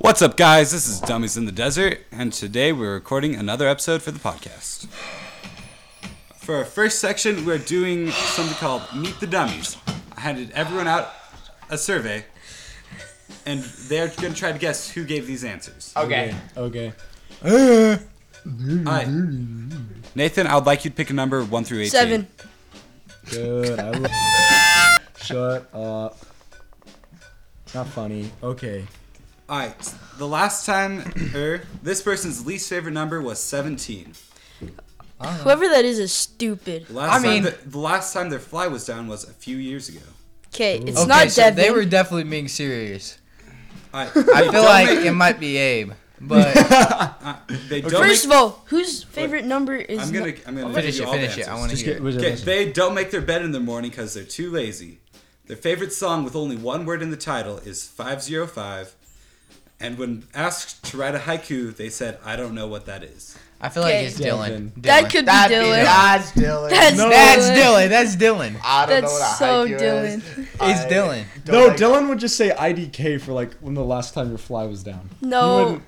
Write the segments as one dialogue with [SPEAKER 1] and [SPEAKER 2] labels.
[SPEAKER 1] What's up, guys? This is Dummies in the Desert, and today we're recording another episode for the podcast. For our first section, we're doing something called Meet the Dummies. I handed everyone out a survey, and they're going to try to guess who gave these answers. All
[SPEAKER 2] Okay.
[SPEAKER 3] Okay.
[SPEAKER 1] right. Nathan, I would like you to pick a number 1 through 18.
[SPEAKER 4] Seven.
[SPEAKER 3] Good. I lo- Shut up. Not funny. Okay.
[SPEAKER 1] All right. The last time, er, this person's least favorite number was 17.
[SPEAKER 4] Whoever that is is stupid.
[SPEAKER 1] The last
[SPEAKER 2] I mean-
[SPEAKER 1] time the, the last time their fly was down was a few years ago.
[SPEAKER 4] Okay, it's
[SPEAKER 2] Okay,
[SPEAKER 4] not
[SPEAKER 2] so
[SPEAKER 4] Devin.
[SPEAKER 2] they were definitely being serious.
[SPEAKER 1] All right.
[SPEAKER 2] I feel like it might be Abe, but
[SPEAKER 1] They don't
[SPEAKER 4] First of
[SPEAKER 1] make-
[SPEAKER 4] all, whose favorite number is?
[SPEAKER 1] I'm gonna I'm gonna
[SPEAKER 2] finish
[SPEAKER 1] give you
[SPEAKER 2] it,
[SPEAKER 1] all the
[SPEAKER 2] finish it. I
[SPEAKER 1] answers.
[SPEAKER 2] want to
[SPEAKER 3] Just
[SPEAKER 2] hear.
[SPEAKER 3] get
[SPEAKER 2] It.
[SPEAKER 3] rid of
[SPEAKER 1] Okay,
[SPEAKER 3] this.
[SPEAKER 1] they don't make their bed in the morning because they're too lazy. Their favorite song with only one word in the title is 505. And when asked to write a haiku, they said, I don't know what that is.
[SPEAKER 2] I feel like
[SPEAKER 4] Okay.
[SPEAKER 2] it's Dylan. Dylan.
[SPEAKER 4] That could be
[SPEAKER 2] That'd
[SPEAKER 4] Dylan.
[SPEAKER 5] That's Dylan.
[SPEAKER 4] That's
[SPEAKER 2] No.
[SPEAKER 4] Dylan.
[SPEAKER 2] That's Dylan. That's Dylan.
[SPEAKER 5] I don't know
[SPEAKER 4] That's
[SPEAKER 5] what a
[SPEAKER 4] so
[SPEAKER 5] haiku
[SPEAKER 4] Dylan.
[SPEAKER 5] is.
[SPEAKER 2] It's
[SPEAKER 5] I
[SPEAKER 2] Dylan.
[SPEAKER 5] don't
[SPEAKER 3] No,
[SPEAKER 5] like-
[SPEAKER 3] Dylan would just say IDK for like when the last time your fly was down.
[SPEAKER 4] No.
[SPEAKER 3] He wouldn't,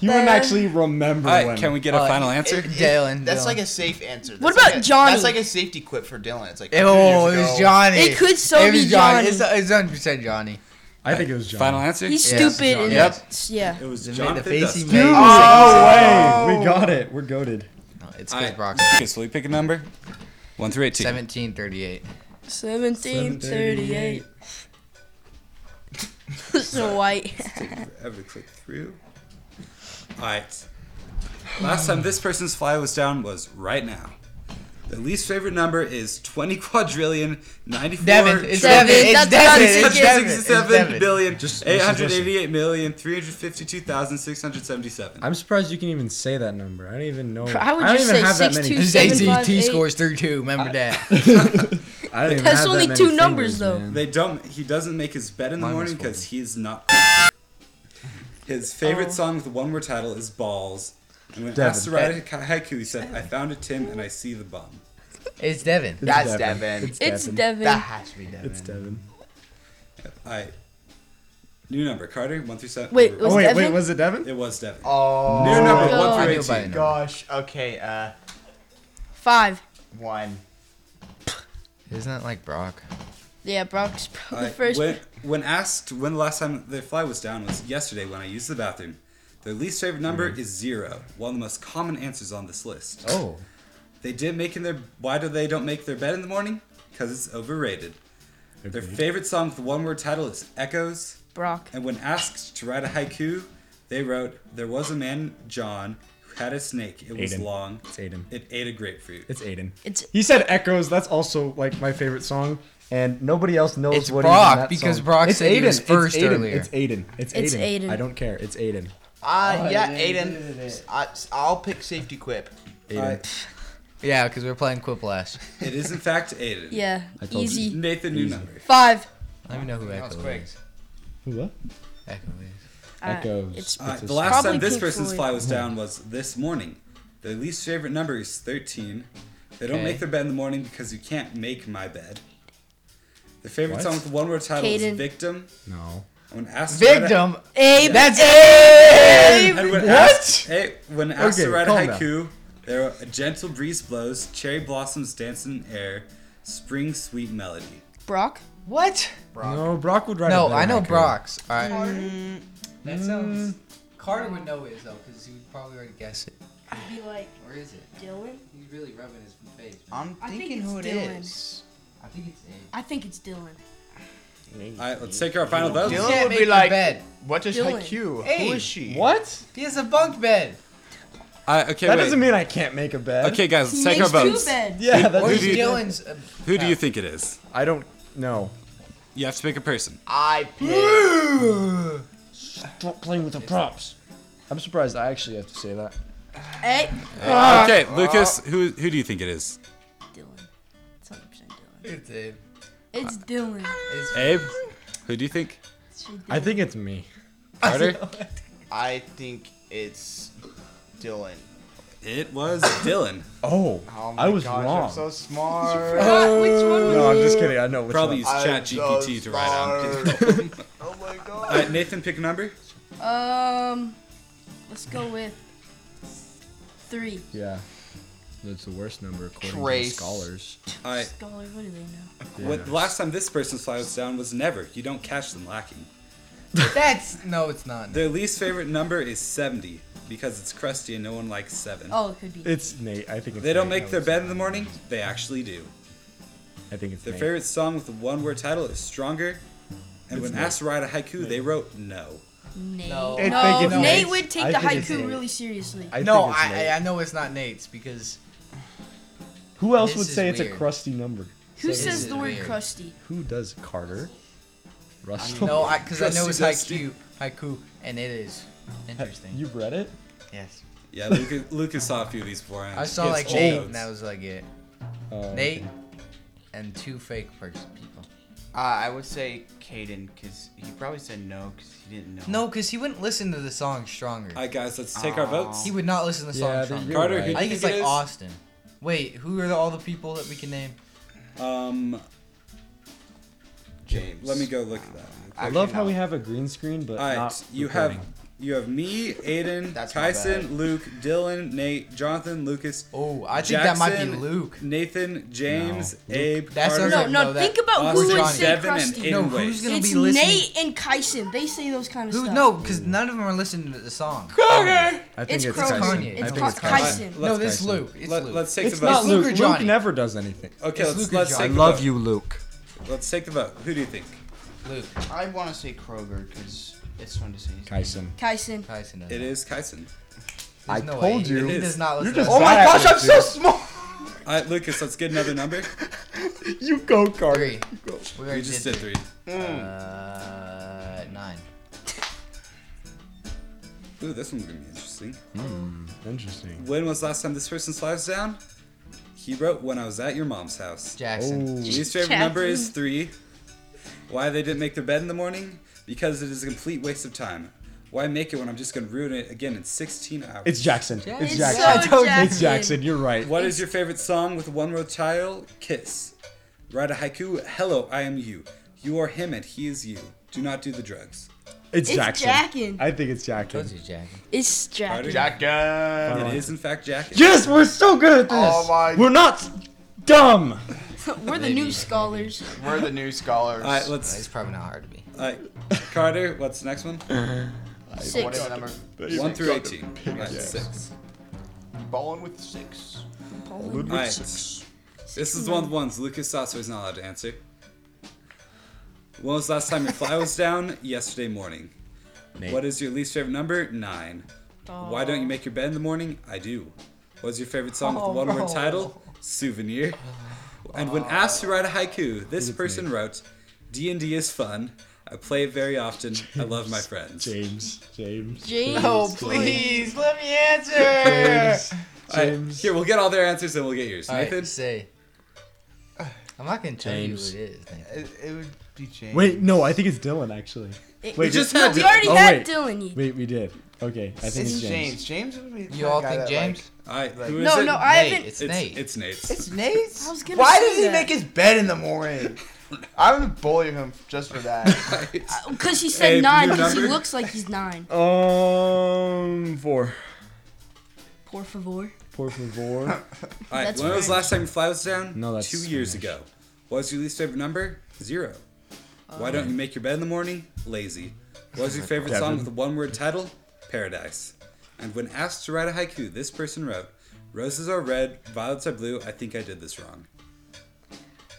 [SPEAKER 3] he wouldn't
[SPEAKER 4] There.
[SPEAKER 3] actually remember
[SPEAKER 1] All right,
[SPEAKER 3] when.
[SPEAKER 1] can we get a
[SPEAKER 4] Oh,
[SPEAKER 2] Uh,
[SPEAKER 1] final answer?
[SPEAKER 2] it- Dylan.
[SPEAKER 5] That's
[SPEAKER 2] Dylan.
[SPEAKER 5] like a safe answer. That's
[SPEAKER 4] What
[SPEAKER 5] like
[SPEAKER 4] about
[SPEAKER 5] a-
[SPEAKER 4] Johnny?
[SPEAKER 5] That's like a safety quip for Dylan. It's like. two
[SPEAKER 2] Oh,
[SPEAKER 5] years
[SPEAKER 2] it was
[SPEAKER 5] ago.
[SPEAKER 2] Johnny.
[SPEAKER 4] It could so
[SPEAKER 2] it was
[SPEAKER 4] be Johnny.
[SPEAKER 2] It's It's hundred percent Johnny.
[SPEAKER 3] I think it was John.
[SPEAKER 1] Final answer?
[SPEAKER 4] He's
[SPEAKER 2] Yeah.
[SPEAKER 4] stupid.
[SPEAKER 2] John.
[SPEAKER 4] and
[SPEAKER 2] Yep.
[SPEAKER 4] it's- Yeah.
[SPEAKER 1] It was
[SPEAKER 2] Just made the
[SPEAKER 1] Jonathan
[SPEAKER 2] face he
[SPEAKER 1] Dustin.
[SPEAKER 2] made.
[SPEAKER 3] Oh, wait. We got it. We're goaded.
[SPEAKER 2] No, it's
[SPEAKER 1] All
[SPEAKER 2] Chris
[SPEAKER 1] right.
[SPEAKER 2] Brock.
[SPEAKER 1] Okay, so we pick a number. 1 through 18.
[SPEAKER 2] Seventeen thirty-eight.
[SPEAKER 4] Seventeen thirty-eight. so white.
[SPEAKER 1] Ever click through? All right. Last time this person's fly was down was right now. Their least favorite number is 20 quadrillion 94
[SPEAKER 2] Devin. It's
[SPEAKER 4] Devin.
[SPEAKER 2] Devin. It's
[SPEAKER 4] That's Johnny
[SPEAKER 2] Devin. It's
[SPEAKER 4] Chicken.
[SPEAKER 2] Devin. It's
[SPEAKER 1] 67
[SPEAKER 2] Devin.
[SPEAKER 1] billion
[SPEAKER 3] Just-
[SPEAKER 1] 888 million 352,677.
[SPEAKER 3] I'm surprised you can even say that number. I don't even know.
[SPEAKER 4] I would I don't just even say have that many- 62.
[SPEAKER 2] His
[SPEAKER 4] Seven, five,
[SPEAKER 2] ACT
[SPEAKER 4] eight.
[SPEAKER 2] scores through two. Remember that.
[SPEAKER 3] I don't even
[SPEAKER 4] That's
[SPEAKER 3] have that
[SPEAKER 4] only
[SPEAKER 3] many
[SPEAKER 4] two
[SPEAKER 3] fingers,
[SPEAKER 4] numbers, though.
[SPEAKER 3] man.
[SPEAKER 1] They don't he doesn't make his bed in the
[SPEAKER 3] Mine was
[SPEAKER 1] morning
[SPEAKER 3] folded.
[SPEAKER 1] cuz he's not His favorite
[SPEAKER 4] Oh.
[SPEAKER 1] song with one word title is Balls. And when
[SPEAKER 3] Devin.
[SPEAKER 1] asked to write a ha- haiku, he said, I found a Tim and I see the bum.
[SPEAKER 2] It's Devin.
[SPEAKER 5] That's
[SPEAKER 3] Devin.
[SPEAKER 5] Devin.
[SPEAKER 4] It's
[SPEAKER 3] Devin.
[SPEAKER 4] Devin.
[SPEAKER 5] That has to be Devin.
[SPEAKER 3] It's Devin.
[SPEAKER 1] Alright. New number, Carter, 1 through 7.
[SPEAKER 4] Wait,
[SPEAKER 1] or-
[SPEAKER 4] Was
[SPEAKER 3] oh wait,
[SPEAKER 4] Devin?
[SPEAKER 3] wait, was it Devin?
[SPEAKER 1] it was Devin.
[SPEAKER 5] Oh.
[SPEAKER 1] New number,
[SPEAKER 4] no.
[SPEAKER 1] 1
[SPEAKER 4] I
[SPEAKER 1] through
[SPEAKER 2] knew about
[SPEAKER 1] 18.
[SPEAKER 2] it.
[SPEAKER 5] Gosh. Okay. Uh,
[SPEAKER 4] Five.
[SPEAKER 5] one.
[SPEAKER 2] Isn't that like Brock?
[SPEAKER 4] Yeah, Brock's probably
[SPEAKER 1] Alright,
[SPEAKER 4] the first.
[SPEAKER 1] When, when asked when the last time their fly was down was yesterday when I used the bathroom. Their least favorite number
[SPEAKER 3] Mm-hmm.
[SPEAKER 1] is zero, one of the most common answers on this list.
[SPEAKER 2] Oh.
[SPEAKER 1] They did make in their why do they don't make their bed in the morning? Because it's overrated. Their
[SPEAKER 3] Mm-hmm.
[SPEAKER 1] favorite song with the one word title is Echoes,
[SPEAKER 4] Brock.
[SPEAKER 1] and when asked to write a haiku, they wrote, There was a man, John, who had a snake. It was
[SPEAKER 3] Aiden.
[SPEAKER 1] long.
[SPEAKER 3] It's Aiden.
[SPEAKER 1] It ate a grapefruit.
[SPEAKER 3] It's Aiden.
[SPEAKER 4] It's
[SPEAKER 3] He said Echoes. That's also like my favorite song, and nobody else knows
[SPEAKER 2] It's
[SPEAKER 3] what
[SPEAKER 2] Brock,
[SPEAKER 3] he's in that
[SPEAKER 2] because
[SPEAKER 3] song.
[SPEAKER 2] Brock said he was first
[SPEAKER 3] it's Aiden.
[SPEAKER 2] earlier.
[SPEAKER 3] It's Aiden. It's Aiden.
[SPEAKER 4] It's Aiden.
[SPEAKER 3] I don't care. It's Aiden.
[SPEAKER 4] Oh,
[SPEAKER 5] Uh, yeah,
[SPEAKER 2] yeah,
[SPEAKER 5] Aiden. I, I'll pick safety quip.
[SPEAKER 3] Aiden.
[SPEAKER 1] Alright,
[SPEAKER 2] Yeah, because we're playing Quiplash.
[SPEAKER 1] it is in fact Aiden.
[SPEAKER 4] yeah.
[SPEAKER 3] I told you.
[SPEAKER 4] Easy.
[SPEAKER 1] Nathan, new number.
[SPEAKER 4] Five.
[SPEAKER 2] Let me know who
[SPEAKER 5] was
[SPEAKER 2] Echo
[SPEAKER 5] quick.
[SPEAKER 2] is.
[SPEAKER 3] What?
[SPEAKER 2] Echo is.
[SPEAKER 4] Uh,
[SPEAKER 3] Echoes.
[SPEAKER 4] it's
[SPEAKER 1] All right,
[SPEAKER 3] It's a
[SPEAKER 1] the last
[SPEAKER 4] Probably
[SPEAKER 1] time this
[SPEAKER 4] Pink
[SPEAKER 1] person's
[SPEAKER 4] Floyd.
[SPEAKER 1] fly was down was this morning. Their least favorite number is 13. They don't
[SPEAKER 2] Okay.
[SPEAKER 1] make their bed in the morning because you can't make my bed. Their favorite
[SPEAKER 3] What?
[SPEAKER 1] song with the one word title
[SPEAKER 4] Caden.
[SPEAKER 1] is Victim.
[SPEAKER 3] No.
[SPEAKER 1] When asked to write a-
[SPEAKER 2] Victim.
[SPEAKER 4] Abe.
[SPEAKER 2] That's Abe.
[SPEAKER 1] And when
[SPEAKER 3] What?
[SPEAKER 1] asked, hey, when asked to
[SPEAKER 3] Okay,
[SPEAKER 1] write a
[SPEAKER 3] calm
[SPEAKER 1] haiku, there are, a gentle breeze blows, cherry blossoms dance in air, spring sweet melody.
[SPEAKER 4] Brock.
[SPEAKER 2] What?
[SPEAKER 5] Brock.
[SPEAKER 3] No, Brock would write. a
[SPEAKER 2] No,
[SPEAKER 3] better
[SPEAKER 2] I know
[SPEAKER 3] record.
[SPEAKER 2] Brock's. All right. That sounds. Carter would know his though, because he would probably already guess it.
[SPEAKER 4] Could be like
[SPEAKER 2] Where is it?
[SPEAKER 4] Dylan.
[SPEAKER 2] He's really rubbing his face.
[SPEAKER 5] I'm
[SPEAKER 4] I think
[SPEAKER 5] thinking
[SPEAKER 4] it's
[SPEAKER 5] who it
[SPEAKER 4] Dylan.
[SPEAKER 5] is.
[SPEAKER 2] I think it's Abe.
[SPEAKER 4] I think it's Dylan.
[SPEAKER 1] All right, let's take our final vote.
[SPEAKER 5] Dylan
[SPEAKER 2] You can't
[SPEAKER 5] would be
[SPEAKER 2] make your
[SPEAKER 5] like-
[SPEAKER 2] bed.
[SPEAKER 5] What is
[SPEAKER 4] Dylan.
[SPEAKER 5] haiku?
[SPEAKER 2] Hey,
[SPEAKER 5] Who is she?
[SPEAKER 3] What?
[SPEAKER 2] He has a bunk bed.
[SPEAKER 1] Uh, okay,
[SPEAKER 3] That
[SPEAKER 1] wait.
[SPEAKER 3] doesn't mean I can't make a bed.
[SPEAKER 1] Okay, guys, let's
[SPEAKER 4] He
[SPEAKER 1] take our
[SPEAKER 4] makes two
[SPEAKER 1] votes.
[SPEAKER 4] beds.
[SPEAKER 3] Yeah. That
[SPEAKER 2] Or
[SPEAKER 1] Who
[SPEAKER 2] is
[SPEAKER 1] do you-
[SPEAKER 2] Dylan's? uh,
[SPEAKER 1] Who do you think it is?
[SPEAKER 3] I don't know.
[SPEAKER 1] You have to pick a person.
[SPEAKER 5] I pick.
[SPEAKER 3] Stop playing with the props. I'm surprised I actually have to say that.
[SPEAKER 4] Hey.
[SPEAKER 1] okay, Lucas, who who do you think it is?
[SPEAKER 4] Dylan. It's 100% Dylan.
[SPEAKER 2] It's Abe.
[SPEAKER 4] It's Dylan.
[SPEAKER 2] It's
[SPEAKER 1] Abe, who do you think?
[SPEAKER 4] It's Dylan.
[SPEAKER 3] I think it's me.
[SPEAKER 1] Carter?
[SPEAKER 5] I think it's Dylan.
[SPEAKER 1] it was Dylan.
[SPEAKER 3] Oh,
[SPEAKER 5] Oh my
[SPEAKER 3] I was
[SPEAKER 5] gosh,
[SPEAKER 3] wrong.
[SPEAKER 5] I'm so smart.
[SPEAKER 4] Ah, which one was
[SPEAKER 3] no, I'm
[SPEAKER 4] it?
[SPEAKER 3] just kidding. I know which
[SPEAKER 1] Probably
[SPEAKER 3] one.
[SPEAKER 1] used
[SPEAKER 5] I'm
[SPEAKER 1] ChatGPT
[SPEAKER 5] so
[SPEAKER 1] to write on.
[SPEAKER 5] smart. oh my
[SPEAKER 1] All right,
[SPEAKER 5] god.
[SPEAKER 1] Nathan, pick a number.
[SPEAKER 4] Um, let's go with three.
[SPEAKER 3] Yeah. That's the worst number according
[SPEAKER 5] Trace.
[SPEAKER 3] to the scholars.
[SPEAKER 1] All right.
[SPEAKER 4] Scholar, what do they know?
[SPEAKER 1] What, last time this person slides down was never. You don't catch them lacking.
[SPEAKER 2] That's no, it's not.
[SPEAKER 1] Their least favorite number is 70 because it's crusty and no one likes 7.
[SPEAKER 4] Oh, it could be.
[SPEAKER 3] It's Nate. I think it's
[SPEAKER 1] They don't
[SPEAKER 3] Nate.
[SPEAKER 1] make their bed in the morning, they actually do.
[SPEAKER 3] I think it's
[SPEAKER 1] Their
[SPEAKER 3] Nate.
[SPEAKER 1] favorite song with the one word title is Stronger, and when asked to write a haiku, they wrote no.
[SPEAKER 4] Nate.
[SPEAKER 2] No.
[SPEAKER 4] No,
[SPEAKER 2] I
[SPEAKER 3] think it's
[SPEAKER 4] Nate
[SPEAKER 3] Nate.
[SPEAKER 4] would take
[SPEAKER 3] I
[SPEAKER 4] the
[SPEAKER 3] think it's
[SPEAKER 4] haiku
[SPEAKER 3] Nate.
[SPEAKER 4] really seriously.
[SPEAKER 3] I
[SPEAKER 2] no,
[SPEAKER 3] think it's
[SPEAKER 2] I,
[SPEAKER 3] Nate.
[SPEAKER 2] I know it's not Nate's because
[SPEAKER 3] Who else
[SPEAKER 2] This
[SPEAKER 3] would
[SPEAKER 2] is
[SPEAKER 3] say it's a
[SPEAKER 2] weird.
[SPEAKER 3] crusty number?
[SPEAKER 4] Who
[SPEAKER 2] So this
[SPEAKER 4] says the
[SPEAKER 2] is
[SPEAKER 4] word
[SPEAKER 2] weird.
[SPEAKER 4] crusty?
[SPEAKER 3] Who does Carter? Russell.
[SPEAKER 2] no, I because I know it's
[SPEAKER 1] Trusty Dusty.
[SPEAKER 2] haiku, haiku, and it is interesting.
[SPEAKER 3] You've read it?
[SPEAKER 2] yes,
[SPEAKER 1] Yeah, Lucas, Lucas saw a few of these before. and
[SPEAKER 2] I saw
[SPEAKER 1] it's
[SPEAKER 2] like
[SPEAKER 1] all
[SPEAKER 2] Nate,
[SPEAKER 1] notes.
[SPEAKER 2] and that was like it.
[SPEAKER 3] Oh,
[SPEAKER 2] Nate and two fake person people.
[SPEAKER 5] Uh, I would say Caden because he probably said no because he didn't know.
[SPEAKER 2] No, because he wouldn't listen to the song "Stronger."
[SPEAKER 1] All right, guys, let's take our
[SPEAKER 5] Aw.
[SPEAKER 1] votes.
[SPEAKER 2] he would not listen to the song
[SPEAKER 3] Yeah,
[SPEAKER 2] "Stronger."
[SPEAKER 3] you're
[SPEAKER 1] Carter,
[SPEAKER 3] right.
[SPEAKER 1] who-
[SPEAKER 2] I think it's
[SPEAKER 1] Think
[SPEAKER 2] like
[SPEAKER 1] it is?
[SPEAKER 2] Austin. Wait, who are the, all the people that we can name?
[SPEAKER 1] Um,
[SPEAKER 5] James.
[SPEAKER 1] let me go look at that.
[SPEAKER 3] I
[SPEAKER 5] Actually,
[SPEAKER 3] love how
[SPEAKER 5] no.
[SPEAKER 3] we have a green screen, but
[SPEAKER 1] All right,
[SPEAKER 3] not
[SPEAKER 1] you have
[SPEAKER 3] recording.
[SPEAKER 1] you have me, Aiden,
[SPEAKER 5] That's my bad.
[SPEAKER 1] Tyson, Luke, Dylan, Nate, Jonathan, Lucas,
[SPEAKER 2] Oh, I think that might be
[SPEAKER 1] Jackson,
[SPEAKER 2] Luke.
[SPEAKER 1] Nathan, James,
[SPEAKER 3] No.
[SPEAKER 1] Abe,
[SPEAKER 2] That's
[SPEAKER 1] Carter,
[SPEAKER 4] No,
[SPEAKER 2] Or
[SPEAKER 4] no,
[SPEAKER 2] no, that-
[SPEAKER 4] think about
[SPEAKER 1] Austin,
[SPEAKER 4] who would
[SPEAKER 2] Johnny.
[SPEAKER 4] say
[SPEAKER 1] Devin, and
[SPEAKER 4] crusty.
[SPEAKER 1] Aiden.
[SPEAKER 2] No,
[SPEAKER 1] Wait.
[SPEAKER 2] who's gonna
[SPEAKER 4] It's
[SPEAKER 2] be listening?
[SPEAKER 4] Nate and Kyson. They say those kind of
[SPEAKER 2] Who?
[SPEAKER 4] stuff.
[SPEAKER 2] No, because none of them are listening to the song.
[SPEAKER 3] I think
[SPEAKER 4] It's
[SPEAKER 3] it's
[SPEAKER 4] Crow.
[SPEAKER 2] Carson.
[SPEAKER 3] Kanye.
[SPEAKER 2] Kanye. I
[SPEAKER 4] It's
[SPEAKER 2] think
[SPEAKER 4] called
[SPEAKER 2] it's
[SPEAKER 4] Kyson.
[SPEAKER 1] Let's
[SPEAKER 2] No, this is
[SPEAKER 3] Tyson.
[SPEAKER 2] Luke. It's
[SPEAKER 1] Let,
[SPEAKER 2] Luke.
[SPEAKER 1] let's take
[SPEAKER 3] It's
[SPEAKER 1] the vote.
[SPEAKER 3] not
[SPEAKER 2] It's Luke
[SPEAKER 3] Luke.
[SPEAKER 2] or
[SPEAKER 3] Luke
[SPEAKER 2] Johnny.
[SPEAKER 3] never does anything.
[SPEAKER 1] Okay,
[SPEAKER 2] It's
[SPEAKER 1] let's,
[SPEAKER 2] Luke or
[SPEAKER 1] let's
[SPEAKER 2] Johnny.
[SPEAKER 1] take
[SPEAKER 2] I
[SPEAKER 1] the vote.
[SPEAKER 3] Luke.
[SPEAKER 1] Let's take the vote. Who do you think?
[SPEAKER 2] Luke.
[SPEAKER 5] I want to say Kroger because it's fun to say. his name.
[SPEAKER 3] Kyson.
[SPEAKER 4] Kyson.
[SPEAKER 2] Tyson. does
[SPEAKER 1] It
[SPEAKER 2] that.
[SPEAKER 1] is Kyson.
[SPEAKER 2] There's
[SPEAKER 3] I
[SPEAKER 2] no
[SPEAKER 3] told
[SPEAKER 2] way.
[SPEAKER 3] you.
[SPEAKER 2] He
[SPEAKER 1] It
[SPEAKER 2] does
[SPEAKER 1] is.
[SPEAKER 2] not listen
[SPEAKER 3] You're
[SPEAKER 2] to
[SPEAKER 3] just
[SPEAKER 5] Oh
[SPEAKER 2] us.
[SPEAKER 5] my
[SPEAKER 3] Bad
[SPEAKER 5] gosh, I'm so
[SPEAKER 3] attitude.
[SPEAKER 5] small.
[SPEAKER 1] All right, Lucas, let's get another number.
[SPEAKER 3] You go, Carter.
[SPEAKER 2] Three. We already
[SPEAKER 1] We just did three.
[SPEAKER 2] Uh, nine.
[SPEAKER 1] Ooh, this one's gonna be interesting.
[SPEAKER 3] Interesting.
[SPEAKER 1] When was last time this person slides down? He wrote when I was at your mom's house.
[SPEAKER 2] Jackson.
[SPEAKER 3] Oh.
[SPEAKER 1] Least favorite number is three. Why they didn't make their bed in the morning? Because it is a complete waste of time. Why make it when I'm just gonna ruin it again in 16 hours?
[SPEAKER 3] It's Jackson.
[SPEAKER 2] It's
[SPEAKER 3] It's
[SPEAKER 4] It's
[SPEAKER 3] Jackson.
[SPEAKER 4] so
[SPEAKER 2] I told you
[SPEAKER 4] Jackson.
[SPEAKER 3] It's Jackson. You're right.
[SPEAKER 1] What is your favorite song with one word title? Kiss. Write a haiku. Hello, I am you. You are him and he is you. Do not do the drugs.
[SPEAKER 3] It's
[SPEAKER 4] It's
[SPEAKER 3] Jackson.
[SPEAKER 4] Jackin.
[SPEAKER 3] I think it's
[SPEAKER 2] Told
[SPEAKER 3] Jackson.
[SPEAKER 2] you, Jackson.
[SPEAKER 4] It's Jack.
[SPEAKER 1] Carter?
[SPEAKER 5] Jackin.
[SPEAKER 1] It is in fact Jack.
[SPEAKER 3] Yes, we're so good at this.
[SPEAKER 5] Oh my-
[SPEAKER 3] We're not dumb.
[SPEAKER 4] We're the new scholars.
[SPEAKER 5] We're the new scholars.
[SPEAKER 1] All right,
[SPEAKER 2] It's
[SPEAKER 1] let's.
[SPEAKER 2] probably not hard to be.
[SPEAKER 1] All right, Carter, what's the next one?
[SPEAKER 5] What
[SPEAKER 4] Six.
[SPEAKER 5] is the number?
[SPEAKER 1] One through eighteen. All right, six.
[SPEAKER 5] Balling with six.
[SPEAKER 4] Poland.
[SPEAKER 1] All right. This is one of the ones Lucas Sasso is not allowed to answer. When was the last time your fly was down? Yesterday morning. What is your least favorite number? Nine. Why don't you make your bed in the morning? I do. What's your favorite song with one word title? Souvenir. And when asked to write a haiku, this person wrote, D&D is fun. I play it very often. I love my friends.
[SPEAKER 3] James. James.
[SPEAKER 4] James.
[SPEAKER 2] Oh, please, let me answer.
[SPEAKER 3] James.
[SPEAKER 1] All right,
[SPEAKER 3] James.
[SPEAKER 1] here, we'll get all their answers and we'll get yours.
[SPEAKER 2] All
[SPEAKER 1] Nathan?
[SPEAKER 2] right, say. I'm not going to tell
[SPEAKER 3] James.
[SPEAKER 2] you who it is. Nathan.
[SPEAKER 5] It, it would be James.
[SPEAKER 3] Wait, no, I think it's Dylan actually.
[SPEAKER 4] It-
[SPEAKER 3] Wait,
[SPEAKER 1] We just
[SPEAKER 4] No,
[SPEAKER 1] had
[SPEAKER 4] we
[SPEAKER 1] Dylan.
[SPEAKER 4] already
[SPEAKER 3] Oh,
[SPEAKER 4] had
[SPEAKER 3] wait.
[SPEAKER 4] Dylan.
[SPEAKER 3] Wait, we did. Okay, I think it's,
[SPEAKER 5] It's
[SPEAKER 3] James.
[SPEAKER 5] James. James would be. the
[SPEAKER 2] You
[SPEAKER 5] kind
[SPEAKER 2] all
[SPEAKER 5] of guy
[SPEAKER 2] think
[SPEAKER 5] that,
[SPEAKER 2] James?
[SPEAKER 5] like-
[SPEAKER 1] All right,
[SPEAKER 5] Like-
[SPEAKER 1] who is
[SPEAKER 4] No,
[SPEAKER 1] it?
[SPEAKER 4] no, I
[SPEAKER 2] Nate,
[SPEAKER 4] haven't.
[SPEAKER 2] It's,
[SPEAKER 1] It's,
[SPEAKER 2] Nate.
[SPEAKER 1] it's Nate's.
[SPEAKER 5] It's Nate's.
[SPEAKER 4] I was gonna
[SPEAKER 5] Why
[SPEAKER 4] say
[SPEAKER 5] does he
[SPEAKER 4] that.
[SPEAKER 5] make his bed in the morning? I'm gonna bully him just for that.
[SPEAKER 4] Because Oh, he
[SPEAKER 1] Hey,
[SPEAKER 4] said nine.
[SPEAKER 1] your
[SPEAKER 4] Because he
[SPEAKER 1] number?
[SPEAKER 4] looks like he's nine.
[SPEAKER 1] Oh.
[SPEAKER 3] Um, four.
[SPEAKER 4] Por favor.
[SPEAKER 3] Por favor.
[SPEAKER 1] All right,
[SPEAKER 4] That's
[SPEAKER 1] when was
[SPEAKER 4] French.
[SPEAKER 1] the last time you fly was down?
[SPEAKER 3] No, that's
[SPEAKER 1] two years
[SPEAKER 3] Spanish.
[SPEAKER 1] ago. What's your least favorite number? Zero. Why
[SPEAKER 4] Oh.
[SPEAKER 1] don't you make your bed in the morning? Lazy. What's your favorite song
[SPEAKER 3] Devin.
[SPEAKER 1] with a one-word title? Paradise. And when asked to write a haiku, this person wrote, "Roses are red, violets are blue. I think I did this wrong."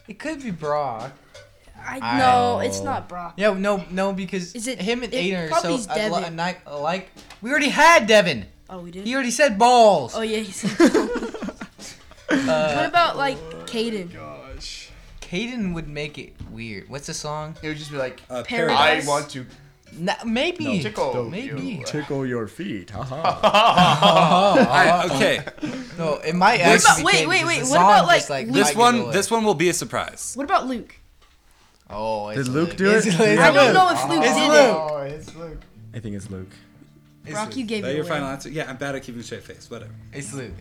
[SPEAKER 2] It could be Brock.
[SPEAKER 4] I
[SPEAKER 2] I-
[SPEAKER 4] no, it's not Brock.
[SPEAKER 2] Yeah, no, no, because
[SPEAKER 4] Is it-
[SPEAKER 2] him and
[SPEAKER 4] it
[SPEAKER 2] Aiden are
[SPEAKER 4] probably
[SPEAKER 2] so
[SPEAKER 4] is
[SPEAKER 2] al-
[SPEAKER 4] Devin.
[SPEAKER 2] al- alike. We already had Devin.
[SPEAKER 4] Oh, we did.
[SPEAKER 2] He already said balls.
[SPEAKER 4] Oh yeah, he's.
[SPEAKER 2] Uh,
[SPEAKER 1] Uh,
[SPEAKER 4] what about like Caden?
[SPEAKER 1] Oh
[SPEAKER 2] Caden would make it weird. What's the song?
[SPEAKER 5] He would just be like,
[SPEAKER 1] Uh,
[SPEAKER 4] Paradise.
[SPEAKER 5] I want to
[SPEAKER 2] Na- maybe.
[SPEAKER 3] No,
[SPEAKER 5] tickle
[SPEAKER 3] Don't
[SPEAKER 2] Maybe. Oh,
[SPEAKER 5] you.
[SPEAKER 3] Tickle your feet. Haha.
[SPEAKER 1] All right, okay.
[SPEAKER 2] oh, No, it might
[SPEAKER 1] What
[SPEAKER 4] about-
[SPEAKER 2] actually. be
[SPEAKER 4] wait,
[SPEAKER 2] Caden,
[SPEAKER 4] wait,
[SPEAKER 2] 'cause
[SPEAKER 4] wait,
[SPEAKER 2] the
[SPEAKER 4] what about,
[SPEAKER 2] song just,
[SPEAKER 4] like,
[SPEAKER 2] might
[SPEAKER 1] This
[SPEAKER 2] give it
[SPEAKER 1] one,
[SPEAKER 2] away.
[SPEAKER 1] this one will be a surprise.
[SPEAKER 4] What about Luke?
[SPEAKER 2] Oh, it's
[SPEAKER 3] Did Luke do it?
[SPEAKER 2] It's
[SPEAKER 3] Yeah.
[SPEAKER 4] I don't
[SPEAKER 3] Luke.
[SPEAKER 4] know if Luke
[SPEAKER 2] It's
[SPEAKER 4] did
[SPEAKER 2] Luke.
[SPEAKER 5] Oh, it's Luke.
[SPEAKER 3] I think it's Luke.
[SPEAKER 4] it. Brock, you gave
[SPEAKER 1] Is that
[SPEAKER 4] it
[SPEAKER 1] your
[SPEAKER 4] away.
[SPEAKER 1] final answer? Yeah, I'm bad at keeping a straight face. Whatever.
[SPEAKER 2] It's Luke.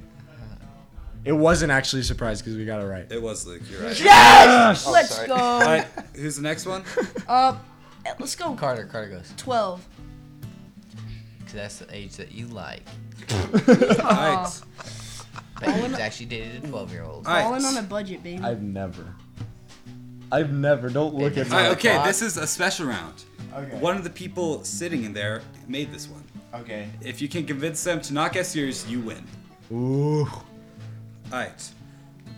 [SPEAKER 3] It wasn't actually a surprise because we got it right.
[SPEAKER 1] It was Luke. You're right.
[SPEAKER 3] Yes.
[SPEAKER 4] Let's
[SPEAKER 5] sorry.
[SPEAKER 1] All
[SPEAKER 4] go.
[SPEAKER 1] right,
[SPEAKER 4] Oh,
[SPEAKER 1] who's the next one?
[SPEAKER 4] Uh, let's go.
[SPEAKER 2] Carter, Carter goes.
[SPEAKER 4] Twelve.
[SPEAKER 2] because that's the age that you like.
[SPEAKER 1] All right.
[SPEAKER 2] But he's actually dated a 12 year old.
[SPEAKER 1] All right.
[SPEAKER 4] Falling on a budget, baby.
[SPEAKER 3] I've never. I've never. Don't look at
[SPEAKER 1] All right,
[SPEAKER 3] me.
[SPEAKER 1] okay,
[SPEAKER 5] God.
[SPEAKER 1] this is a special round.
[SPEAKER 5] Okay.
[SPEAKER 1] One of the people sitting in there made this one.
[SPEAKER 5] Okay.
[SPEAKER 1] If you can convince them to not guess yours, you win.
[SPEAKER 3] Ooh.
[SPEAKER 1] All right.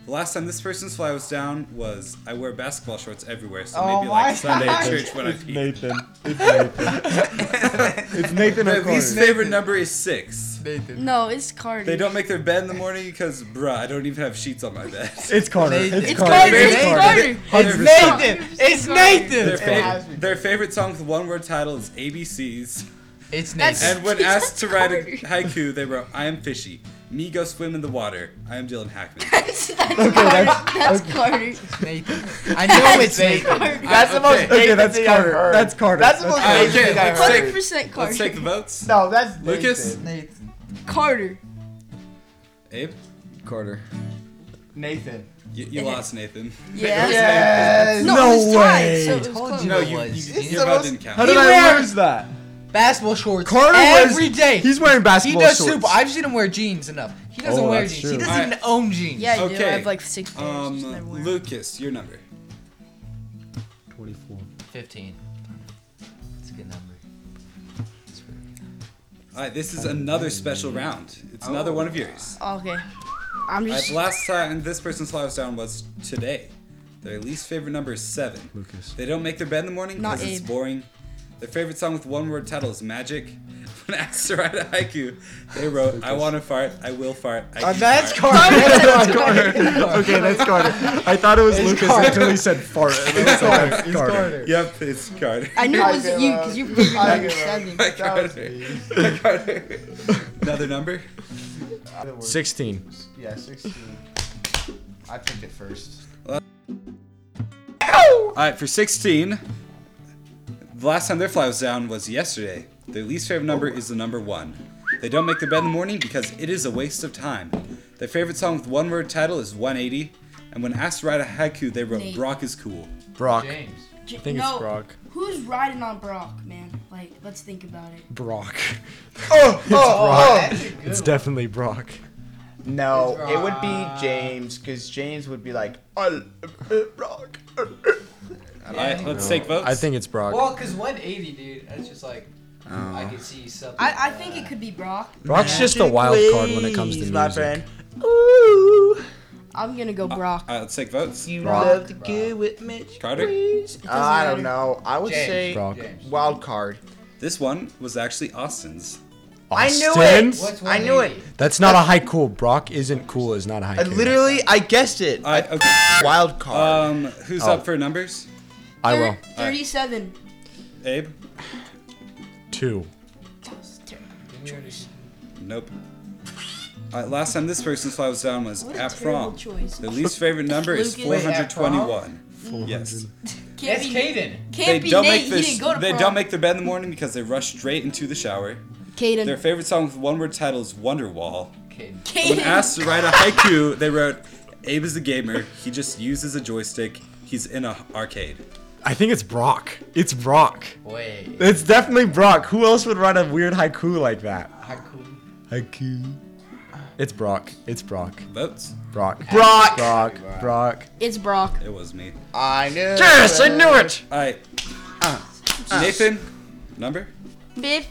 [SPEAKER 1] The last time this person's fly was down was I wear basketball shorts everywhere, so
[SPEAKER 5] Oh
[SPEAKER 1] maybe like
[SPEAKER 5] my
[SPEAKER 1] Sunday at
[SPEAKER 5] God.
[SPEAKER 1] church when I
[SPEAKER 3] It's
[SPEAKER 1] pee.
[SPEAKER 3] Nathan. It's Nathan. it's Nathan
[SPEAKER 1] Their
[SPEAKER 3] O'Connor.
[SPEAKER 1] least favorite number is six.
[SPEAKER 2] Nathan.
[SPEAKER 4] no, it's Carter.
[SPEAKER 1] They don't make their bed in the morning because, bruh, I don't even have sheets on my bed.
[SPEAKER 3] It's Carter.
[SPEAKER 2] Nathan.
[SPEAKER 3] It's,
[SPEAKER 4] It's
[SPEAKER 3] Carter.
[SPEAKER 4] Carter.
[SPEAKER 1] It's
[SPEAKER 4] It's
[SPEAKER 1] Carter.
[SPEAKER 4] Carter.
[SPEAKER 1] It's
[SPEAKER 5] Nathan! It's
[SPEAKER 1] Their,
[SPEAKER 5] Nathan!
[SPEAKER 1] fa- their favorite song with one word title is ABCs.
[SPEAKER 2] It's
[SPEAKER 4] That's-
[SPEAKER 2] Nathan.
[SPEAKER 1] And when asked to write a
[SPEAKER 4] Carter.
[SPEAKER 1] haiku, they wrote, I am fishy. Me go swim in the water. I am Dylan Hackman.
[SPEAKER 4] that's that's Carter. That's Carter.
[SPEAKER 2] Nathan. I know it's Nathan.
[SPEAKER 5] That's the most
[SPEAKER 1] Okay,
[SPEAKER 5] Nathan
[SPEAKER 3] that's
[SPEAKER 5] thing I've
[SPEAKER 3] Carter.
[SPEAKER 5] heard.
[SPEAKER 3] That's Carter.
[SPEAKER 5] That's the
[SPEAKER 3] That's
[SPEAKER 5] most
[SPEAKER 1] Carter.
[SPEAKER 5] Nathan thing
[SPEAKER 1] Okay,
[SPEAKER 5] I've
[SPEAKER 1] let's
[SPEAKER 5] heard.
[SPEAKER 4] Hundred percent
[SPEAKER 1] Let's take the
[SPEAKER 4] Carter.
[SPEAKER 1] votes.
[SPEAKER 5] No, that's
[SPEAKER 1] Lucas?
[SPEAKER 5] Nathan.
[SPEAKER 2] Nathan.
[SPEAKER 4] Carter.
[SPEAKER 1] Abe,
[SPEAKER 3] Carter.
[SPEAKER 5] Nathan.
[SPEAKER 1] you, you lost, Nathan.
[SPEAKER 4] Yeah.
[SPEAKER 5] Yes.
[SPEAKER 4] No,
[SPEAKER 3] No
[SPEAKER 4] it was tied,
[SPEAKER 3] way.
[SPEAKER 4] so it was
[SPEAKER 2] Told
[SPEAKER 4] close.
[SPEAKER 2] you.
[SPEAKER 1] No, you,
[SPEAKER 2] It's
[SPEAKER 1] you,
[SPEAKER 2] the
[SPEAKER 1] your vote
[SPEAKER 5] most-
[SPEAKER 1] didn't count.
[SPEAKER 3] How did
[SPEAKER 4] He
[SPEAKER 3] I
[SPEAKER 4] wears-
[SPEAKER 3] lose that?
[SPEAKER 2] Basketball shorts.
[SPEAKER 3] Carter
[SPEAKER 2] every
[SPEAKER 3] wears-
[SPEAKER 2] day.
[SPEAKER 3] He's wearing
[SPEAKER 2] he
[SPEAKER 3] basketball
[SPEAKER 2] does
[SPEAKER 3] shorts.
[SPEAKER 2] super. I've seen him wear jeans enough. He doesn't
[SPEAKER 3] Oh,
[SPEAKER 2] wear
[SPEAKER 3] that's
[SPEAKER 2] jeans. He
[SPEAKER 3] true.
[SPEAKER 2] doesn't
[SPEAKER 1] Alright.
[SPEAKER 2] even own jeans.
[SPEAKER 4] Yeah, I do.
[SPEAKER 1] Okay.
[SPEAKER 4] I have like six pairs. just never
[SPEAKER 1] Um,
[SPEAKER 4] wear 'em.
[SPEAKER 1] Lucas, your number.
[SPEAKER 3] 24.
[SPEAKER 2] 15. It's a good number.
[SPEAKER 1] All right, this is another special round. It's another one of yours.
[SPEAKER 4] Oh, okay. I'm
[SPEAKER 1] All right,
[SPEAKER 4] just.
[SPEAKER 1] the last time this person's fly was down was today. Their least favorite number is seven.
[SPEAKER 3] Lucas.
[SPEAKER 1] They don't make their bed in the morning
[SPEAKER 4] Not
[SPEAKER 1] because it's
[SPEAKER 4] Abe.
[SPEAKER 1] boring. Their favorite song with one word title is Magic. When asked to write a haiku, they wrote, I want to fart, I will fart, I
[SPEAKER 3] Uh,
[SPEAKER 1] can
[SPEAKER 3] that's
[SPEAKER 1] fart."
[SPEAKER 3] Carter. that's Carter. okay, that's Carter. I thought it was Lucas until he said fart. And I was like, that's Carter.
[SPEAKER 1] Yep, it's Carter.
[SPEAKER 4] I knew it was
[SPEAKER 5] give
[SPEAKER 4] you
[SPEAKER 5] up.
[SPEAKER 4] because you figured
[SPEAKER 5] I
[SPEAKER 4] out
[SPEAKER 5] give up.
[SPEAKER 4] seven.
[SPEAKER 1] Carter.
[SPEAKER 5] was
[SPEAKER 1] Carter. Another number?
[SPEAKER 3] 16.
[SPEAKER 5] Yeah, 16. I picked it first.
[SPEAKER 1] All right, for 16, the last time their fly was down was yesterday. Their least favorite number is the number one. They don't make their bed in the morning because it is a waste of time. Their favorite song with one word title is 180, and when asked to write a haiku, they wrote
[SPEAKER 4] Nate.
[SPEAKER 1] Brock is cool.
[SPEAKER 3] Brock.
[SPEAKER 2] James.
[SPEAKER 4] J-
[SPEAKER 3] think it's
[SPEAKER 4] no,
[SPEAKER 3] Brock.
[SPEAKER 4] Who's riding on Brock, man? Like, let's think about it.
[SPEAKER 3] Brock.
[SPEAKER 5] Oh, oh,
[SPEAKER 3] It's definitely Brock.
[SPEAKER 5] No,
[SPEAKER 2] It's
[SPEAKER 5] it would be
[SPEAKER 2] Rock.
[SPEAKER 5] James, because James would be like, I rock.
[SPEAKER 1] All right, let's take votes.
[SPEAKER 3] I think it's Brock.
[SPEAKER 2] Well, because 180, dude, that's just like, I could see something.
[SPEAKER 4] Oh. I, I think it could be Brock.
[SPEAKER 3] Brock's just a wild card when it comes to
[SPEAKER 5] Please,
[SPEAKER 3] music.
[SPEAKER 5] my friend. Ooh,
[SPEAKER 4] I'm gonna go Brock.
[SPEAKER 1] All right, let's take votes.
[SPEAKER 5] you
[SPEAKER 3] Rock.
[SPEAKER 5] love to go with Mitch.
[SPEAKER 1] Carter?
[SPEAKER 5] Please.
[SPEAKER 4] doesn't
[SPEAKER 5] Uh, I don't
[SPEAKER 4] matter.
[SPEAKER 5] know. I would
[SPEAKER 2] James.
[SPEAKER 5] say
[SPEAKER 3] Brock.
[SPEAKER 2] James.
[SPEAKER 5] wild card.
[SPEAKER 1] This one was actually Austin's.
[SPEAKER 5] I knew it!
[SPEAKER 3] Austin's?
[SPEAKER 2] What's
[SPEAKER 5] I knew it.
[SPEAKER 2] 180?
[SPEAKER 3] That's not a high cool. Brock isn't cool is not a high
[SPEAKER 5] I
[SPEAKER 3] cool.
[SPEAKER 5] literally, I guessed it.
[SPEAKER 1] All right, okay.
[SPEAKER 5] Wild card.
[SPEAKER 1] Um, who's
[SPEAKER 3] Oh.
[SPEAKER 1] up for numbers?
[SPEAKER 3] I
[SPEAKER 4] Thir-
[SPEAKER 3] will.
[SPEAKER 4] Thirty-seven.
[SPEAKER 1] Abe?
[SPEAKER 3] Two.
[SPEAKER 4] That was terrible.
[SPEAKER 2] Didn't we already s-
[SPEAKER 1] Nope. All right, last time this person's fly was down was
[SPEAKER 4] What a
[SPEAKER 1] at
[SPEAKER 4] terrible
[SPEAKER 1] prom.
[SPEAKER 4] choice.
[SPEAKER 1] Their least favorite number is
[SPEAKER 4] Lucas. Wait,
[SPEAKER 2] at prom?
[SPEAKER 1] 421. Yes.
[SPEAKER 4] Can't
[SPEAKER 2] That's
[SPEAKER 4] be.
[SPEAKER 2] Caden.
[SPEAKER 1] They
[SPEAKER 4] Can't be
[SPEAKER 1] don't
[SPEAKER 4] Nate.
[SPEAKER 1] make
[SPEAKER 4] he
[SPEAKER 1] this.
[SPEAKER 4] didn't go to
[SPEAKER 1] They
[SPEAKER 4] prom.
[SPEAKER 1] don't make their bed in the morning because they rush straight into the shower. Their
[SPEAKER 4] Caden.
[SPEAKER 1] favorite song with one word title is Wonderwall.
[SPEAKER 2] Caden.
[SPEAKER 1] When
[SPEAKER 4] Caden.
[SPEAKER 1] asked to write a haiku, they wrote, "Abe is a gamer. He just uses a joystick. He's in a arcade."
[SPEAKER 3] I think it's Brock. It's Brock.
[SPEAKER 2] Wait.
[SPEAKER 3] It's definitely Brock. Who else would write a weird haiku like that?
[SPEAKER 2] Haku.
[SPEAKER 3] Haiku. It's Brock. It's Brock.
[SPEAKER 1] Votes.
[SPEAKER 3] Brock.
[SPEAKER 5] Brock.
[SPEAKER 3] Brock. Brock.
[SPEAKER 4] It's Brock.
[SPEAKER 1] It was me.
[SPEAKER 5] I knew.
[SPEAKER 3] Yes, I knew it.
[SPEAKER 1] All right.
[SPEAKER 4] Ah.
[SPEAKER 1] Nathan, number.
[SPEAKER 4] Biff.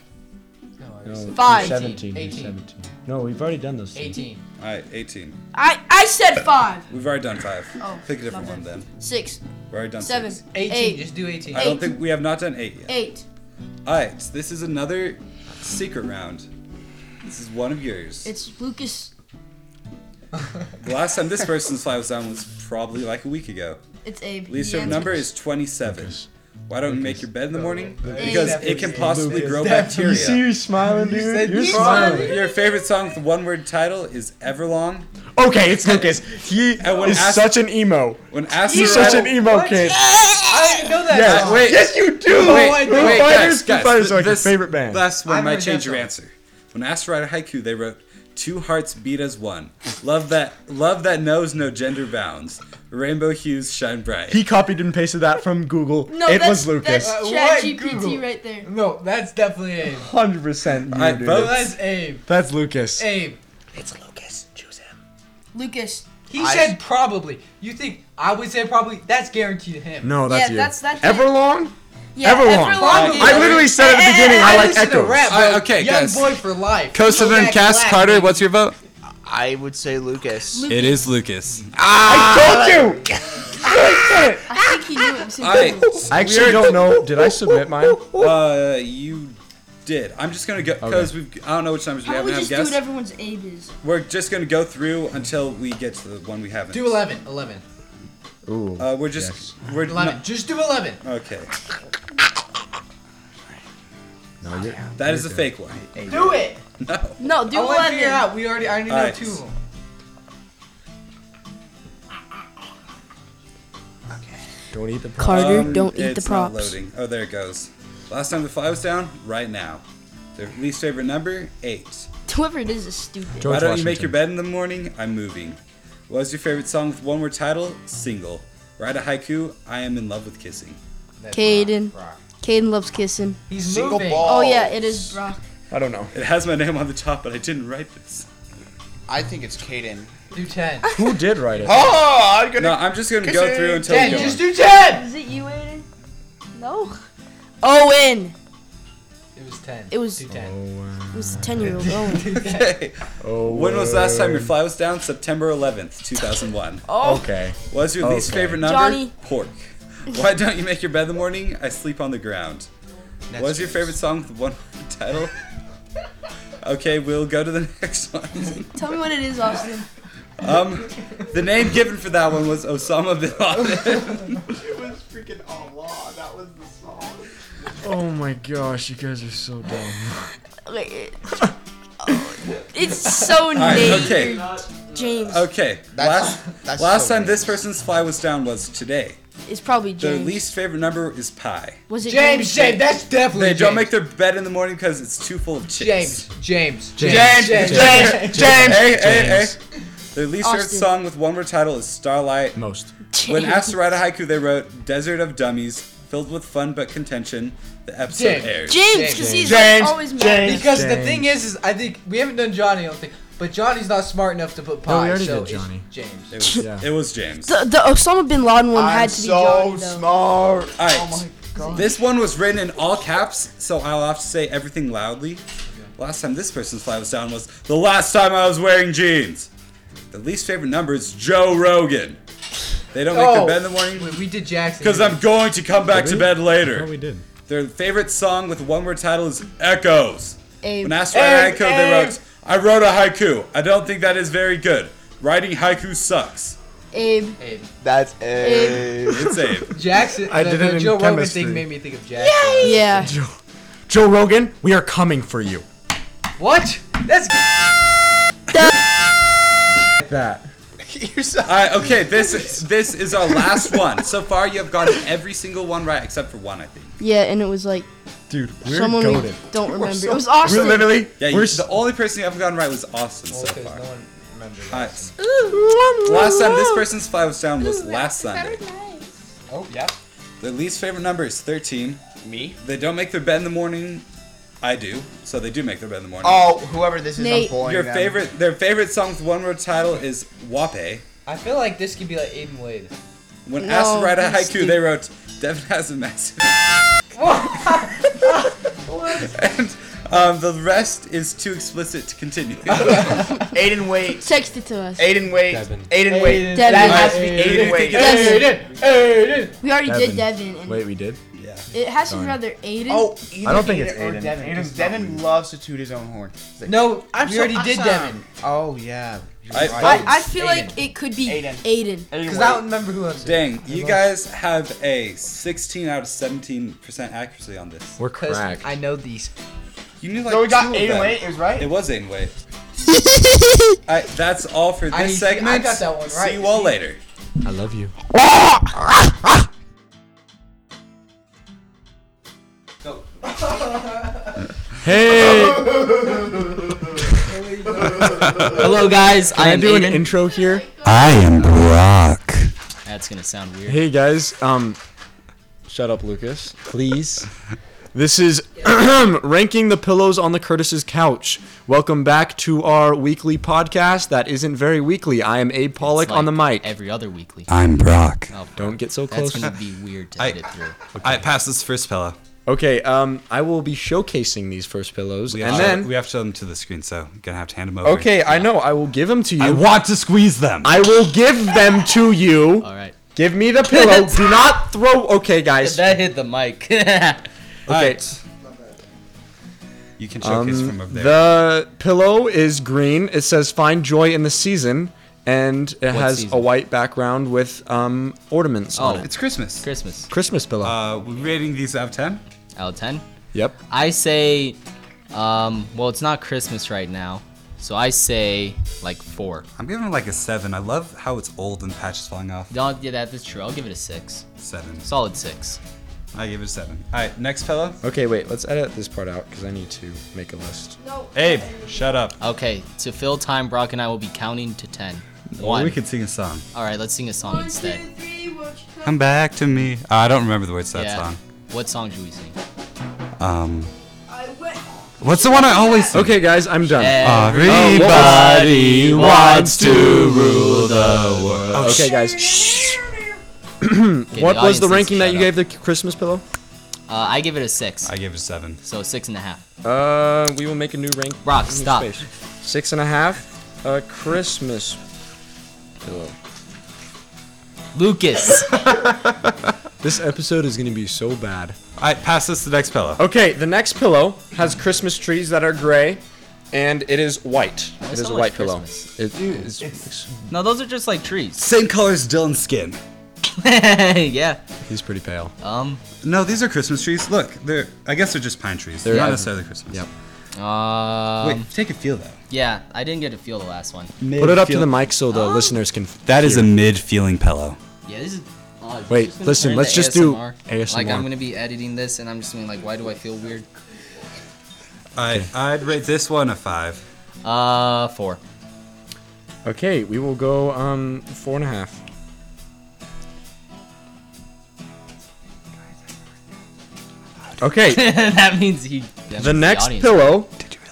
[SPEAKER 2] No, I already said-
[SPEAKER 4] Five.
[SPEAKER 2] 17, 18. 17.
[SPEAKER 3] No, we've already done those.
[SPEAKER 2] 18.
[SPEAKER 1] All right, 18.
[SPEAKER 4] I I said five.
[SPEAKER 1] We've already done five.
[SPEAKER 4] Oh,
[SPEAKER 1] Pick a different
[SPEAKER 4] my
[SPEAKER 1] one
[SPEAKER 4] bad.
[SPEAKER 1] then.
[SPEAKER 4] Six.
[SPEAKER 1] We've already done
[SPEAKER 4] Seven.
[SPEAKER 1] six.
[SPEAKER 2] 18.
[SPEAKER 4] Eight.
[SPEAKER 2] Just do 18.
[SPEAKER 1] I don't
[SPEAKER 4] Eight.
[SPEAKER 1] think we have not done eight yet.
[SPEAKER 4] Eight.
[SPEAKER 1] All right, this is another secret round. This is one of yours.
[SPEAKER 4] It's Lucas.
[SPEAKER 1] The last time this person's fly was down was probably like a week ago.
[SPEAKER 4] It's Abe.
[SPEAKER 1] Least
[SPEAKER 4] He
[SPEAKER 1] favorite
[SPEAKER 4] answered.
[SPEAKER 1] number is 27. Why don't you make your bed in the morning? Because
[SPEAKER 2] Lucas.
[SPEAKER 1] it can
[SPEAKER 2] Lucas.
[SPEAKER 1] possibly
[SPEAKER 3] Lucas.
[SPEAKER 1] grow
[SPEAKER 3] You see
[SPEAKER 1] bacteria.
[SPEAKER 3] you smiling, dude.
[SPEAKER 5] said
[SPEAKER 3] You're
[SPEAKER 5] you
[SPEAKER 3] smiling.
[SPEAKER 1] Your favorite song with one word title is Everlong.
[SPEAKER 3] Okay, it's Lucas. He
[SPEAKER 1] I would
[SPEAKER 3] is
[SPEAKER 1] ask-
[SPEAKER 3] such an emo.
[SPEAKER 1] When asked
[SPEAKER 3] He's
[SPEAKER 1] to
[SPEAKER 3] such
[SPEAKER 1] write-
[SPEAKER 3] an emo kid.
[SPEAKER 2] I don't even know that. Oh,
[SPEAKER 3] Yes.
[SPEAKER 2] song.
[SPEAKER 1] Wait.
[SPEAKER 3] Yes, you do.
[SPEAKER 1] Wait,
[SPEAKER 2] I
[SPEAKER 1] wait,
[SPEAKER 2] know.
[SPEAKER 1] wait, guys,
[SPEAKER 3] Fighters,
[SPEAKER 1] guys,
[SPEAKER 3] Fighters are your
[SPEAKER 1] this
[SPEAKER 3] favorite band.
[SPEAKER 1] Last
[SPEAKER 2] I
[SPEAKER 1] one
[SPEAKER 2] haven't
[SPEAKER 1] might
[SPEAKER 2] heard
[SPEAKER 1] change
[SPEAKER 2] that
[SPEAKER 1] your
[SPEAKER 2] song.
[SPEAKER 1] answer. When asked to write a haiku, they wrote, Two hearts beat as one. Love that love that knows no gender bounds. Rainbow hues shine bright.
[SPEAKER 3] He copied and pasted that from Google.
[SPEAKER 4] No,
[SPEAKER 3] it
[SPEAKER 4] that's,
[SPEAKER 3] was Lucas.
[SPEAKER 2] Uh,
[SPEAKER 4] That's
[SPEAKER 2] what?
[SPEAKER 4] ChatGPT
[SPEAKER 2] Google.
[SPEAKER 4] right there.
[SPEAKER 2] No, that's definitely Abe.
[SPEAKER 3] 100% you,
[SPEAKER 1] I
[SPEAKER 3] dude.
[SPEAKER 1] vote-
[SPEAKER 2] That's Abe.
[SPEAKER 3] That's Lucas.
[SPEAKER 2] Abe.
[SPEAKER 4] Lucas.
[SPEAKER 2] He
[SPEAKER 5] I-
[SPEAKER 2] said probably. You think I would say probably? That's guaranteed him.
[SPEAKER 3] No, that's
[SPEAKER 4] Yeah,
[SPEAKER 3] you.
[SPEAKER 4] that's- that's-
[SPEAKER 3] Everlong?
[SPEAKER 4] Yeah,
[SPEAKER 3] Everlong.
[SPEAKER 4] Everlong.
[SPEAKER 3] I literally said at the
[SPEAKER 4] Eh, eh,
[SPEAKER 3] beginning
[SPEAKER 4] eh,
[SPEAKER 3] I
[SPEAKER 4] eh,
[SPEAKER 3] like
[SPEAKER 2] listen to
[SPEAKER 3] echoes.
[SPEAKER 2] rap, bro.
[SPEAKER 1] I- okay,
[SPEAKER 2] Young
[SPEAKER 1] guys.
[SPEAKER 2] boy for life.
[SPEAKER 1] Coast
[SPEAKER 2] Go
[SPEAKER 1] Southern
[SPEAKER 2] back
[SPEAKER 1] Cast
[SPEAKER 2] black,
[SPEAKER 1] Carter,
[SPEAKER 2] baby.
[SPEAKER 1] what's your vote?
[SPEAKER 5] I would say Lucas.
[SPEAKER 4] Lucas.
[SPEAKER 1] It is Lucas.
[SPEAKER 3] I told you!
[SPEAKER 4] I think he knew it was
[SPEAKER 1] All right.
[SPEAKER 4] Superman.
[SPEAKER 3] I actually don't know. Did I submit mine?
[SPEAKER 1] Uh, you did. I'm just gonna go because we. I don't know which numbers we
[SPEAKER 4] How about we
[SPEAKER 1] haven't have
[SPEAKER 4] just do what
[SPEAKER 1] guessed.
[SPEAKER 4] everyone's Abe is?
[SPEAKER 1] We're just gonna go through until we get to the one we haven't.
[SPEAKER 2] Do 11. 11.
[SPEAKER 3] Ooh.
[SPEAKER 1] Uh, we're just we're
[SPEAKER 2] 11. Just do 11.
[SPEAKER 1] no- okay.
[SPEAKER 3] No, you're-
[SPEAKER 1] That is a fake one.
[SPEAKER 2] Do it.
[SPEAKER 1] No.
[SPEAKER 4] No, do
[SPEAKER 2] I want to figure it
[SPEAKER 4] 11.
[SPEAKER 2] out. We already, I already know
[SPEAKER 1] Alright.
[SPEAKER 2] two of them.
[SPEAKER 3] Don't eat the pro-
[SPEAKER 4] Carter,
[SPEAKER 1] Um, it's not loading. Oh, there it goes. Last time the fly was down. Right now. Their least favorite number eight.
[SPEAKER 4] Whoever it is is stupid.
[SPEAKER 3] George
[SPEAKER 1] Why don't
[SPEAKER 3] Washington.
[SPEAKER 1] you make your bed in the morning? I'm moving. What was your favorite song with one word title? Single. Write a haiku. I am in love with kissing.
[SPEAKER 2] That's
[SPEAKER 4] Caden.
[SPEAKER 2] Brock. Brock.
[SPEAKER 4] Caden loves kissing.
[SPEAKER 2] He's
[SPEAKER 5] Single
[SPEAKER 2] moving.
[SPEAKER 5] ball.
[SPEAKER 4] Oh, yeah, it is Brock.
[SPEAKER 3] I don't know.
[SPEAKER 1] It has my name on the top, but I didn't write this.
[SPEAKER 5] I think it's Caden.
[SPEAKER 2] Do 10.
[SPEAKER 3] Who did write it?
[SPEAKER 5] Oh, I'm gonna.
[SPEAKER 1] No, I'm just gonna go through until we
[SPEAKER 2] 10.
[SPEAKER 1] go.
[SPEAKER 2] Just do 10.
[SPEAKER 4] Is it you, Aiden? No. Owen.
[SPEAKER 2] It was 10.
[SPEAKER 4] It was-
[SPEAKER 2] Do 10.
[SPEAKER 4] It was the 10 year old Owen.
[SPEAKER 2] Do 10.
[SPEAKER 1] Okay.
[SPEAKER 3] Oh,
[SPEAKER 1] When was the last time your fly was down? September 11th, 2001.
[SPEAKER 4] Oh.
[SPEAKER 3] Okay.
[SPEAKER 1] What's your least
[SPEAKER 3] Okay.
[SPEAKER 1] favorite number?
[SPEAKER 4] Johnny.
[SPEAKER 1] Pork. Why don't you make your bed in the morning? I sleep on the ground.
[SPEAKER 5] That's
[SPEAKER 1] What's your
[SPEAKER 5] Caden's.
[SPEAKER 1] favorite song with one word title? Okay, we'll go to the next one.
[SPEAKER 4] Tell me what it is, Austin.
[SPEAKER 1] Um, the name given for that one was Osama bin Laden.
[SPEAKER 5] It was freaking Allah. That was the song.
[SPEAKER 3] Oh my gosh, you guys are so dumb.
[SPEAKER 4] Okay. Oh, It's so
[SPEAKER 1] right,
[SPEAKER 4] Nate
[SPEAKER 1] okay. Uh,
[SPEAKER 4] or James.
[SPEAKER 1] Okay,
[SPEAKER 5] That's-
[SPEAKER 1] last
[SPEAKER 5] that's
[SPEAKER 1] last
[SPEAKER 5] so
[SPEAKER 1] time
[SPEAKER 5] racist.
[SPEAKER 1] this person's fly was down was today.
[SPEAKER 4] It's probably
[SPEAKER 1] Their
[SPEAKER 4] James.
[SPEAKER 1] least favorite number is pi.
[SPEAKER 4] was it
[SPEAKER 2] James, James. That's definitely
[SPEAKER 1] They
[SPEAKER 2] James.
[SPEAKER 1] don't make their bed in the morning because it's too full of chicks.
[SPEAKER 2] James. James.
[SPEAKER 3] James.
[SPEAKER 2] James.
[SPEAKER 1] James. Hey, hey, hey. Their least favorite
[SPEAKER 4] Austin.
[SPEAKER 1] song with one word title is Starlight.
[SPEAKER 3] Most.
[SPEAKER 4] James.
[SPEAKER 1] When asked to write a haiku, they wrote "Desert of Dummies, filled with fun but contention." The episode
[SPEAKER 2] James.
[SPEAKER 1] airs.
[SPEAKER 4] James, because he's
[SPEAKER 3] James,
[SPEAKER 4] like, always mad.
[SPEAKER 3] James.
[SPEAKER 2] Because the
[SPEAKER 3] James.
[SPEAKER 2] thing is, is I think we haven't done Johnny. I don't think, but Johnny's not smart enough to put
[SPEAKER 3] No, we
[SPEAKER 2] pie.
[SPEAKER 3] already
[SPEAKER 2] so
[SPEAKER 3] did Johnny.
[SPEAKER 2] It's James.
[SPEAKER 1] It was,
[SPEAKER 3] Yeah.
[SPEAKER 1] it was James.
[SPEAKER 4] The, the Osama bin Laden one had to be Johnny, though.
[SPEAKER 5] smart.
[SPEAKER 1] All right.
[SPEAKER 2] God.
[SPEAKER 1] This one was written in all caps, so I'll have to say everything loudly. Last time this person's fly was down was the last time I was wearing jeans. The least favorite number is Joe Rogan. They don't make their
[SPEAKER 2] Oh.
[SPEAKER 1] bed in the morning
[SPEAKER 2] Wait, we did Jackson.
[SPEAKER 1] because I'm going to come back to
[SPEAKER 3] Really?
[SPEAKER 1] bed later.
[SPEAKER 3] Oh, we did.
[SPEAKER 1] Their favorite song with one word title is Echoes.
[SPEAKER 4] Abe.
[SPEAKER 1] When asked to write a
[SPEAKER 2] Abe,
[SPEAKER 1] haiku, they
[SPEAKER 2] Abe.
[SPEAKER 1] wrote, I wrote a haiku. I don't think that is very good. Writing haiku sucks.
[SPEAKER 4] Abe.
[SPEAKER 2] Abe.
[SPEAKER 5] That's
[SPEAKER 1] It's Abe.
[SPEAKER 2] Jackson.
[SPEAKER 3] I
[SPEAKER 2] the,
[SPEAKER 3] did
[SPEAKER 2] the
[SPEAKER 3] it in
[SPEAKER 2] Joe Rogan
[SPEAKER 3] chemistry.
[SPEAKER 2] thing made me think of Jackson.
[SPEAKER 4] Yeah.
[SPEAKER 3] Joe, Joe Rogan, we are coming for you.
[SPEAKER 2] What? That's
[SPEAKER 3] That.
[SPEAKER 5] You're so.
[SPEAKER 1] All right, okay, this is, this is our last one. So far, you have gotten every single one right except for one, I think.
[SPEAKER 4] Yeah, and it was like
[SPEAKER 3] Dude, we're
[SPEAKER 4] someone we
[SPEAKER 3] goaded.
[SPEAKER 4] don't remember. it was Austin.
[SPEAKER 3] We're literally.
[SPEAKER 1] Yeah, you,
[SPEAKER 3] we're
[SPEAKER 1] the only person you haven't gotten right was Austin so
[SPEAKER 2] because
[SPEAKER 1] far.
[SPEAKER 2] Oh, no one remembers.
[SPEAKER 1] All right. Last time this person's fly was down was last Sunday.
[SPEAKER 2] Oh yeah.
[SPEAKER 1] Their least favorite number is 13.
[SPEAKER 5] Me?
[SPEAKER 1] They don't make their bed in the morning. I do, so they do make their bed in the morning.
[SPEAKER 5] Oh, whoever this is,
[SPEAKER 4] Nate.
[SPEAKER 5] I'm pulling
[SPEAKER 1] Your
[SPEAKER 5] them.
[SPEAKER 1] favorite, their favorite song with one word title is Wape.
[SPEAKER 2] I feel like this could be like Aiden Wade.
[SPEAKER 1] When asked to
[SPEAKER 4] No,
[SPEAKER 1] write a
[SPEAKER 4] that's
[SPEAKER 1] haiku, they wrote, Devin has a massive. and um, the rest is too explicit to continue.
[SPEAKER 5] Aiden, wait.
[SPEAKER 4] Text it to us.
[SPEAKER 5] Aiden, wait.
[SPEAKER 3] Devin.
[SPEAKER 5] Aiden, wait.
[SPEAKER 4] Devin.
[SPEAKER 5] That has to be Aiden,
[SPEAKER 1] Aiden.
[SPEAKER 5] wait.
[SPEAKER 2] Aiden. Aiden.
[SPEAKER 4] We already did
[SPEAKER 3] Devin.
[SPEAKER 4] Devin. And
[SPEAKER 3] Wait, we did?
[SPEAKER 1] yeah.
[SPEAKER 4] It has to
[SPEAKER 3] Darn.
[SPEAKER 4] be rather Aiden.
[SPEAKER 5] Oh, either
[SPEAKER 3] I don't think it's
[SPEAKER 5] or
[SPEAKER 3] Aiden.
[SPEAKER 5] Devin.
[SPEAKER 2] Aiden's
[SPEAKER 5] because Devin loves to toot his own horn. He's like,
[SPEAKER 2] No,
[SPEAKER 5] I'm
[SPEAKER 2] we
[SPEAKER 5] so
[SPEAKER 2] already did
[SPEAKER 5] awesome."
[SPEAKER 2] Devin.
[SPEAKER 5] Oh yeah. You're
[SPEAKER 1] I-
[SPEAKER 4] I,
[SPEAKER 5] right.
[SPEAKER 4] I feel
[SPEAKER 5] Aiden.
[SPEAKER 4] like it could be Aiden.
[SPEAKER 5] Aiden.
[SPEAKER 2] Because I
[SPEAKER 5] Aiden, wait.
[SPEAKER 2] don't remember who else.
[SPEAKER 1] Dang, you guys have a 16 out of 17% accuracy on this.
[SPEAKER 3] We're
[SPEAKER 2] Because
[SPEAKER 3] cracked.
[SPEAKER 2] I know these.
[SPEAKER 1] You knew like
[SPEAKER 5] So we got
[SPEAKER 1] two of
[SPEAKER 5] Aiden,
[SPEAKER 1] them.
[SPEAKER 5] wait. It was right.
[SPEAKER 1] It was Aiden Wait. I, that's all for this
[SPEAKER 2] I- see, I
[SPEAKER 1] segment.
[SPEAKER 2] got that one right.
[SPEAKER 1] See you all later.
[SPEAKER 3] I love you. hey!
[SPEAKER 2] Hello, guys. I
[SPEAKER 3] Can I
[SPEAKER 2] am
[SPEAKER 3] do an
[SPEAKER 2] Aiden.
[SPEAKER 3] intro here?
[SPEAKER 1] I am Brock.
[SPEAKER 2] That's gonna sound weird.
[SPEAKER 3] Hey guys, um, shut up, Lucas.
[SPEAKER 2] Please.
[SPEAKER 3] This is ranking the pillows on the Curtis's couch. Welcome back to our weekly podcast that isn't very weekly. I am Abe Pollock
[SPEAKER 2] It's
[SPEAKER 3] on the
[SPEAKER 2] like
[SPEAKER 3] mic.
[SPEAKER 2] Every other weekly.
[SPEAKER 1] I'm Brock.
[SPEAKER 2] Oh, bro,
[SPEAKER 3] Don't get so
[SPEAKER 2] That's
[SPEAKER 3] close.
[SPEAKER 2] gonna be weird to
[SPEAKER 1] I-
[SPEAKER 2] edit through.
[SPEAKER 1] I pass this first pillow.
[SPEAKER 3] Okay, um, I will be showcasing these first pillows,
[SPEAKER 1] We have
[SPEAKER 3] and
[SPEAKER 1] to-
[SPEAKER 3] then
[SPEAKER 1] we have to show them to the screen, so you're gonna have to hand them over.
[SPEAKER 3] okay, I know I will give them to you.
[SPEAKER 1] I want to squeeze them.
[SPEAKER 3] I will give them to you.
[SPEAKER 2] All right.
[SPEAKER 3] Give me the pillow. Do not throw. Okay, guys.
[SPEAKER 2] That hit the mic.
[SPEAKER 3] Okay.
[SPEAKER 1] Alright. You can showcase
[SPEAKER 3] Um,
[SPEAKER 1] from over there.
[SPEAKER 3] the pillow is green. It says "Find joy in the season," and it has a
[SPEAKER 2] season?
[SPEAKER 3] white background with um, ornaments on
[SPEAKER 2] Oh.
[SPEAKER 3] it.
[SPEAKER 1] it's Christmas.
[SPEAKER 2] Christmas.
[SPEAKER 3] Christmas pillow.
[SPEAKER 1] Uh, we're rating these out of ten.
[SPEAKER 2] Out of ten.
[SPEAKER 3] yep.
[SPEAKER 2] I say, um, well, it's not Christmas right now, so I say like four.
[SPEAKER 1] I'm giving it like a seven. I love how it's old and the patch is falling off.
[SPEAKER 2] No, yeah, that is true. I'll give it a six.
[SPEAKER 1] Seven.
[SPEAKER 2] Solid six.
[SPEAKER 1] I give it a seven. All right, next pillow.
[SPEAKER 3] Okay, wait. Let's edit this part out because I need to make a list.
[SPEAKER 6] No.
[SPEAKER 1] Abe, shut up.
[SPEAKER 2] Okay, to fill time, Brock and I will be counting to ten. One.
[SPEAKER 1] We could sing a song.
[SPEAKER 2] All right, let's sing a song
[SPEAKER 6] One, two,
[SPEAKER 2] instead.
[SPEAKER 6] three, won't you come
[SPEAKER 1] Come back to me. Uh, I don't remember the words to that
[SPEAKER 2] yeah. What song should we sing?
[SPEAKER 1] song. Um,
[SPEAKER 6] I went.
[SPEAKER 1] what's the one I always sing? Uh,
[SPEAKER 3] Okay, Oh, guys, I'm done.
[SPEAKER 1] Everybody
[SPEAKER 2] wants to rule the world.
[SPEAKER 3] okay, guys.
[SPEAKER 2] Okay,
[SPEAKER 3] What
[SPEAKER 2] the
[SPEAKER 3] was the
[SPEAKER 2] audience
[SPEAKER 3] ranking that
[SPEAKER 2] needs
[SPEAKER 3] you
[SPEAKER 2] to shut
[SPEAKER 3] gave the Christmas pillow?
[SPEAKER 2] up. Uh, I give it a six.
[SPEAKER 1] I give it a seven.
[SPEAKER 2] So six and a half.
[SPEAKER 3] Uh, we will make a new rank.
[SPEAKER 2] Brock,
[SPEAKER 3] new
[SPEAKER 2] stop.
[SPEAKER 3] Six and a half. A Christmas pillow.
[SPEAKER 2] Lucas.
[SPEAKER 3] This episode is gonna be so bad.
[SPEAKER 1] All right, pass this to the next pillow.
[SPEAKER 3] Okay, the next pillow has Christmas trees that are gray, and it is white.
[SPEAKER 2] Why
[SPEAKER 3] it is
[SPEAKER 2] so
[SPEAKER 3] a
[SPEAKER 2] much
[SPEAKER 3] white
[SPEAKER 2] Christmas?
[SPEAKER 3] pillow. It is.
[SPEAKER 2] no, those are just like trees.
[SPEAKER 1] Same color as Dylan's skin.
[SPEAKER 2] yeah.
[SPEAKER 3] He's pretty pale.
[SPEAKER 2] Um.
[SPEAKER 1] No, these are Christmas trees. Look, they're. I guess they're just pine trees. They're
[SPEAKER 3] They're-
[SPEAKER 1] not
[SPEAKER 3] yeah.
[SPEAKER 1] necessarily Christmas.
[SPEAKER 3] Yep.
[SPEAKER 2] Um.
[SPEAKER 1] Wait, take a feel though.
[SPEAKER 2] Yeah, I didn't get to feel the last one.
[SPEAKER 3] Put it up to the mic so
[SPEAKER 2] Oh.
[SPEAKER 3] the listeners can.
[SPEAKER 1] That is a mid feeling pillow.
[SPEAKER 2] Yeah, this is. Oh, it's
[SPEAKER 3] Wait,
[SPEAKER 2] just gonna
[SPEAKER 3] listen,
[SPEAKER 2] turn
[SPEAKER 3] let's
[SPEAKER 2] to
[SPEAKER 3] just do
[SPEAKER 2] Like
[SPEAKER 3] ASMR.
[SPEAKER 2] I'm gonna be editing this, and I'm just gonna be like, why do I feel weird?
[SPEAKER 1] All right, I'd rate this one a five.
[SPEAKER 2] Uh, four.
[SPEAKER 3] Okay, we will go um four and a half. Okay,
[SPEAKER 2] that means he. That
[SPEAKER 3] the
[SPEAKER 2] means
[SPEAKER 3] next
[SPEAKER 2] audience-
[SPEAKER 3] pillow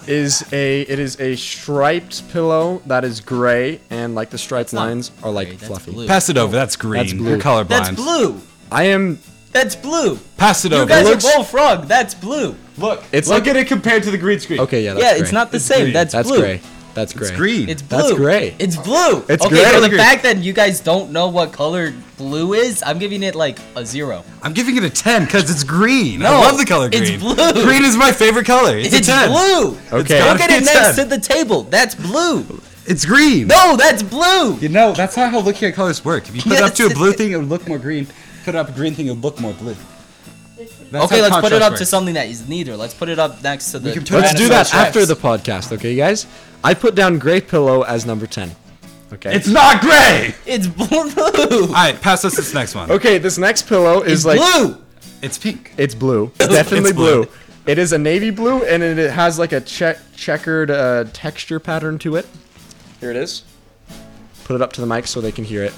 [SPEAKER 3] is a it is a striped pillow that is gray and like the striped
[SPEAKER 2] That's not
[SPEAKER 3] lines are like
[SPEAKER 2] gray, that's
[SPEAKER 3] fluffy.
[SPEAKER 2] blue.
[SPEAKER 1] Pass it over. That's green.
[SPEAKER 3] That's blue.
[SPEAKER 1] You're colorblind.
[SPEAKER 2] That's blue.
[SPEAKER 3] I am
[SPEAKER 2] That's blue.
[SPEAKER 1] Pass it
[SPEAKER 2] You
[SPEAKER 1] over.
[SPEAKER 2] guys
[SPEAKER 3] looks-
[SPEAKER 2] are both wrong. That's blue.
[SPEAKER 1] look,
[SPEAKER 3] It's
[SPEAKER 1] look
[SPEAKER 3] like-
[SPEAKER 1] at it compared to the green screen.
[SPEAKER 3] okay. Yeah, that's
[SPEAKER 2] yeah,
[SPEAKER 3] gray.
[SPEAKER 2] it's not the same.
[SPEAKER 1] green.
[SPEAKER 2] That's,
[SPEAKER 3] That's
[SPEAKER 2] blue.
[SPEAKER 3] gray. That's gray.
[SPEAKER 1] It's green.
[SPEAKER 2] It's blue.
[SPEAKER 3] That's gray.
[SPEAKER 2] It's blue.
[SPEAKER 3] It's
[SPEAKER 2] okay,
[SPEAKER 3] gray.
[SPEAKER 2] for the
[SPEAKER 1] Agree.
[SPEAKER 2] fact that you guys don't know what color blue is, I'm giving it like a zero.
[SPEAKER 1] I'm giving it a 10 because it's green. I
[SPEAKER 2] No,
[SPEAKER 1] love the color green.
[SPEAKER 2] it's blue.
[SPEAKER 1] Green is my favorite color. It's,
[SPEAKER 2] It's,
[SPEAKER 1] a 10.
[SPEAKER 2] blue.
[SPEAKER 3] Okay.
[SPEAKER 2] Look at it
[SPEAKER 1] It's
[SPEAKER 2] next to
[SPEAKER 1] 10.
[SPEAKER 2] the table. That's blue.
[SPEAKER 1] It's green.
[SPEAKER 2] No, that's blue.
[SPEAKER 1] You know, that's not how looking at colors work. If you put it up to a
[SPEAKER 2] Yes.
[SPEAKER 1] blue thing, it would look more green. Put it up a green thing, it would look more blue. That's
[SPEAKER 2] okay,
[SPEAKER 1] how
[SPEAKER 2] let's put it
[SPEAKER 1] contrast
[SPEAKER 2] up to
[SPEAKER 1] works.
[SPEAKER 2] something that is neither. Let's put it up next to the.
[SPEAKER 1] can put
[SPEAKER 3] Let's do that
[SPEAKER 2] Tyrannosaurus
[SPEAKER 3] after
[SPEAKER 2] Rex.
[SPEAKER 3] the podcast, okay, guys? I put down Gray Pillow as number 10. Okay.
[SPEAKER 1] It's not gray!
[SPEAKER 2] It's blue.
[SPEAKER 1] All right, pass us this next one.
[SPEAKER 3] okay, this next pillow is
[SPEAKER 2] It's
[SPEAKER 3] like
[SPEAKER 2] blue.
[SPEAKER 1] It's pink.
[SPEAKER 3] it's blue. Definitely
[SPEAKER 1] It's blue.
[SPEAKER 3] blue. It is a navy blue and it it has like a che- checkered uh, texture pattern to it. Here it is. Put it up to the mic so they can hear it.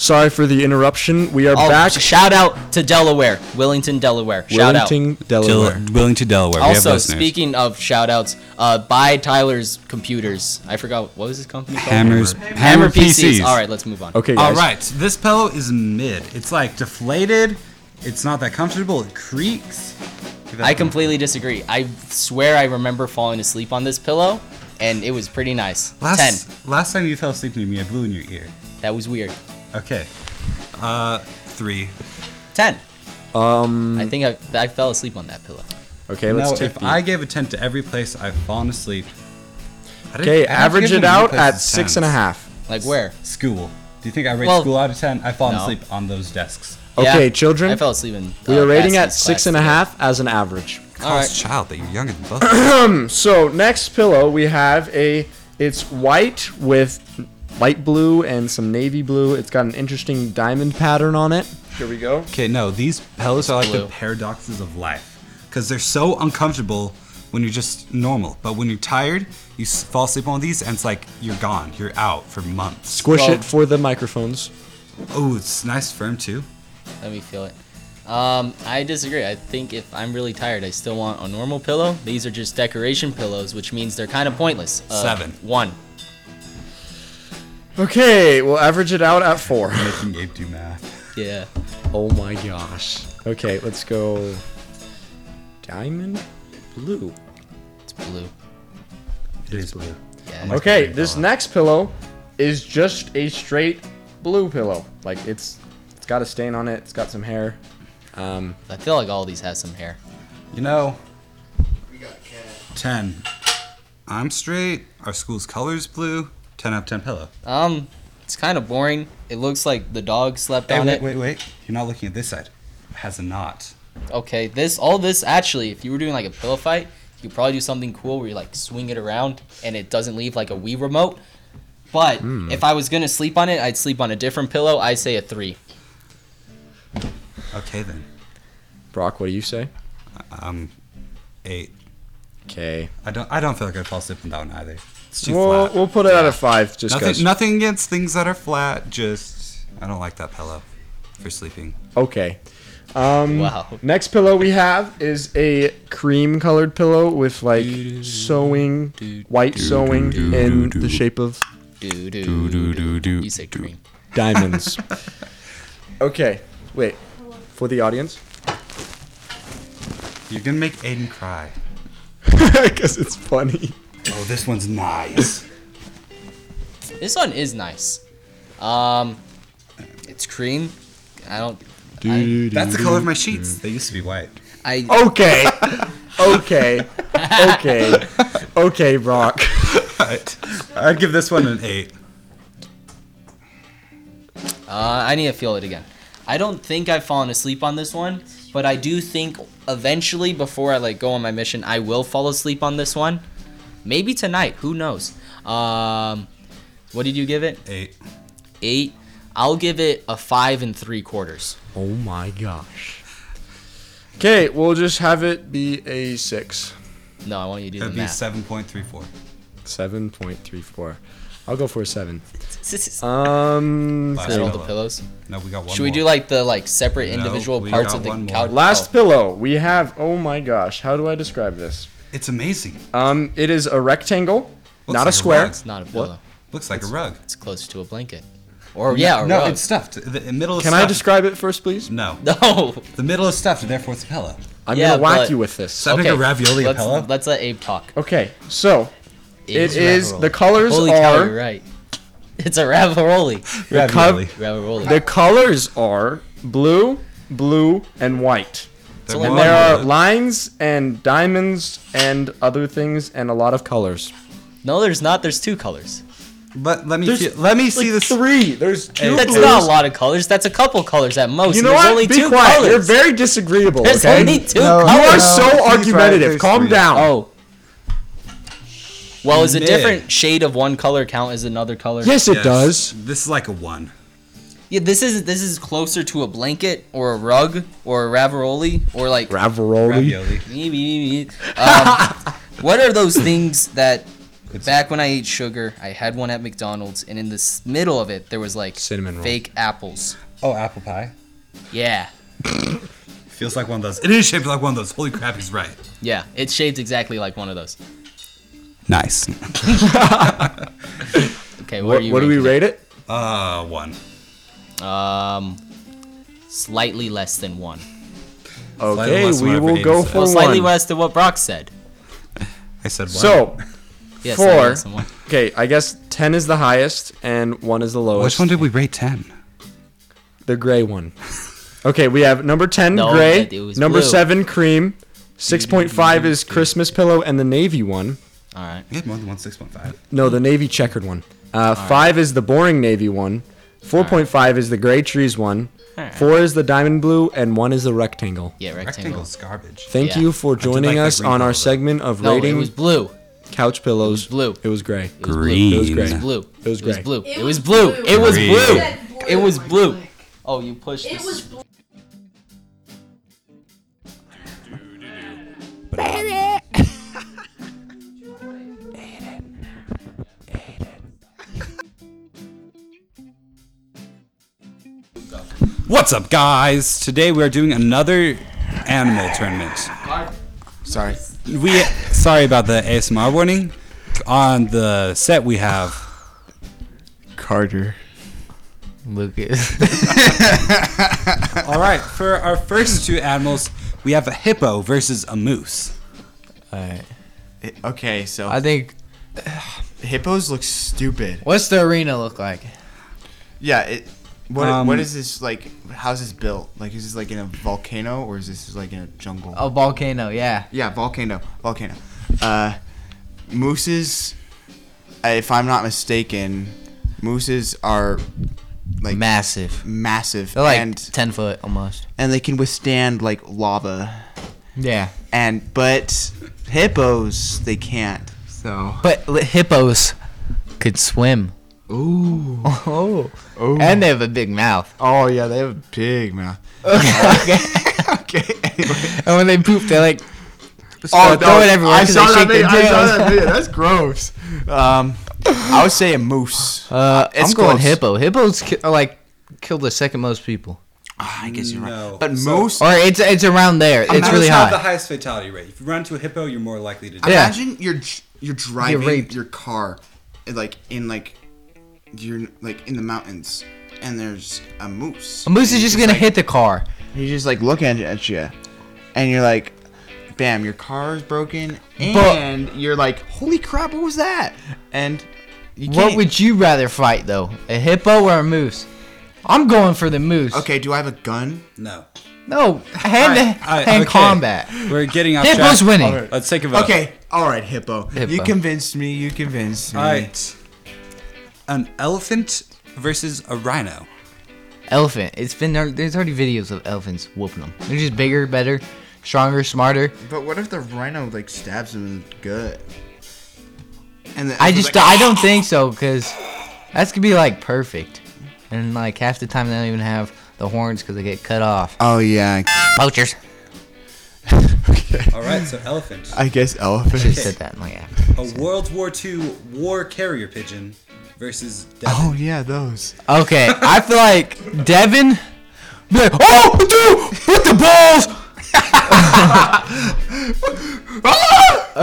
[SPEAKER 3] Sorry for the interruption. We are
[SPEAKER 2] Oh,
[SPEAKER 3] back.
[SPEAKER 2] shout out to Delaware, Willington, Delaware. Shout out.
[SPEAKER 3] Wellington, Delaware.
[SPEAKER 1] willing to Delaware.
[SPEAKER 2] Also, speaking of shout outs, uh, buy Tyler's computers. I forgot what was his company called?
[SPEAKER 1] Hammers-
[SPEAKER 2] Hammer,
[SPEAKER 1] Hammer
[SPEAKER 2] PCs.
[SPEAKER 1] PCs.
[SPEAKER 2] All right, let's move on.
[SPEAKER 3] Okay,
[SPEAKER 1] All
[SPEAKER 3] guys.
[SPEAKER 1] right, this pillow is mid. It's like deflated. It's not that comfortable. It creaks. Give that
[SPEAKER 2] I
[SPEAKER 1] a-
[SPEAKER 2] completely disagree. I swear I remember falling asleep on this pillow, and it was pretty nice.
[SPEAKER 1] Last,
[SPEAKER 2] Ten.
[SPEAKER 1] last time you fell asleep to me, I blew in your ear.
[SPEAKER 2] That was weird.
[SPEAKER 1] Okay. Uh, three.
[SPEAKER 2] Ten.
[SPEAKER 3] Um.
[SPEAKER 2] I think I, I fell asleep on that pillow.
[SPEAKER 3] Okay,
[SPEAKER 1] now,
[SPEAKER 3] let's take
[SPEAKER 1] if
[SPEAKER 3] the-
[SPEAKER 1] I gave a 10 to every place I've fallen asleep. I didn't- I
[SPEAKER 3] Okay,
[SPEAKER 1] didn't
[SPEAKER 3] average
[SPEAKER 1] give
[SPEAKER 3] it
[SPEAKER 1] them any
[SPEAKER 3] out
[SPEAKER 1] places
[SPEAKER 3] at six and a
[SPEAKER 1] 10s.
[SPEAKER 3] half.
[SPEAKER 2] Like where?
[SPEAKER 1] School. Do you think I rate
[SPEAKER 2] Well,
[SPEAKER 1] school out of 10? I've fallen
[SPEAKER 2] no.
[SPEAKER 1] asleep on those desks.
[SPEAKER 3] Okay,
[SPEAKER 2] Yeah,
[SPEAKER 3] children,
[SPEAKER 2] I fell asleep in.
[SPEAKER 3] we
[SPEAKER 2] uh,
[SPEAKER 3] are rating at
[SPEAKER 2] Cassidy's
[SPEAKER 3] six
[SPEAKER 2] class
[SPEAKER 3] and a
[SPEAKER 2] today.
[SPEAKER 3] half as an average.
[SPEAKER 2] All right.
[SPEAKER 1] child that you're younger than both.
[SPEAKER 3] So next pillow we have a. It's white with light blue and some navy blue. It's got an interesting diamond pattern on it. Here we go.
[SPEAKER 1] okay, no, these pillows are like
[SPEAKER 2] Blue.
[SPEAKER 1] the paradoxes of life. because they're so uncomfortable when you're just normal. But when you're tired, you s- fall asleep on these, and it's like you're gone. You're out for months.
[SPEAKER 3] Squish
[SPEAKER 7] Well-
[SPEAKER 3] it for the microphones.
[SPEAKER 1] Oh, it's nice firm too.
[SPEAKER 7] Let me feel it. Um, I disagree. I think if I'm really tired, I still want a normal pillow. These are just decoration pillows, which means they're kind of pointless. Uh,
[SPEAKER 1] Seven.
[SPEAKER 7] One.
[SPEAKER 3] Okay, we'll average it out at four.
[SPEAKER 1] Making Gabe do math.
[SPEAKER 7] Yeah.
[SPEAKER 3] Oh my gosh. Okay, let's go. Diamond blue.
[SPEAKER 7] It's blue.
[SPEAKER 1] It is blue.
[SPEAKER 7] Yeah.
[SPEAKER 3] Okay, this next pillow is just a straight blue pillow. Like it's it's got a stain on it, it's got some hair. Um
[SPEAKER 7] I feel like all these has some hair.
[SPEAKER 1] You know. We got ten. I'm straight. Our school's color's blue. Ten out of ten pillow.
[SPEAKER 7] Um, it's kind of boring. It looks like the dog slept
[SPEAKER 1] Hey,
[SPEAKER 7] on
[SPEAKER 1] wait,
[SPEAKER 7] it.
[SPEAKER 1] wait, wait. You're not looking at this side. It has a knot.
[SPEAKER 7] Okay, this all this actually, if you were doing like a pillow fight, you could probably do something cool where you like swing it around and it doesn't leave like a Wii remote. But if I was gonna sleep on it, I'd sleep on a different pillow. I say a three.
[SPEAKER 1] Okay then.
[SPEAKER 3] Brock, what do you say?
[SPEAKER 1] Um, eight.
[SPEAKER 3] Okay.
[SPEAKER 1] I don't. I don't feel like I'd fall asleep on that one either. It's too
[SPEAKER 3] We'll,
[SPEAKER 1] flat.
[SPEAKER 3] we'll put it at a five just
[SPEAKER 1] nothing.
[SPEAKER 3] because.
[SPEAKER 1] Nothing against things that are flat. Just I don't like that pillow for sleeping.
[SPEAKER 3] Okay. Um
[SPEAKER 7] Wow.
[SPEAKER 3] next pillow we have is a cream colored pillow with like sewing white sewing in the shape of
[SPEAKER 7] Do do do do do. You say cream.
[SPEAKER 3] diamonds. okay. Wait. For the audience?
[SPEAKER 1] You're gonna make Aiden cry.
[SPEAKER 3] Because it's funny.
[SPEAKER 1] Oh, this one's nice.
[SPEAKER 7] This one is nice. Um, it's cream. I don't. I,
[SPEAKER 1] That's the color of my sheets. They used to be white.
[SPEAKER 7] I
[SPEAKER 3] Oh. Okay. okay. Okay. Okay, Brock.
[SPEAKER 1] But I'd give this one an eight.
[SPEAKER 7] Uh, I need to feel it again. I don't think I've fallen asleep on this one, but I do think eventually, before I like go on my mission, I will fall asleep on this one. Maybe tonight. Who knows? Um, what did you give it?
[SPEAKER 1] Eight.
[SPEAKER 7] Eight. I'll give it a five and three quarters.
[SPEAKER 3] Oh my gosh. Okay, we'll just have it be a six.
[SPEAKER 7] No, I want you to do
[SPEAKER 1] That'd
[SPEAKER 7] the
[SPEAKER 1] be
[SPEAKER 7] math.
[SPEAKER 1] seven point three four.
[SPEAKER 3] Seven point three four. I'll go for a seven.
[SPEAKER 7] Is
[SPEAKER 3] Um
[SPEAKER 1] Last
[SPEAKER 7] that all
[SPEAKER 1] pillow.
[SPEAKER 7] the pillows?
[SPEAKER 1] No, we got Uh, one.
[SPEAKER 7] Should we
[SPEAKER 1] more.
[SPEAKER 7] do like the like separate
[SPEAKER 1] No,
[SPEAKER 7] individual
[SPEAKER 1] we
[SPEAKER 7] parts
[SPEAKER 1] got
[SPEAKER 7] of the
[SPEAKER 1] one more.
[SPEAKER 7] couch?
[SPEAKER 3] last
[SPEAKER 7] Oh,
[SPEAKER 3] pillow we have oh my gosh, how do I describe this?
[SPEAKER 1] It's amazing.
[SPEAKER 3] Um it is a rectangle,
[SPEAKER 1] Looks
[SPEAKER 3] not
[SPEAKER 1] like a
[SPEAKER 3] a square.
[SPEAKER 1] box.
[SPEAKER 7] it's not a pillow.
[SPEAKER 1] Looks like a rug.
[SPEAKER 7] It's close to a blanket. Or yeah, or
[SPEAKER 1] no,
[SPEAKER 7] rug.
[SPEAKER 1] it's stuffed. The the middle is
[SPEAKER 3] Can
[SPEAKER 1] stuffed.
[SPEAKER 3] I describe it first please?
[SPEAKER 1] No.
[SPEAKER 7] no.
[SPEAKER 1] The middle is stuffed, therefore it's a pillow.
[SPEAKER 3] I'm
[SPEAKER 7] Yeah,
[SPEAKER 3] gonna whack
[SPEAKER 7] but-
[SPEAKER 3] you with this.
[SPEAKER 1] Should I make a ravioli a
[SPEAKER 7] let's,
[SPEAKER 1] pillow?
[SPEAKER 7] Let's let Abe talk.
[SPEAKER 3] Okay, so it is the colors
[SPEAKER 7] Holy cow, you're
[SPEAKER 3] are
[SPEAKER 7] right. It's a ravioli.
[SPEAKER 3] the
[SPEAKER 1] Ravioli.
[SPEAKER 3] cov-
[SPEAKER 7] Ravioli.
[SPEAKER 3] The colors are blue, blue, and white.
[SPEAKER 1] They're
[SPEAKER 7] only
[SPEAKER 1] one
[SPEAKER 3] There are
[SPEAKER 1] word.
[SPEAKER 3] lines and diamonds and other things and a lot of colors.
[SPEAKER 7] no, there's not. There's two colors.
[SPEAKER 1] Let, let me
[SPEAKER 3] There's
[SPEAKER 1] feel- let me see this.
[SPEAKER 3] three. There's two.
[SPEAKER 7] That's
[SPEAKER 3] blues.
[SPEAKER 7] not a lot of colors. That's a couple colors at most.
[SPEAKER 3] You
[SPEAKER 7] and
[SPEAKER 3] know
[SPEAKER 7] there's
[SPEAKER 3] what?
[SPEAKER 7] only
[SPEAKER 3] Be
[SPEAKER 7] two
[SPEAKER 3] quiet.
[SPEAKER 7] colors.
[SPEAKER 3] You're very disagreeable.
[SPEAKER 7] there's
[SPEAKER 3] okay?
[SPEAKER 7] only two
[SPEAKER 1] No,
[SPEAKER 3] You
[SPEAKER 7] colors.
[SPEAKER 3] are
[SPEAKER 1] No,
[SPEAKER 3] so
[SPEAKER 1] he's right,
[SPEAKER 3] argumentative.
[SPEAKER 1] there's
[SPEAKER 3] Calm
[SPEAKER 1] three.
[SPEAKER 3] down.
[SPEAKER 7] Oh. Well, is a
[SPEAKER 1] Mid.
[SPEAKER 7] different shade of one color count as another color?
[SPEAKER 3] Yes, it
[SPEAKER 1] Yes,
[SPEAKER 3] does.
[SPEAKER 1] This is like a one.
[SPEAKER 7] Yeah, this is this is closer to a blanket or a rug or a ravioli or like
[SPEAKER 3] Ravioli.
[SPEAKER 1] Ravioli.
[SPEAKER 7] Me, me, me, me. Um, what are those things that back when I ate sugar, I had one at McDonald's, and in the s- middle of it, there was like
[SPEAKER 3] Cinnamon roll.
[SPEAKER 7] fake apples.
[SPEAKER 1] Oh, apple pie.
[SPEAKER 7] Yeah,
[SPEAKER 1] Feels like one of those. It is shaped like one of those. Holy crap, he's right.
[SPEAKER 7] yeah. It's shaped exactly like one of those.
[SPEAKER 1] Nice.
[SPEAKER 7] Okay, what,
[SPEAKER 3] What,
[SPEAKER 7] are you?
[SPEAKER 3] what do we
[SPEAKER 7] rating
[SPEAKER 3] rate it?
[SPEAKER 1] Uh, one.
[SPEAKER 7] it? Um, slightly less than one.
[SPEAKER 3] Okay,
[SPEAKER 1] less than
[SPEAKER 3] we
[SPEAKER 1] whatever
[SPEAKER 3] will
[SPEAKER 1] Hayden
[SPEAKER 3] go
[SPEAKER 1] said.
[SPEAKER 3] for
[SPEAKER 7] Well, slightly
[SPEAKER 3] one.
[SPEAKER 7] less than what Brock said.
[SPEAKER 1] I said one.
[SPEAKER 3] So,
[SPEAKER 7] Yeah,
[SPEAKER 3] Four.
[SPEAKER 7] slightly less than one.
[SPEAKER 3] okay, I guess ten is the highest and one is the lowest.
[SPEAKER 1] which one did we rate ten?
[SPEAKER 3] The gray one. Okay, we have number 10
[SPEAKER 7] No,
[SPEAKER 3] gray,
[SPEAKER 7] it- it was
[SPEAKER 3] number
[SPEAKER 7] blue.
[SPEAKER 3] 7 cream, 6.5 is Christmas pillow and the navy one.
[SPEAKER 7] All right.
[SPEAKER 1] We had more than one six point five.
[SPEAKER 3] No, the navy checkered one. Uh, 5 is the boring navy one. 4.5 is the gray trees one.
[SPEAKER 7] Alright.
[SPEAKER 3] 4 is the diamond blue and 1 is the rectangle.
[SPEAKER 7] Yeah, rectangle.
[SPEAKER 1] Rectangle's garbage.
[SPEAKER 3] Thank
[SPEAKER 7] Yeah.
[SPEAKER 3] you for joining
[SPEAKER 1] like
[SPEAKER 3] us
[SPEAKER 1] that
[SPEAKER 3] on
[SPEAKER 1] green
[SPEAKER 3] our
[SPEAKER 1] color.
[SPEAKER 3] segment of
[SPEAKER 7] No,
[SPEAKER 3] rating
[SPEAKER 7] it was blue.
[SPEAKER 3] couch pillows.
[SPEAKER 7] It was blue.
[SPEAKER 3] It was gray.
[SPEAKER 7] It was
[SPEAKER 1] Green.
[SPEAKER 7] Blue.
[SPEAKER 3] It was
[SPEAKER 7] It
[SPEAKER 3] gray.
[SPEAKER 7] was blue.
[SPEAKER 3] It was
[SPEAKER 7] It was
[SPEAKER 3] gray.
[SPEAKER 7] blue. It was blue. It was
[SPEAKER 1] Green.
[SPEAKER 7] blue.
[SPEAKER 1] Said
[SPEAKER 7] It was blue. Oh, you pushed.
[SPEAKER 4] It
[SPEAKER 7] this.
[SPEAKER 4] was blue.
[SPEAKER 1] What's up, guys? Today we are doing another animal tournament.
[SPEAKER 5] Sorry.
[SPEAKER 1] We sorry about the ASMR warning. On the set we have
[SPEAKER 8] Carter.
[SPEAKER 2] Lucas.
[SPEAKER 1] all right for our first two animals we have a hippo versus a moose.
[SPEAKER 2] All right.
[SPEAKER 5] I- Okay, so
[SPEAKER 2] I think.
[SPEAKER 5] hippos look stupid.
[SPEAKER 2] What's the arena look like?
[SPEAKER 5] Yeah. It, what
[SPEAKER 1] Um,
[SPEAKER 5] what is this like? How's this built? Like, is this like in a volcano or is this like in a jungle?
[SPEAKER 2] A volcano. Yeah.
[SPEAKER 5] Yeah, volcano, volcano. Uh, mooses, uh, if I'm not mistaken, mooses are like
[SPEAKER 2] Massive.
[SPEAKER 5] massive,
[SPEAKER 2] They're like
[SPEAKER 5] and
[SPEAKER 2] ten foot almost.
[SPEAKER 5] and they can withstand like lava.
[SPEAKER 2] Yeah.
[SPEAKER 5] And but hippos, they can't. So
[SPEAKER 2] But li- hippos could swim.
[SPEAKER 5] ooh,
[SPEAKER 2] Oh.
[SPEAKER 5] ooh.
[SPEAKER 2] And they have a big mouth.
[SPEAKER 5] oh yeah, they have a big mouth.
[SPEAKER 2] Okay.
[SPEAKER 5] Okay. Anyway. Oh,
[SPEAKER 2] and when they poop, they like start throwing everywhere.
[SPEAKER 5] I
[SPEAKER 2] 'cause
[SPEAKER 5] saw
[SPEAKER 2] they shake
[SPEAKER 5] that video.
[SPEAKER 2] their
[SPEAKER 5] I saw
[SPEAKER 2] tails.
[SPEAKER 5] that video. That's gross. Um, I would say a moose.
[SPEAKER 2] Uh,
[SPEAKER 5] It's
[SPEAKER 2] I'm going
[SPEAKER 5] close.
[SPEAKER 2] hippo. Hippos ki- are like kill the second most people,
[SPEAKER 5] Ah, I guess you're right.
[SPEAKER 1] No.
[SPEAKER 5] But
[SPEAKER 1] So-
[SPEAKER 5] moose.
[SPEAKER 2] or it's it's around there. It's
[SPEAKER 1] Moose
[SPEAKER 2] really
[SPEAKER 1] have the
[SPEAKER 2] high.
[SPEAKER 1] highest fatality rate. If you run into a hippo, you're more likely to die.
[SPEAKER 2] Yeah.
[SPEAKER 5] Imagine you're dr- you're driving
[SPEAKER 2] raped.
[SPEAKER 5] your car, and, like in like you're like in the mountains, and there's a moose.
[SPEAKER 2] A moose is
[SPEAKER 5] And he's
[SPEAKER 2] just gonna
[SPEAKER 5] like-
[SPEAKER 2] hit the car.
[SPEAKER 5] He's just like looking at- at you, and you're like, "Bam! Your car is broken," and you're like, "Holy crap! What was that?" And you
[SPEAKER 2] What would you rather fight though, a hippo or a moose? I'm going for the moose.
[SPEAKER 5] Okay, do I have a gun?
[SPEAKER 1] No.
[SPEAKER 2] No, hand to
[SPEAKER 1] All right,
[SPEAKER 2] hand
[SPEAKER 1] okay.
[SPEAKER 2] combat.
[SPEAKER 1] We're getting off
[SPEAKER 2] Hippo's
[SPEAKER 1] track.
[SPEAKER 2] winning.
[SPEAKER 5] Alright.
[SPEAKER 1] Let's take a vote.
[SPEAKER 5] Okay, all right, hippo. You
[SPEAKER 2] Hippo.
[SPEAKER 5] convinced me. You convinced me.
[SPEAKER 1] All right. An elephant versus a rhino.
[SPEAKER 2] Elephant. It's been there's already videos of elephants whooping them. They're just bigger, better, stronger, smarter.
[SPEAKER 5] But what if the rhino like stabs him in the gut? And the
[SPEAKER 2] I
[SPEAKER 5] elephant's
[SPEAKER 2] just
[SPEAKER 5] like,
[SPEAKER 2] I don't think so because that's gonna be like perfect, and like half the time they don't even have the horns because they get cut off.
[SPEAKER 5] Oh yeah.
[SPEAKER 2] Poachers.
[SPEAKER 1] All right, so elephant.
[SPEAKER 5] I guess
[SPEAKER 2] Should
[SPEAKER 5] elephants.
[SPEAKER 2] said that Oh, in like
[SPEAKER 1] A World War II war carrier pigeon versus
[SPEAKER 5] Oh
[SPEAKER 1] Devon.
[SPEAKER 5] yeah, those.
[SPEAKER 2] Okay, I feel like Devin. be like, oh, dude, with the balls.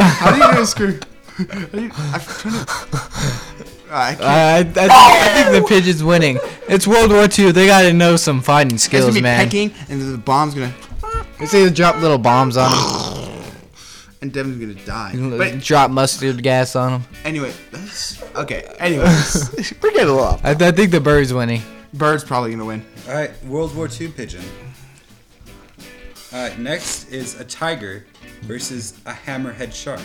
[SPEAKER 5] How do you know screw? How do you- I'm trying to- I can't-
[SPEAKER 2] I, I, think, I think the pigeon's winning. It's World War II. They gotta know some fighting
[SPEAKER 5] It's gonna
[SPEAKER 2] skills,
[SPEAKER 5] be
[SPEAKER 2] man.
[SPEAKER 5] pecking, and the bomb's gonna,
[SPEAKER 2] They say they drop little bombs on
[SPEAKER 5] and Devin's gonna die.
[SPEAKER 2] them,
[SPEAKER 5] But
[SPEAKER 2] drop mustard gas on them.
[SPEAKER 5] anyway, that's okay. Anyways, we're getting a lot.
[SPEAKER 2] I, I think the bird's winning.
[SPEAKER 5] Bird's probably gonna win.
[SPEAKER 2] Oh.
[SPEAKER 1] All right, World War II pigeon. All right, next is a tiger versus a hammerhead shark.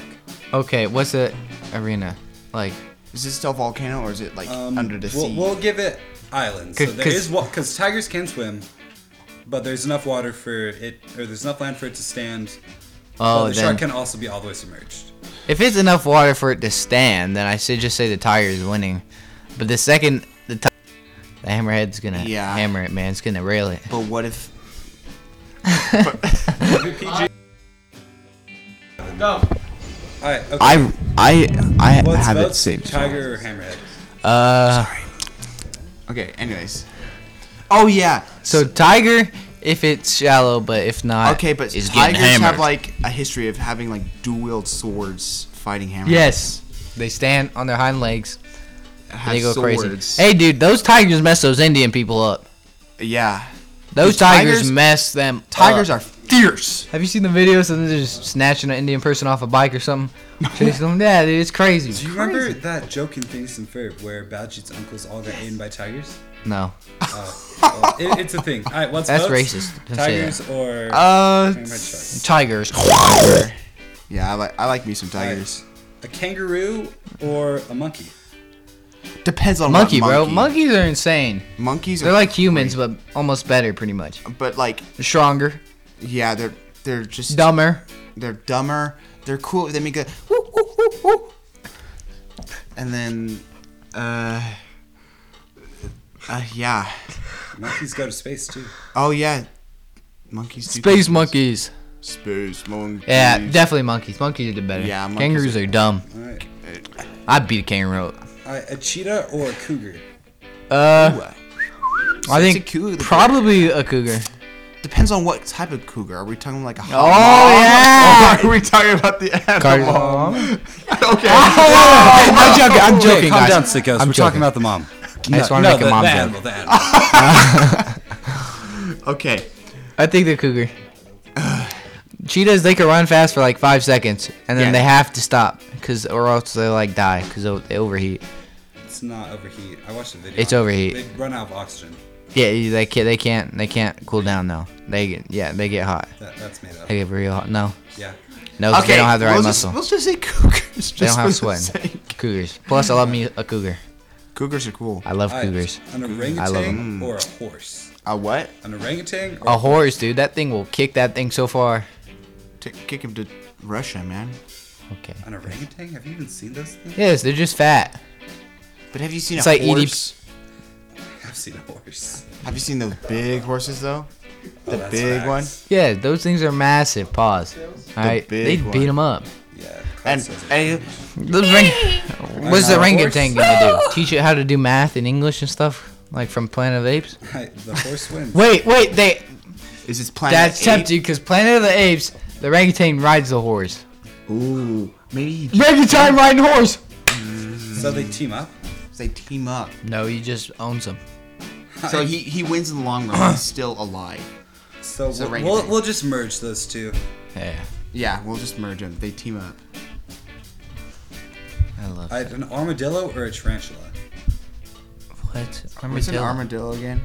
[SPEAKER 2] Okay, what's the arena like?
[SPEAKER 5] Is this still a volcano or is it like
[SPEAKER 1] Um,
[SPEAKER 5] under the
[SPEAKER 1] we'll,
[SPEAKER 5] sea?
[SPEAKER 1] We'll give it islands.
[SPEAKER 2] C-
[SPEAKER 1] so there
[SPEAKER 2] 'cause-
[SPEAKER 1] is because tigers can swim, but there's enough water for it, or there's enough land for it to stand. but
[SPEAKER 2] Oh,
[SPEAKER 1] the
[SPEAKER 2] then
[SPEAKER 1] shark can also be all the way submerged.
[SPEAKER 2] if it's enough water for it to stand, then I should just say the tiger is winning. But the second the ti- the hammerhead's gonna
[SPEAKER 5] Yeah.
[SPEAKER 2] hammer it, man. It's gonna rail it.
[SPEAKER 5] but what if?
[SPEAKER 1] All right, okay.
[SPEAKER 5] I I I
[SPEAKER 1] What's
[SPEAKER 5] have it
[SPEAKER 1] votes?
[SPEAKER 5] saved. as well.
[SPEAKER 1] Tiger or hammerhead?
[SPEAKER 2] Uh,
[SPEAKER 5] Okay. Anyways. Oh yeah.
[SPEAKER 2] so tiger if it's shallow, but if not,
[SPEAKER 5] Okay, but
[SPEAKER 2] it's getting
[SPEAKER 5] tigers have
[SPEAKER 2] hammered.
[SPEAKER 5] like a history of having like dual wield swords fighting hammer.
[SPEAKER 2] yes, they stand on their hind legs.
[SPEAKER 5] have
[SPEAKER 2] And they go
[SPEAKER 5] swords.
[SPEAKER 2] crazy. Hey, dude, those tigers mess those Indian people up.
[SPEAKER 5] Yeah.
[SPEAKER 2] Those
[SPEAKER 5] Dude,
[SPEAKER 2] tigers,
[SPEAKER 5] tigers-
[SPEAKER 2] mess them.
[SPEAKER 5] Tigers
[SPEAKER 2] up.
[SPEAKER 5] are fierce.
[SPEAKER 2] Have you seen the videos of them just snatching an Indian person off a bike or something? Chasing them? Yeah, dude, it's crazy.
[SPEAKER 1] Do you remember that joke in Phineas and Ferb where Baljeet's uncles all got eaten by tigers?
[SPEAKER 2] No.
[SPEAKER 1] Oh, well, it, it's a thing. All right, what's
[SPEAKER 2] That's
[SPEAKER 1] votes?
[SPEAKER 2] racist. Don't say
[SPEAKER 1] Tigers or
[SPEAKER 5] Uh.
[SPEAKER 1] hammerhead sharks?
[SPEAKER 2] Tigers.
[SPEAKER 5] Yeah, I like I like me some tigers.
[SPEAKER 1] A kangaroo or a monkey?
[SPEAKER 5] Depends on
[SPEAKER 2] Monkey,
[SPEAKER 5] what
[SPEAKER 2] bro. Monkeys are insane.
[SPEAKER 5] Monkeys.
[SPEAKER 2] They're
[SPEAKER 5] are
[SPEAKER 2] like humans, but almost better, pretty much.
[SPEAKER 5] But like,
[SPEAKER 2] Stronger,
[SPEAKER 5] yeah, they're they're just
[SPEAKER 2] dumber.
[SPEAKER 5] They're dumber. They're cool. They make a woo woo woo woo. And then, uh, uh, yeah.
[SPEAKER 1] Monkeys go to space too.
[SPEAKER 5] Oh yeah, monkeys. Do
[SPEAKER 2] Space monkeys.
[SPEAKER 5] monkeys. Space monkey.
[SPEAKER 2] Yeah, definitely monkeys. Monkeys are better.
[SPEAKER 5] Yeah, monkeys
[SPEAKER 2] kangaroos are dumb.
[SPEAKER 1] All right.
[SPEAKER 2] I would beat a kangaroo.
[SPEAKER 1] All right, Uh, a cheetah or a cougar?
[SPEAKER 2] Uh, I
[SPEAKER 5] it's
[SPEAKER 2] think
[SPEAKER 5] a cougar, the
[SPEAKER 2] probably a cougar.
[SPEAKER 5] Depends on what type of cougar. Are we talking like a?
[SPEAKER 2] Oh yeah.
[SPEAKER 5] hog- Or are we talking about the
[SPEAKER 2] Cars-
[SPEAKER 5] animal? Okay.
[SPEAKER 2] Oh, I'm joking. I'm
[SPEAKER 1] Wait,
[SPEAKER 2] joking,
[SPEAKER 1] calm
[SPEAKER 2] guys.
[SPEAKER 1] down, sickos.
[SPEAKER 2] I'm
[SPEAKER 1] We're
[SPEAKER 2] joking.
[SPEAKER 1] talking about the mom.
[SPEAKER 2] I just want to make
[SPEAKER 1] the,
[SPEAKER 2] a mom
[SPEAKER 1] the
[SPEAKER 2] joke.
[SPEAKER 1] animal, the animal.
[SPEAKER 5] Okay.
[SPEAKER 2] I think the cougar. Cheetahs, they can run fast for like five seconds, and then
[SPEAKER 5] Yeah.
[SPEAKER 2] they have to stop, cause or else they like die, cause o- they overheat.
[SPEAKER 1] It's not overheat. I watched the video.
[SPEAKER 2] It's overheat.
[SPEAKER 1] They run out of oxygen.
[SPEAKER 2] Yeah, you- they can't, they can't, they can't cool down though. They get, yeah, they get hot.
[SPEAKER 1] That, that's made up.
[SPEAKER 2] They get real hot. No,
[SPEAKER 1] Yeah.
[SPEAKER 2] no, 'cause
[SPEAKER 5] Okay.
[SPEAKER 2] they don't have the right
[SPEAKER 5] we'll
[SPEAKER 2] muscle.
[SPEAKER 5] Just, we'll just say cougars. Just
[SPEAKER 2] they don't
[SPEAKER 5] for
[SPEAKER 2] have
[SPEAKER 5] the
[SPEAKER 2] sweat.
[SPEAKER 5] sake.
[SPEAKER 2] Cougars. Plus, I love me a cougar.
[SPEAKER 5] Cougars are cool.
[SPEAKER 2] I love
[SPEAKER 1] All right,
[SPEAKER 2] cougars.
[SPEAKER 1] Uh,
[SPEAKER 2] Mm,
[SPEAKER 1] An
[SPEAKER 2] I love Oh.
[SPEAKER 1] orangutan or a horse?
[SPEAKER 5] A what?
[SPEAKER 1] An orangutan or
[SPEAKER 2] A horse, dude. That thing will kick that thing so far.
[SPEAKER 5] T- kick him to Russia, man.
[SPEAKER 2] Okay.
[SPEAKER 1] an orangutan? Have you even seen those things?
[SPEAKER 2] Yes, they're just fat.
[SPEAKER 5] But have you seen
[SPEAKER 2] It's
[SPEAKER 5] a
[SPEAKER 2] like E EDP.
[SPEAKER 5] horse?
[SPEAKER 1] I've seen a horse.
[SPEAKER 5] Have you seen those big horses though?
[SPEAKER 1] Oh,
[SPEAKER 5] The
[SPEAKER 1] that's
[SPEAKER 5] big one.
[SPEAKER 1] facts.
[SPEAKER 2] Yeah, those things are massive. Pause. All right, they
[SPEAKER 5] big
[SPEAKER 2] beat 'em
[SPEAKER 5] one.
[SPEAKER 2] beat them up.
[SPEAKER 1] Yeah.
[SPEAKER 5] And,
[SPEAKER 1] Christ, those are-
[SPEAKER 5] and
[SPEAKER 2] Those ring- What's
[SPEAKER 1] Not
[SPEAKER 2] the
[SPEAKER 1] a horse.
[SPEAKER 2] orangutan gonna do? Teach it how to do math and English and stuff, like from Planet of the Apes.
[SPEAKER 1] I- the horse wins.
[SPEAKER 2] Wait, wait, they.
[SPEAKER 5] is this planet?
[SPEAKER 2] That's
[SPEAKER 5] eight?
[SPEAKER 2] tempting because Planet of the Apes, the orangutan rides the horse.
[SPEAKER 5] Ooh, maybe
[SPEAKER 2] Orangutan riding horse.
[SPEAKER 1] So they team up.
[SPEAKER 5] they team up.
[SPEAKER 2] No, he just owns them.
[SPEAKER 5] So he he wins in the long run. He's still alive.
[SPEAKER 1] So
[SPEAKER 5] It's a
[SPEAKER 1] we'll, we'll,
[SPEAKER 5] orangutan.
[SPEAKER 1] we'll just merge those two.
[SPEAKER 2] Yeah,
[SPEAKER 5] Yeah, we'll just merge them. They team up.
[SPEAKER 2] I love
[SPEAKER 1] All right, an armadillo or a tarantula?
[SPEAKER 2] what
[SPEAKER 5] What's an
[SPEAKER 2] armadillo.
[SPEAKER 5] armadillo again?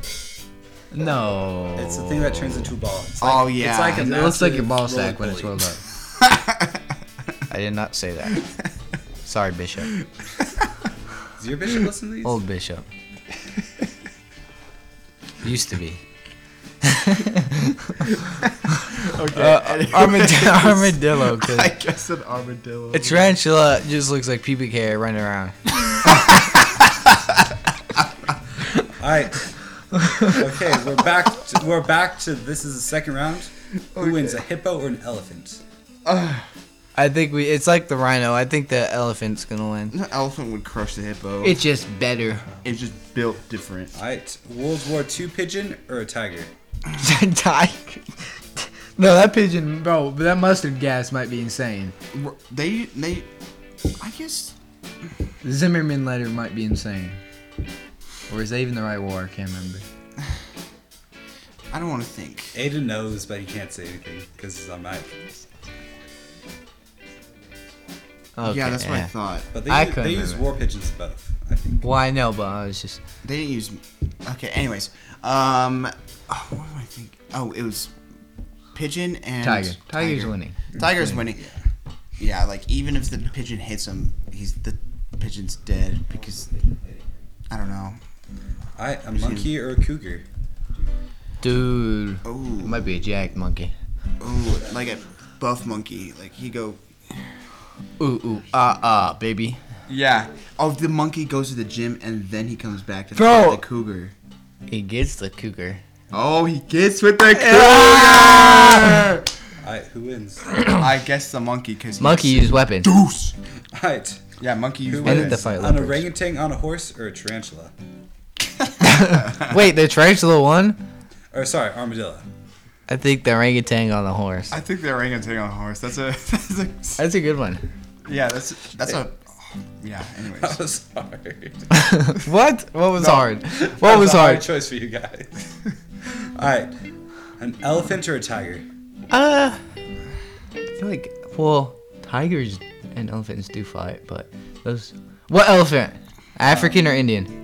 [SPEAKER 2] no,
[SPEAKER 1] It's the thing that turns into a ball. It's like,
[SPEAKER 5] Oh yeah.
[SPEAKER 1] It's like a
[SPEAKER 2] It looks like your
[SPEAKER 1] massive
[SPEAKER 2] ball
[SPEAKER 1] roly
[SPEAKER 2] sack when it's
[SPEAKER 1] poly.
[SPEAKER 2] rolled up. I did not say that. Sorry, Bishop.
[SPEAKER 1] Does your bishop listen to these?
[SPEAKER 2] Old Bishop. Used to be.
[SPEAKER 5] okay.
[SPEAKER 2] Uh, armadillo. armadillo 'cause
[SPEAKER 5] I guess an armadillo.
[SPEAKER 2] a tarantula just looks like pubic hair running around.
[SPEAKER 1] All right. Okay, we're back. To, we're back to this is the second round. Who wins, a hippo or an elephant?
[SPEAKER 2] I think we. It's like the rhino. I think the elephant's gonna win.
[SPEAKER 5] An elephant would crush the hippo.
[SPEAKER 2] It's just better.
[SPEAKER 5] it's just built different.
[SPEAKER 1] All right, World War II pigeon or a tiger?
[SPEAKER 2] Tiger. No, that pigeon, bro. That mustard gas might be insane.
[SPEAKER 5] They they. I guess
[SPEAKER 2] Zimmerman letter might be insane. Or is that even the right war? I can't remember.
[SPEAKER 5] I don't want to think.
[SPEAKER 1] Ada knows, but he can't say anything because he's on mic.
[SPEAKER 5] yeah, that's what I thought.
[SPEAKER 1] But they,
[SPEAKER 2] I
[SPEAKER 1] u-
[SPEAKER 2] couldn't
[SPEAKER 1] they use
[SPEAKER 2] remember.
[SPEAKER 1] war pigeons both. I think.
[SPEAKER 2] Well, I know, but I was just.
[SPEAKER 5] They didn't use. Okay. Anyways, um, oh, what do I think? Oh, it was pigeon and
[SPEAKER 2] Tiger. Tiger's winning.
[SPEAKER 5] Tiger's winning. Yeah, like even if the pigeon hits him, he's the pigeon's dead because I don't know.
[SPEAKER 1] All right, a monkey or a cougar?
[SPEAKER 2] Dude. It
[SPEAKER 5] Oh,
[SPEAKER 2] might be a jack monkey.
[SPEAKER 5] oh, like a buff monkey. Like he go.
[SPEAKER 2] Ooh, ooh, ah, ah, baby.
[SPEAKER 5] Yeah. Oh, the monkey goes to the gym and then he comes back to
[SPEAKER 2] Bro.
[SPEAKER 5] fight the cougar.
[SPEAKER 2] He gets the cougar.
[SPEAKER 5] Oh, he gets with the cougar.
[SPEAKER 1] All right, who wins?
[SPEAKER 5] I guess the monkey because
[SPEAKER 2] Monkey used weapon.
[SPEAKER 5] Deuce.
[SPEAKER 1] All right,
[SPEAKER 5] Yeah, monkey
[SPEAKER 1] who
[SPEAKER 5] used
[SPEAKER 2] think
[SPEAKER 1] wins?
[SPEAKER 2] the fight
[SPEAKER 1] An
[SPEAKER 2] leopards.
[SPEAKER 1] orangutan on a horse or a tarantula?
[SPEAKER 2] Wait, the tarantula won?
[SPEAKER 1] Or sorry, armadillo.
[SPEAKER 2] I think the orangutan on the horse.
[SPEAKER 5] I think the orangutan on a horse. That's a, that's
[SPEAKER 2] That's a good one.
[SPEAKER 5] a yeah. That's that's a yeah. Anyways,
[SPEAKER 1] That was hard.
[SPEAKER 2] what? What was hard?
[SPEAKER 1] That
[SPEAKER 2] What was
[SPEAKER 1] a hard
[SPEAKER 2] hard?
[SPEAKER 1] choice for you guys. All right, an elephant or a tiger?
[SPEAKER 2] Uh, I feel like well, tigers and elephants do fight, but those. What elephant? African or Indian?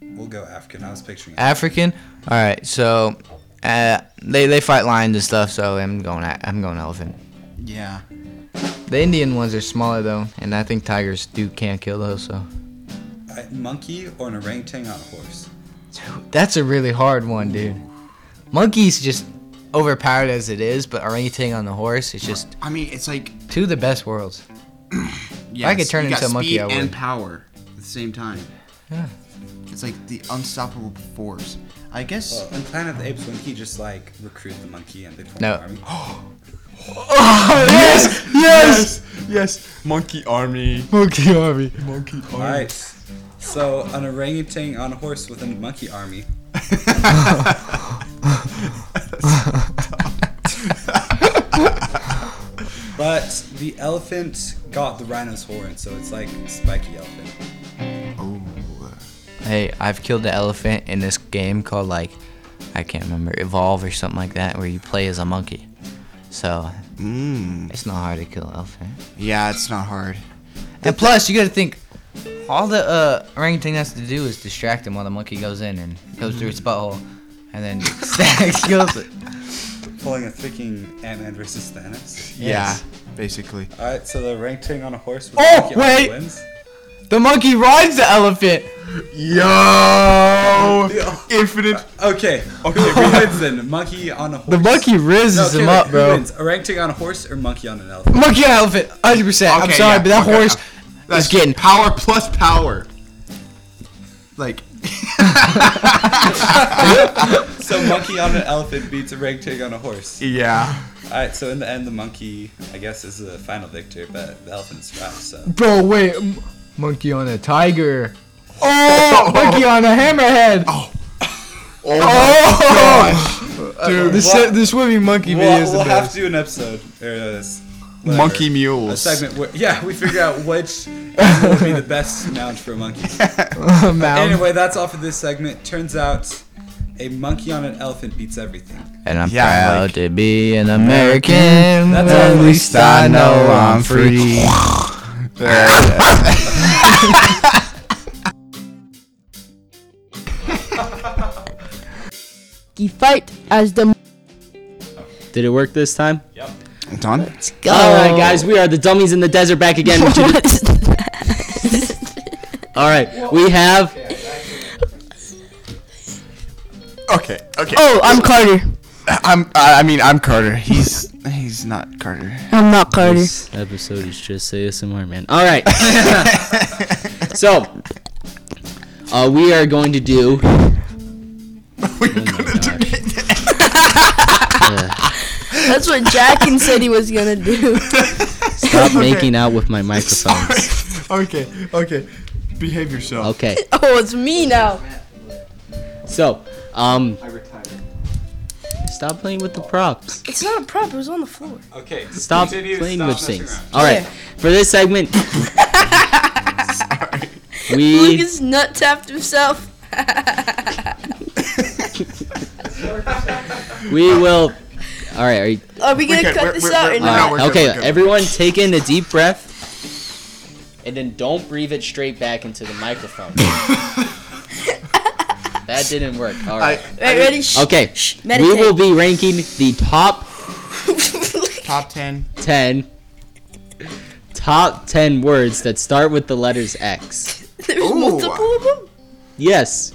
[SPEAKER 1] We'll go African. I was picturing.
[SPEAKER 2] African. All right, so uh, they they fight lions and stuff. So I'm going a- I'm going elephant.
[SPEAKER 5] yeah.
[SPEAKER 2] The Indian ones are smaller though, and I think tigers do can't kill those. So
[SPEAKER 1] A monkey or an orangutan on a horse?
[SPEAKER 2] that's a really hard one, dude. Monkeys just overpowered as it is, but orangutan on the horse, it's just
[SPEAKER 5] I mean, it's like
[SPEAKER 2] two of the best worlds.
[SPEAKER 5] yeah.
[SPEAKER 2] I could turn
[SPEAKER 5] you
[SPEAKER 2] into
[SPEAKER 5] got
[SPEAKER 2] a monkey,
[SPEAKER 5] speed
[SPEAKER 2] I would.
[SPEAKER 5] and power at the same time.
[SPEAKER 2] Yeah.
[SPEAKER 5] It's like the unstoppable force. I
[SPEAKER 9] Oh.
[SPEAKER 5] guess.
[SPEAKER 1] In Planet of the Apes, wouldn't he just like recruit the monkey and they form
[SPEAKER 9] No.
[SPEAKER 1] an army?
[SPEAKER 3] yes, yes,
[SPEAKER 5] Yes, monkey army.
[SPEAKER 3] monkey army.
[SPEAKER 5] Monkey army.
[SPEAKER 1] All right. So an orangutan on a horse with a monkey army. but the elephant got the rhino's horn, so it's like a spiky elephant.
[SPEAKER 9] Hey, I've killed the elephant in this game called like I can't remember Evolve or something like that, where you play as a monkey. So it's not hard to kill an elephant.
[SPEAKER 5] Yeah, it's not hard.
[SPEAKER 9] And plus, you got to think all the uh, orangutan has to do is distract him while the monkey goes in and goes through its butthole, and then stacks kills it.
[SPEAKER 1] Pulling a freaking Ant-Man versus Thanos.
[SPEAKER 9] Yes.
[SPEAKER 5] Yeah, basically.
[SPEAKER 1] All right, so the orangutan on a horse with a
[SPEAKER 9] Oh,
[SPEAKER 1] monkey army
[SPEAKER 9] wait!
[SPEAKER 1] wins.
[SPEAKER 9] The monkey rides the elephant.
[SPEAKER 5] Yo, infinite.
[SPEAKER 1] Okay. Okay. Who wins then? Monkey on a horse.
[SPEAKER 9] The monkey rizzes
[SPEAKER 1] okay,
[SPEAKER 9] him
[SPEAKER 1] wait,
[SPEAKER 9] up,
[SPEAKER 1] who
[SPEAKER 9] bro.
[SPEAKER 1] Wins? Orangutan on a horse or monkey on an elephant?
[SPEAKER 9] Monkey on elephant, 100. percent I'm
[SPEAKER 5] Okay,
[SPEAKER 9] sorry,
[SPEAKER 5] yeah,
[SPEAKER 9] but that
[SPEAKER 5] okay,
[SPEAKER 9] horse
[SPEAKER 5] That's
[SPEAKER 9] is getting.
[SPEAKER 5] power plus power. Like,
[SPEAKER 1] so monkey on an elephant beats orangutan on a horse.
[SPEAKER 5] yeah.
[SPEAKER 1] All right. So in the end, the monkey, I guess, is the final victor, but the elephant survives. So
[SPEAKER 9] Bro, wait. m- Monkey on a tiger. Oh, monkey on a hammerhead.
[SPEAKER 5] Oh, my
[SPEAKER 3] Dude, the,
[SPEAKER 1] what-
[SPEAKER 3] si- the swimming monkey
[SPEAKER 1] we'll,
[SPEAKER 3] video is the
[SPEAKER 1] we'll have
[SPEAKER 3] best.
[SPEAKER 1] to do an episode or uh, s-
[SPEAKER 5] gosh.
[SPEAKER 1] whatever,
[SPEAKER 5] Monkey
[SPEAKER 1] A
[SPEAKER 5] mules.
[SPEAKER 1] segment where yeah, we figure out which animal would be the best mount for a monkey. Anyway, that's all for this segment. Turns out, a monkey on an elephant beats everything.
[SPEAKER 9] And I'm
[SPEAKER 5] Yeah, I
[SPEAKER 9] proud
[SPEAKER 5] like-
[SPEAKER 9] to be an American.
[SPEAKER 1] That's
[SPEAKER 9] At
[SPEAKER 1] all.
[SPEAKER 9] least I know I'm free.
[SPEAKER 6] He fight as the
[SPEAKER 7] Did it work this time?
[SPEAKER 5] It's on.
[SPEAKER 7] All
[SPEAKER 5] Oh.
[SPEAKER 7] right, guys, we are the dummies in the desert back again. with you. All right, we have.
[SPEAKER 5] Okay. Okay.
[SPEAKER 6] Oh, I'm Carter.
[SPEAKER 5] I'm. I I mean, I'm Carter. He's. He's not Carter.
[SPEAKER 6] I'm not Carter.
[SPEAKER 7] This episode is just ASMR, man. All right. so, uh, we are going to do.
[SPEAKER 2] Oh
[SPEAKER 6] That's what Jackin said he was gonna do.
[SPEAKER 7] Stop making out with my microphones.
[SPEAKER 5] okay. Okay. Behave yourself.
[SPEAKER 7] Okay.
[SPEAKER 6] Oh, it's me now.
[SPEAKER 7] So, um. Stop playing with the props.
[SPEAKER 6] It's not a prop. It was on the floor.
[SPEAKER 1] Okay.
[SPEAKER 7] Stop playing with things. All right. For this segment, we
[SPEAKER 6] Lucas nut tapped himself.
[SPEAKER 7] we will. All right. Are you,
[SPEAKER 6] Are we gonna
[SPEAKER 5] good,
[SPEAKER 6] cut
[SPEAKER 5] we're-
[SPEAKER 6] this
[SPEAKER 5] we're-
[SPEAKER 6] out
[SPEAKER 5] we're-
[SPEAKER 6] or
[SPEAKER 5] we're
[SPEAKER 6] not?
[SPEAKER 5] not- good,
[SPEAKER 7] okay,
[SPEAKER 5] we're good.
[SPEAKER 7] everyone, take in a deep breath, and then don't breathe it straight back into the microphone. that didn't work. All right.
[SPEAKER 6] Right, ready? Shh.
[SPEAKER 7] okay.
[SPEAKER 6] Shh,
[SPEAKER 7] we
[SPEAKER 6] meditate.
[SPEAKER 7] will be ranking the top
[SPEAKER 5] Top ten.
[SPEAKER 7] 10 top 10 words that start with the letters X.
[SPEAKER 6] There's multiple of them.
[SPEAKER 7] Yes.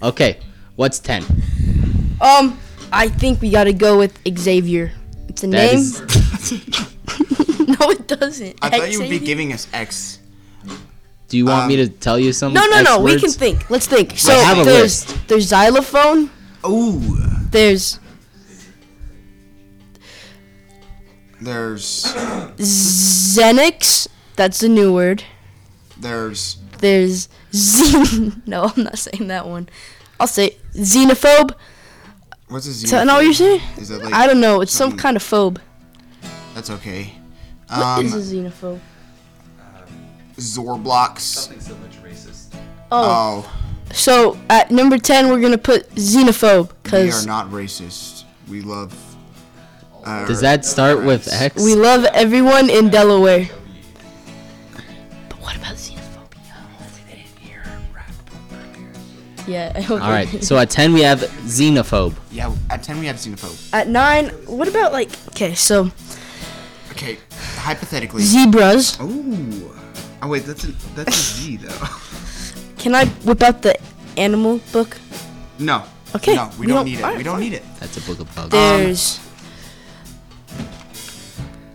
[SPEAKER 7] Okay. What's 10?
[SPEAKER 6] Um, I think we gotta go with Xavier. It's a
[SPEAKER 7] That
[SPEAKER 6] name.
[SPEAKER 7] is-
[SPEAKER 6] no, it doesn't.
[SPEAKER 5] I thought you would be
[SPEAKER 6] Xavier?
[SPEAKER 5] giving us X.
[SPEAKER 7] Do you want me
[SPEAKER 5] Um,
[SPEAKER 7] to tell you some
[SPEAKER 6] No, no,
[SPEAKER 7] X
[SPEAKER 6] no. We
[SPEAKER 7] words?
[SPEAKER 6] can think. Let's think. So
[SPEAKER 7] have a
[SPEAKER 6] there's there's xylophone.
[SPEAKER 5] Ooh.
[SPEAKER 6] There's
[SPEAKER 5] There's.
[SPEAKER 6] Xenix. That's a new word.
[SPEAKER 5] There's.
[SPEAKER 6] There's xen. no, I'm not saying that one. I'll say xenophobe.
[SPEAKER 5] What's a
[SPEAKER 6] So,
[SPEAKER 5] zero?
[SPEAKER 6] no, you're saying?
[SPEAKER 5] Is that like?
[SPEAKER 6] I don't know. It's some
[SPEAKER 5] something-
[SPEAKER 6] kind of phobe.
[SPEAKER 5] That's okay.
[SPEAKER 6] What
[SPEAKER 5] Um,
[SPEAKER 6] is a xenophobe?
[SPEAKER 5] Zorblocks.
[SPEAKER 1] so much racist.
[SPEAKER 6] Oh,
[SPEAKER 5] Oh,
[SPEAKER 6] so at number ten we're gonna put xenophobe
[SPEAKER 5] we are
[SPEAKER 6] because
[SPEAKER 5] not racist. We love. Uh,
[SPEAKER 7] Does that start with X?
[SPEAKER 6] we love everyone in Delaware. But what about xenophobia? Yeah. Okay.
[SPEAKER 7] All right. So at 10 we have xenophobe.
[SPEAKER 5] Yeah, at ten we have xenophobe.
[SPEAKER 6] At nine, what about like? Okay, so
[SPEAKER 5] Okay, hypothetically.
[SPEAKER 6] zebras.
[SPEAKER 5] Ooh. Oh wait, that's a that's a Z though.
[SPEAKER 6] Can I whip out the animal book?
[SPEAKER 5] No.
[SPEAKER 6] Okay,
[SPEAKER 5] No,
[SPEAKER 6] we
[SPEAKER 5] we, don't,
[SPEAKER 6] don't-
[SPEAKER 5] need it.
[SPEAKER 6] alright,
[SPEAKER 5] we don't
[SPEAKER 6] fine.
[SPEAKER 5] need it.
[SPEAKER 7] That's a book of
[SPEAKER 6] Um,
[SPEAKER 7] bugs. Do
[SPEAKER 6] There's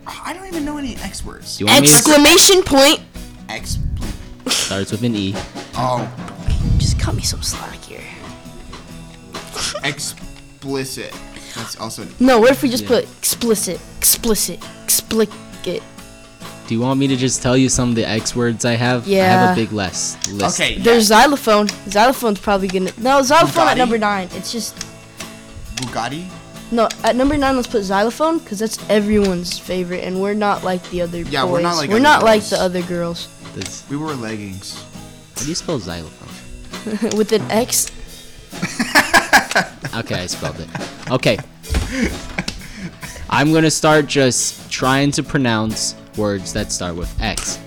[SPEAKER 5] I don't even know any X words.
[SPEAKER 7] you want me to
[SPEAKER 6] exclamation point.
[SPEAKER 5] X.
[SPEAKER 7] starts with an E?
[SPEAKER 5] Oh.
[SPEAKER 6] Just cut me some slack here.
[SPEAKER 5] Explicit. That's also.
[SPEAKER 6] No, what if we just
[SPEAKER 7] Yeah.
[SPEAKER 6] put explicit, explicit, explicit?
[SPEAKER 7] Do you want me to just tell you some of the X words I have? I have
[SPEAKER 6] Yeah.
[SPEAKER 7] a big less list.
[SPEAKER 5] Okay.
[SPEAKER 6] There's xylophone. Xylophone's probably gonna. No, xylophone
[SPEAKER 5] Bugatti?
[SPEAKER 6] at number nine. It's just
[SPEAKER 5] Bugatti.
[SPEAKER 6] no at number nine. Let's put xylophone because that's everyone's favorite, and we're not like the other
[SPEAKER 5] Yeah,
[SPEAKER 6] boys.
[SPEAKER 5] we're not like
[SPEAKER 6] we're
[SPEAKER 5] other
[SPEAKER 6] not like
[SPEAKER 5] girls.
[SPEAKER 6] the other girls
[SPEAKER 7] This-
[SPEAKER 5] We wore leggings.
[SPEAKER 7] how do you spell xylophone?
[SPEAKER 6] with an X.
[SPEAKER 7] Okay, I spelled it. Okay. I'm gonna start just trying to pronounce words that start with X.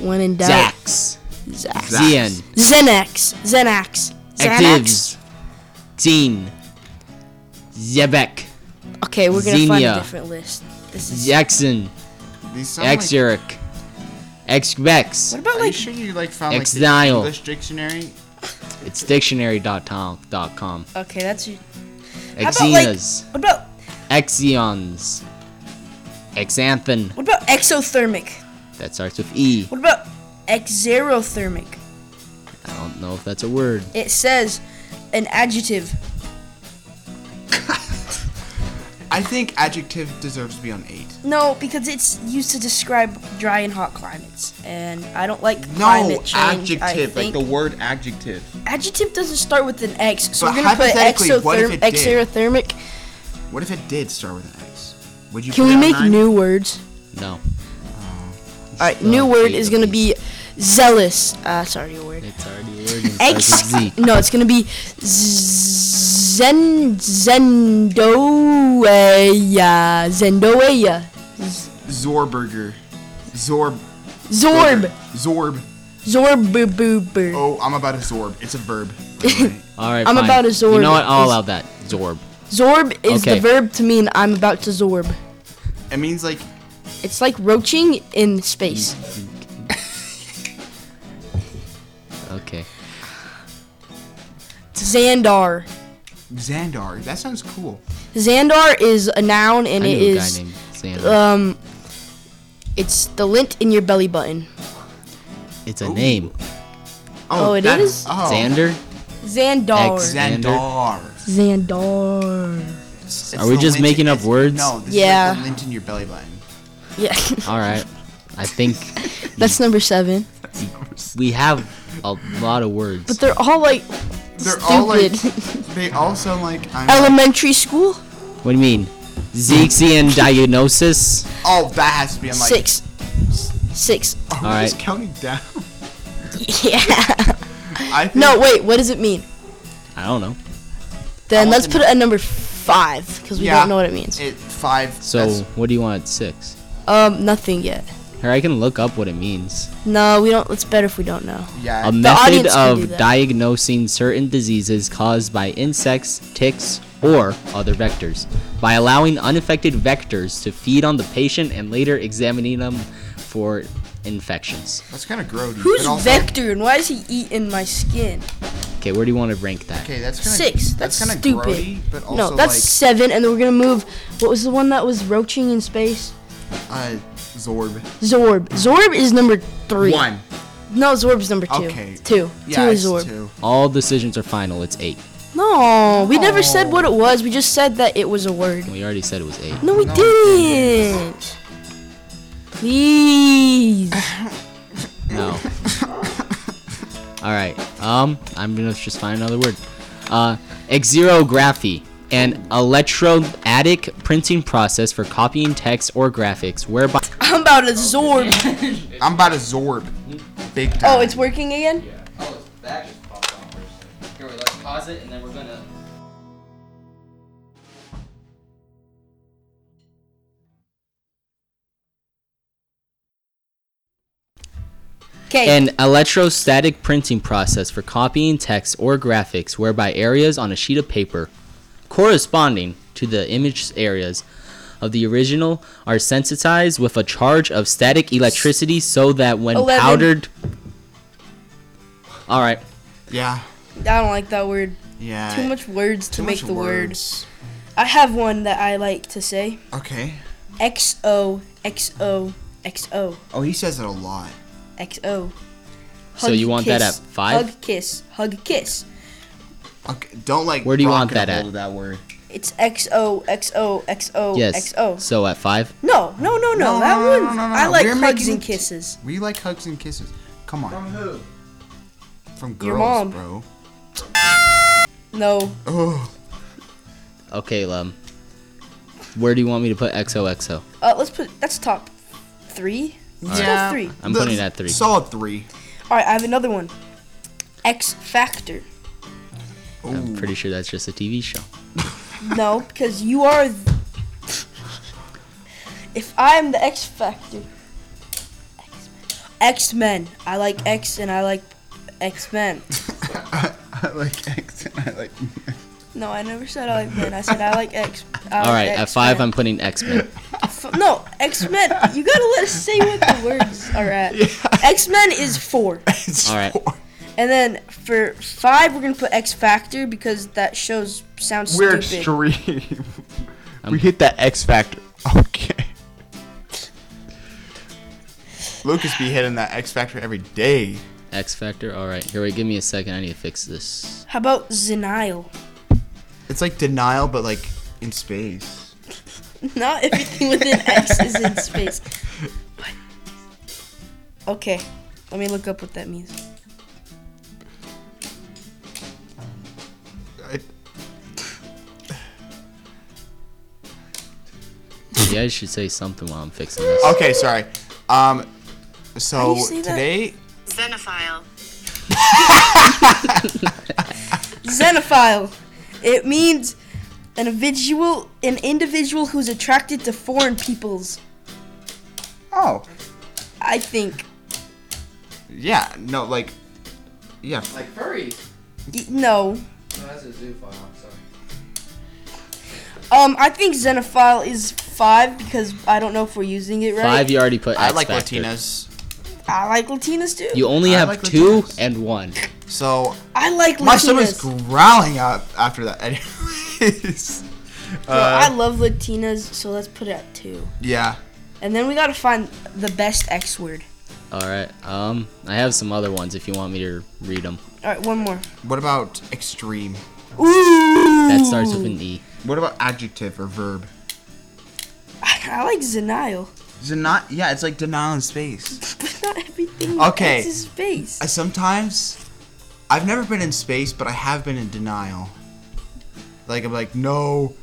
[SPEAKER 6] When in doubt,
[SPEAKER 7] Zax.
[SPEAKER 6] Zax.
[SPEAKER 7] Zian.
[SPEAKER 6] Xanax. Xanax. Xanax.
[SPEAKER 7] Actives. Dean. Zebek.
[SPEAKER 6] Okay, we're gonna find a
[SPEAKER 7] Xenia.
[SPEAKER 6] different list. This is.
[SPEAKER 7] Jackson.
[SPEAKER 5] These
[SPEAKER 6] Oh
[SPEAKER 5] sound like-
[SPEAKER 7] Xeric. Xbex.
[SPEAKER 5] What about like? Are you sure you like found like the
[SPEAKER 7] Exile.
[SPEAKER 5] English dictionary?
[SPEAKER 7] It's dictionary.com.
[SPEAKER 6] Okay, that's. your- How about like?
[SPEAKER 7] Xenas.
[SPEAKER 6] What about
[SPEAKER 7] Exions. Exanthan.
[SPEAKER 6] what about exothermic?
[SPEAKER 7] That starts with E.
[SPEAKER 6] What about exerothermic?
[SPEAKER 7] I don't know if that's a word.
[SPEAKER 6] It says an adjective.
[SPEAKER 5] I think adjective deserves to be on eight.
[SPEAKER 6] No, because it's used to describe dry and hot climates, and I don't like
[SPEAKER 5] No,
[SPEAKER 6] climate change. I
[SPEAKER 5] adjective.
[SPEAKER 6] think.
[SPEAKER 5] Like the word adjective.
[SPEAKER 6] adjective doesn't start with an X, so
[SPEAKER 5] But
[SPEAKER 6] we're gonna put
[SPEAKER 5] hypothetically, what if
[SPEAKER 6] exotherm-
[SPEAKER 5] it did?
[SPEAKER 6] exerothermic.
[SPEAKER 5] What if it did start with an X? Would you?
[SPEAKER 6] Can
[SPEAKER 5] put
[SPEAKER 6] we
[SPEAKER 5] it on
[SPEAKER 6] make
[SPEAKER 5] nine?
[SPEAKER 6] new words? All
[SPEAKER 7] No.
[SPEAKER 6] right,
[SPEAKER 7] Still
[SPEAKER 6] new word
[SPEAKER 7] hate
[SPEAKER 6] is
[SPEAKER 7] the
[SPEAKER 6] gonna
[SPEAKER 7] beast.
[SPEAKER 6] be zealous. Uh, sorry, your word.
[SPEAKER 7] It's already a word. and it starts
[SPEAKER 6] Ex.
[SPEAKER 7] with Z.
[SPEAKER 6] No, it's gonna be zen zendoeya zendoeya
[SPEAKER 5] Zorberger. Zorb.
[SPEAKER 6] zorb
[SPEAKER 5] Zorb.
[SPEAKER 6] zorbubber.
[SPEAKER 5] Oh, I'm about to zorb. It's a verb.
[SPEAKER 7] All right.
[SPEAKER 6] I'm
[SPEAKER 7] fine.
[SPEAKER 6] about a Zorb.
[SPEAKER 7] You know what? I'll
[SPEAKER 6] Is-
[SPEAKER 7] allow that. Zorb.
[SPEAKER 6] Zorb is
[SPEAKER 7] Okay.
[SPEAKER 6] the verb to mean I'm about to zorb.
[SPEAKER 5] it means like
[SPEAKER 6] It's like roaching in space.
[SPEAKER 7] Mm. Okay.
[SPEAKER 6] Xandar.
[SPEAKER 5] Xandar. That sounds cool.
[SPEAKER 6] Xandar is a noun and
[SPEAKER 7] I
[SPEAKER 6] it
[SPEAKER 7] knew a guy
[SPEAKER 6] is
[SPEAKER 7] named Xander.
[SPEAKER 6] um it's the lint in your belly button.
[SPEAKER 7] it's a name.
[SPEAKER 6] Oh, it
[SPEAKER 5] that-
[SPEAKER 6] is?
[SPEAKER 5] Oh.
[SPEAKER 7] Xander?
[SPEAKER 6] Xandar.
[SPEAKER 7] Ex-
[SPEAKER 5] Xandar.
[SPEAKER 6] Xandar.
[SPEAKER 5] It's
[SPEAKER 7] Are we
[SPEAKER 5] the
[SPEAKER 7] just
[SPEAKER 5] lint-
[SPEAKER 7] making up
[SPEAKER 5] it's-
[SPEAKER 7] words?
[SPEAKER 5] No, this
[SPEAKER 6] Yeah.
[SPEAKER 5] is like the lint in your belly button.
[SPEAKER 6] Yeah.
[SPEAKER 7] All right. I think
[SPEAKER 6] That's number 7.
[SPEAKER 7] we have a lot of words.
[SPEAKER 6] But they're all like
[SPEAKER 5] They're all like.
[SPEAKER 6] Stupid.
[SPEAKER 5] They all sound like. I'm,
[SPEAKER 6] elementary school.
[SPEAKER 7] what do you mean? Zexian diagnosis?
[SPEAKER 5] oh, that has to be. I'm like.
[SPEAKER 6] 6. 6.
[SPEAKER 5] Are we
[SPEAKER 7] All
[SPEAKER 5] just
[SPEAKER 7] right.
[SPEAKER 5] counting down?
[SPEAKER 6] Yeah.
[SPEAKER 5] I think
[SPEAKER 6] No, wait, what does it mean?
[SPEAKER 7] I don't know.
[SPEAKER 6] Then
[SPEAKER 5] want
[SPEAKER 6] let's
[SPEAKER 5] to
[SPEAKER 6] put it at number 5 cuz we
[SPEAKER 5] Yeah.
[SPEAKER 6] don't know what it means.
[SPEAKER 5] It five.
[SPEAKER 7] So
[SPEAKER 5] that's-
[SPEAKER 7] what do you want at six?
[SPEAKER 6] Um nothing yet.
[SPEAKER 7] Or I can look up what it means.
[SPEAKER 6] No, we don't. It's better if we don't know.
[SPEAKER 5] yeah.
[SPEAKER 7] A
[SPEAKER 6] audience
[SPEAKER 7] method
[SPEAKER 6] can do
[SPEAKER 7] of
[SPEAKER 6] that.
[SPEAKER 7] diagnosing certain diseases caused by insects, ticks, or other vectors by allowing unaffected vectors to feed on the patient and later examining them for infections.
[SPEAKER 5] that's kind of grody.
[SPEAKER 6] Who's
[SPEAKER 5] but also-
[SPEAKER 6] Vector and why is he eating my skin?
[SPEAKER 7] Okay, where do you want to rank that?
[SPEAKER 5] Okay, that's kind of
[SPEAKER 6] Six. That's,
[SPEAKER 5] kind of
[SPEAKER 6] stupid.
[SPEAKER 5] grody, but also
[SPEAKER 6] no, that's
[SPEAKER 5] like
[SPEAKER 6] seven, and then we're gonna move. What was the one that was roaching in space?
[SPEAKER 5] uh, Zorb.
[SPEAKER 6] Zorb. Zorb is number three.
[SPEAKER 5] One.
[SPEAKER 6] No, Zorb's number two.
[SPEAKER 5] Okay.
[SPEAKER 6] Two.
[SPEAKER 5] Yeah,
[SPEAKER 6] two
[SPEAKER 5] it's
[SPEAKER 6] is Zorb.
[SPEAKER 5] two.
[SPEAKER 7] All decisions are final. It's eight.
[SPEAKER 6] No, we never said what it was. We just said that it was a word.
[SPEAKER 7] We already said it was eight.
[SPEAKER 6] No, we didn't. Please.
[SPEAKER 7] No. All right. Um, I'm gonna just find another word. Uh, xerography, an electrostatic printing process for copying text or graphics, whereby
[SPEAKER 6] I'm about to Zorb.
[SPEAKER 5] I'm about to Zorb. Big time.
[SPEAKER 6] Oh, it's working again.
[SPEAKER 7] Oh, it's back just popped on for a second. Here, wait, let's pause it and then we're gonna.
[SPEAKER 6] Okay.
[SPEAKER 7] An electrostatic printing process for copying text or graphics whereby areas on a sheet of paper corresponding to the image areas of the original are sensitized with a charge of static electricity so that when
[SPEAKER 6] Eleven.
[SPEAKER 7] powdered. All right.
[SPEAKER 5] Yeah.
[SPEAKER 6] I don't like that word.
[SPEAKER 5] Yeah.
[SPEAKER 6] Too much words to
[SPEAKER 5] Too
[SPEAKER 6] make
[SPEAKER 5] much
[SPEAKER 6] the word.
[SPEAKER 5] words.
[SPEAKER 6] I have one that I like to say.
[SPEAKER 5] Okay.
[SPEAKER 6] XO XO XO
[SPEAKER 5] Oh, he says it a lot.
[SPEAKER 6] XO.
[SPEAKER 7] So you want that at five?
[SPEAKER 6] Hug kiss. Hug kiss.
[SPEAKER 5] Okay, don't like.
[SPEAKER 7] Where do you
[SPEAKER 5] rock
[SPEAKER 7] want
[SPEAKER 5] and
[SPEAKER 7] that
[SPEAKER 5] roll
[SPEAKER 7] at?
[SPEAKER 5] to That word.
[SPEAKER 6] It's X O X O X O Oh, X
[SPEAKER 7] Yes.
[SPEAKER 6] O.
[SPEAKER 7] So at five.
[SPEAKER 6] No, no, no,
[SPEAKER 5] No,
[SPEAKER 6] no. That
[SPEAKER 5] no, no,
[SPEAKER 6] one.
[SPEAKER 5] no, no, no.
[SPEAKER 6] I like
[SPEAKER 5] We're
[SPEAKER 6] hugs
[SPEAKER 5] making
[SPEAKER 6] and
[SPEAKER 5] it-
[SPEAKER 6] kisses.
[SPEAKER 5] We like hugs and kisses. Come on. From who? From girls,
[SPEAKER 6] Your mom.
[SPEAKER 5] bro.
[SPEAKER 6] No.
[SPEAKER 5] Oh,
[SPEAKER 7] Okay, Lum. Where do you want me to put XOXO?
[SPEAKER 6] Uh, let's put. That's top three. Let's
[SPEAKER 7] Yeah.
[SPEAKER 6] go three.
[SPEAKER 7] I'm putting it at three.
[SPEAKER 5] Solid three.
[SPEAKER 6] All right, I have another one. X Factor.
[SPEAKER 7] I'm pretty sure that's just a TV show.
[SPEAKER 6] No, because you are. Th- if I'm the X Factor. X Men. I like X and I like X Men.
[SPEAKER 5] I like X. I like.
[SPEAKER 6] No, I never said I like men. I said I like Oh, X. I
[SPEAKER 7] All right,
[SPEAKER 6] like
[SPEAKER 7] at five,
[SPEAKER 6] X-Men.
[SPEAKER 7] I'm putting X Men.
[SPEAKER 6] F- no, X Men. You gotta let us say what the words are at. X Men is four.
[SPEAKER 5] It's
[SPEAKER 7] All right.
[SPEAKER 6] And then for five, we're gonna put X Factor because that shows sounds
[SPEAKER 5] We're
[SPEAKER 6] stupid.
[SPEAKER 5] extreme. we hit that X factor. Okay. Lucas be hitting that X factor every day.
[SPEAKER 7] X Factor. All right, here, wait, give me a second. I need to fix this.
[SPEAKER 6] How about Zenile?
[SPEAKER 5] It's like denial, but like in space.
[SPEAKER 6] Not everything within X is in space. What? Okay, let me look up what that means.
[SPEAKER 5] I,
[SPEAKER 7] You guys should say something while I'm fixing this.
[SPEAKER 5] okay, sorry. Um, so
[SPEAKER 6] How do you say that?
[SPEAKER 5] today
[SPEAKER 10] Xenophile.
[SPEAKER 6] Xenophile. It means an individual, an individual who's attracted to foreign peoples.
[SPEAKER 5] Oh,
[SPEAKER 6] I think.
[SPEAKER 5] yeah. No, like, yeah.
[SPEAKER 2] Like furries.
[SPEAKER 6] Y- No.
[SPEAKER 2] No, that's a zoophile. I'm sorry.
[SPEAKER 6] Um, I think xenophile is five because I don't know if we're using it right.
[SPEAKER 7] Five, you already put X
[SPEAKER 5] I like
[SPEAKER 7] Factor.
[SPEAKER 5] Latinas.
[SPEAKER 6] I like Latinas too.
[SPEAKER 7] You only
[SPEAKER 5] I
[SPEAKER 7] have
[SPEAKER 5] like
[SPEAKER 7] two
[SPEAKER 5] Latinas.
[SPEAKER 7] and one.
[SPEAKER 5] So
[SPEAKER 6] I like
[SPEAKER 5] my
[SPEAKER 6] Latinas.
[SPEAKER 5] stomach's growling up after that. Anyways,
[SPEAKER 6] Bro, I love Latinas, so let's put it at two.
[SPEAKER 5] yeah.
[SPEAKER 6] And then we gotta find the best X word.
[SPEAKER 7] All right. Um, I have some other ones if you want me to read them.
[SPEAKER 6] All right, one more.
[SPEAKER 5] What about extreme?
[SPEAKER 6] Ooh.
[SPEAKER 7] That starts with an E.
[SPEAKER 5] What about adjective or verb?
[SPEAKER 6] I, I like Zenile,
[SPEAKER 5] Is it not? Yeah, it's like denial in space.
[SPEAKER 6] but not everything.
[SPEAKER 5] Okay.
[SPEAKER 6] X is space.
[SPEAKER 5] I sometimes, I've never been in space, but I have been in denial. Like I'm like, no,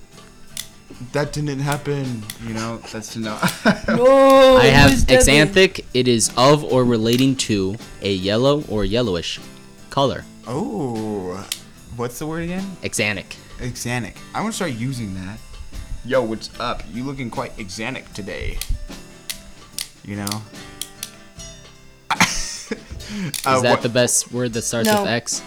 [SPEAKER 5] that didn't happen. You know, that's denial.
[SPEAKER 6] No.
[SPEAKER 7] I have
[SPEAKER 6] who's deadly?
[SPEAKER 7] exanthic. It is of or relating to a yellow or yellowish color.
[SPEAKER 5] oh, what's the word again?
[SPEAKER 7] Exanic.
[SPEAKER 5] Exanic. I want to start using that. Yo, what's up? You looking quite exanic today. You know? Uh,
[SPEAKER 7] Is that the best word that starts
[SPEAKER 6] No.
[SPEAKER 7] with X?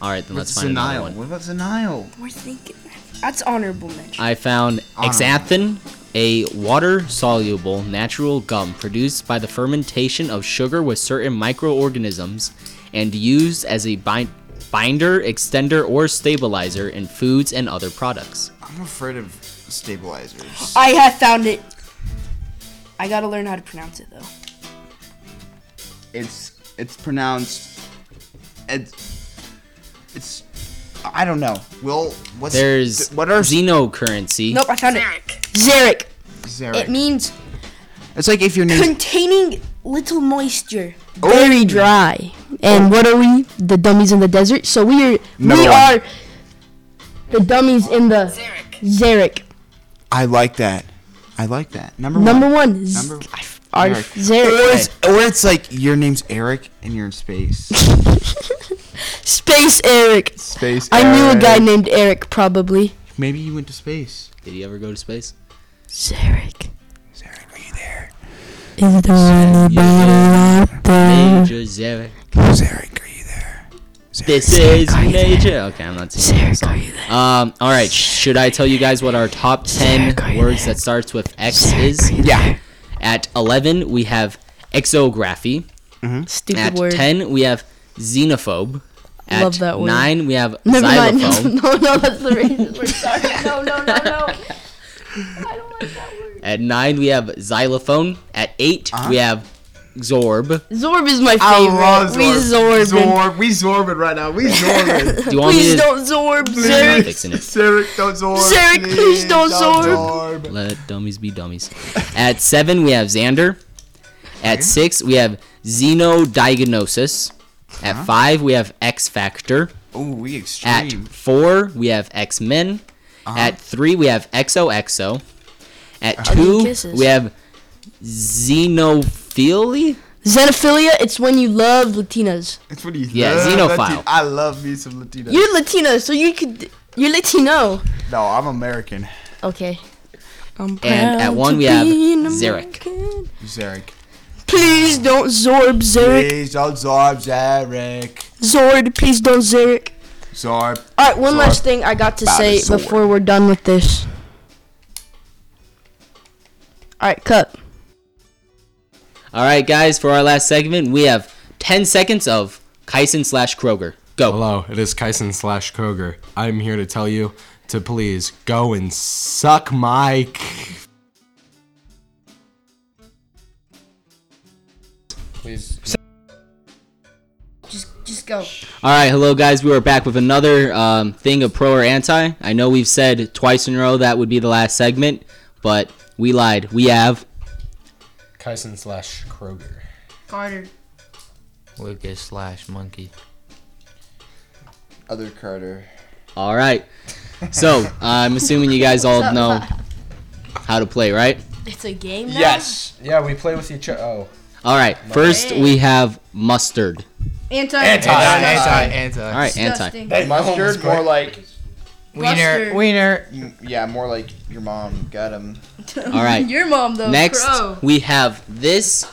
[SPEAKER 7] All right, then let's find another one.
[SPEAKER 5] What about Zenile?
[SPEAKER 6] We're thinking. That's honorable mention.
[SPEAKER 7] I found
[SPEAKER 5] Honorable.
[SPEAKER 7] xanthin, a water-soluble natural gum produced by the fermentation of sugar with certain microorganisms, and used as a bind- binder, extender, or stabilizer in foods and other products.
[SPEAKER 5] I'm afraid of stabilizers.
[SPEAKER 6] I have found it. I gotta learn how to pronounce it though.
[SPEAKER 5] It's it's pronounced it's it's I don't know. Well, what's
[SPEAKER 7] There's
[SPEAKER 5] what are
[SPEAKER 7] xenocurrency.
[SPEAKER 6] Nope, I found it.
[SPEAKER 10] Xeric.
[SPEAKER 6] Xeric.
[SPEAKER 5] Xeric?
[SPEAKER 6] It means
[SPEAKER 5] It's like if your name
[SPEAKER 6] containing little moisture.
[SPEAKER 5] Oh.
[SPEAKER 11] Very dry. And what are we? The dummies in the desert. So we are
[SPEAKER 5] Number
[SPEAKER 11] we
[SPEAKER 5] one.
[SPEAKER 11] are the dummies in the
[SPEAKER 10] Xeric.
[SPEAKER 11] Zarek.
[SPEAKER 5] I like that. I like that. Number one.
[SPEAKER 11] Number one. Z-
[SPEAKER 5] Number
[SPEAKER 11] I f- are
[SPEAKER 5] Zarek. Or
[SPEAKER 11] Zarek.
[SPEAKER 5] it's, or it's like your name's Eric and you're in space.
[SPEAKER 11] Space Eric.
[SPEAKER 5] space.
[SPEAKER 11] I knew a guy
[SPEAKER 5] Eric.
[SPEAKER 11] named Eric probably.
[SPEAKER 5] Maybe you went to space.
[SPEAKER 7] Did he ever go to space?
[SPEAKER 11] Zarek.
[SPEAKER 5] Eric, are you there?
[SPEAKER 11] Is there anybody out there?
[SPEAKER 7] Major Xeric.
[SPEAKER 5] Eric, are you there?
[SPEAKER 7] This is major. Okay, I'm not singing
[SPEAKER 11] Zarek,
[SPEAKER 7] that
[SPEAKER 11] are
[SPEAKER 7] song.
[SPEAKER 11] you there?
[SPEAKER 7] Um. All right. Should I tell you guys what our top ten
[SPEAKER 11] Xeric, are you
[SPEAKER 7] words
[SPEAKER 11] there?
[SPEAKER 7] that starts with X is?
[SPEAKER 5] Yeah.
[SPEAKER 7] At 11, we have exography.
[SPEAKER 11] Stupid
[SPEAKER 7] At
[SPEAKER 11] word.
[SPEAKER 7] 10, we have xenophobe. At
[SPEAKER 11] Love that word.
[SPEAKER 7] 9, we have
[SPEAKER 11] Never mind.
[SPEAKER 7] xylophone.
[SPEAKER 11] No, no, that's the reason. We're sorry. No, no, no, no.
[SPEAKER 7] At 9, we have xylophone. At 8, we have Zorb.
[SPEAKER 12] Zorb is my favorite.
[SPEAKER 5] I love
[SPEAKER 12] We
[SPEAKER 5] Zorb.
[SPEAKER 12] Zorb.
[SPEAKER 5] Zorb. We Zorbing right now. We Zorbing.
[SPEAKER 7] Do you want
[SPEAKER 12] Please
[SPEAKER 7] me to?
[SPEAKER 12] don't Zorb,
[SPEAKER 7] I'm
[SPEAKER 12] Zarek.
[SPEAKER 7] fixing it.
[SPEAKER 5] Zarek, don't Zorb.
[SPEAKER 12] Zarek, please don't
[SPEAKER 5] Zorb.
[SPEAKER 7] Let dummies be dummies. At seven, we have Xander. At six, we have Xenodiagnosis. At five, we have X Factor.
[SPEAKER 5] Ooh, we
[SPEAKER 7] At
[SPEAKER 5] extreme.
[SPEAKER 7] four, we have X Men. At three, we have XOXO. At
[SPEAKER 12] many
[SPEAKER 7] two,
[SPEAKER 12] kisses?
[SPEAKER 7] we have Xenophily.
[SPEAKER 12] Xenophilia, it's when you love Latinas.
[SPEAKER 5] That's what he
[SPEAKER 7] Yeah,
[SPEAKER 5] loves.
[SPEAKER 7] xenophile.
[SPEAKER 5] I love me some Latinos.
[SPEAKER 12] You're Latina, so you could. You're Latino.
[SPEAKER 5] No, I'm American.
[SPEAKER 12] Okay.
[SPEAKER 13] I'm
[SPEAKER 7] And at one, we have Zarek.
[SPEAKER 5] Zarek.
[SPEAKER 12] Please don't Zorb, Zarek.
[SPEAKER 5] Please don't Zorb, Zarek.
[SPEAKER 12] Zord, please don't Zarek.
[SPEAKER 5] Zorb.
[SPEAKER 12] Alright, one
[SPEAKER 5] Zorb.
[SPEAKER 12] last thing I got to
[SPEAKER 5] About
[SPEAKER 12] say
[SPEAKER 5] his sword.
[SPEAKER 12] before we're done with this. Alright, cut.
[SPEAKER 7] All right, guys, for our last segment, we have 10 seconds of Kyson slash Kroger. Go.
[SPEAKER 3] Hello, it is Kyson slash Kroger. I'm here to tell you to please go and suck my. c-
[SPEAKER 6] Just, just go.
[SPEAKER 7] All right, hello, guys. We are back with another um, thing of pro or anti. I know we've said twice in a row that would be the last segment, but we lied. We have.
[SPEAKER 3] Kyson slash Kroger.
[SPEAKER 6] Carter.
[SPEAKER 2] Lucas slash monkey.
[SPEAKER 5] Other Carter.
[SPEAKER 7] All right. So I'm assuming you guys all know how to play, right?
[SPEAKER 12] It's a game now?
[SPEAKER 3] Yes. Yeah, we play with each other. Oh.
[SPEAKER 7] All right. First, we have mustard.
[SPEAKER 6] Anti.
[SPEAKER 3] Anti.
[SPEAKER 7] All right, anti.
[SPEAKER 6] Disgusting.
[SPEAKER 3] Hey, my home was
[SPEAKER 5] Mustard, more
[SPEAKER 3] great.
[SPEAKER 5] like,
[SPEAKER 6] Mustard.
[SPEAKER 2] Wiener.
[SPEAKER 5] yeah, more like your mom got him.
[SPEAKER 7] All right.
[SPEAKER 6] Your mom though.
[SPEAKER 7] Next,
[SPEAKER 6] Crow.
[SPEAKER 7] we have this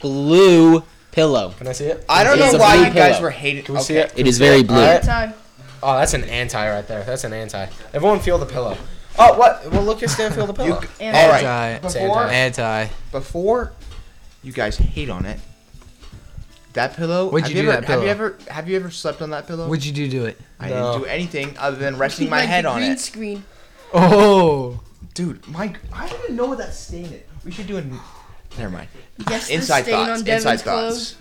[SPEAKER 7] blue pillow.
[SPEAKER 3] Can I see it?
[SPEAKER 5] I don't
[SPEAKER 7] It's
[SPEAKER 5] know
[SPEAKER 7] a
[SPEAKER 5] why
[SPEAKER 7] blue
[SPEAKER 5] you guys
[SPEAKER 7] pillow.
[SPEAKER 5] were hating.
[SPEAKER 3] Can we see it?
[SPEAKER 7] It is very blue.
[SPEAKER 3] Alright.
[SPEAKER 6] Anti.
[SPEAKER 3] Oh, that's an anti right there. That's an anti. Everyone feel the pillow. Oh, what? Well, look at Stan feel the pillow.
[SPEAKER 5] All right.
[SPEAKER 2] Anti.
[SPEAKER 5] Before,
[SPEAKER 2] Anti.
[SPEAKER 5] before you guys hate on it, that pillow.
[SPEAKER 2] What'd
[SPEAKER 5] have
[SPEAKER 2] you do
[SPEAKER 5] ever,
[SPEAKER 2] to that
[SPEAKER 5] Have you
[SPEAKER 2] pillow?
[SPEAKER 5] ever have you ever slept on that pillow?
[SPEAKER 2] What'd you do to it?
[SPEAKER 5] I
[SPEAKER 3] No.
[SPEAKER 5] didn't do anything other than resting my
[SPEAKER 6] Like
[SPEAKER 5] head
[SPEAKER 6] the
[SPEAKER 5] on
[SPEAKER 6] green
[SPEAKER 5] it.
[SPEAKER 6] screen.
[SPEAKER 2] Oh.
[SPEAKER 5] Dude, my I don't even know what that stain is. We should do an. Never mind.
[SPEAKER 6] Yes, the
[SPEAKER 5] Inside
[SPEAKER 6] stain
[SPEAKER 5] thoughts.
[SPEAKER 6] on
[SPEAKER 5] Inside
[SPEAKER 6] Devin's clothes.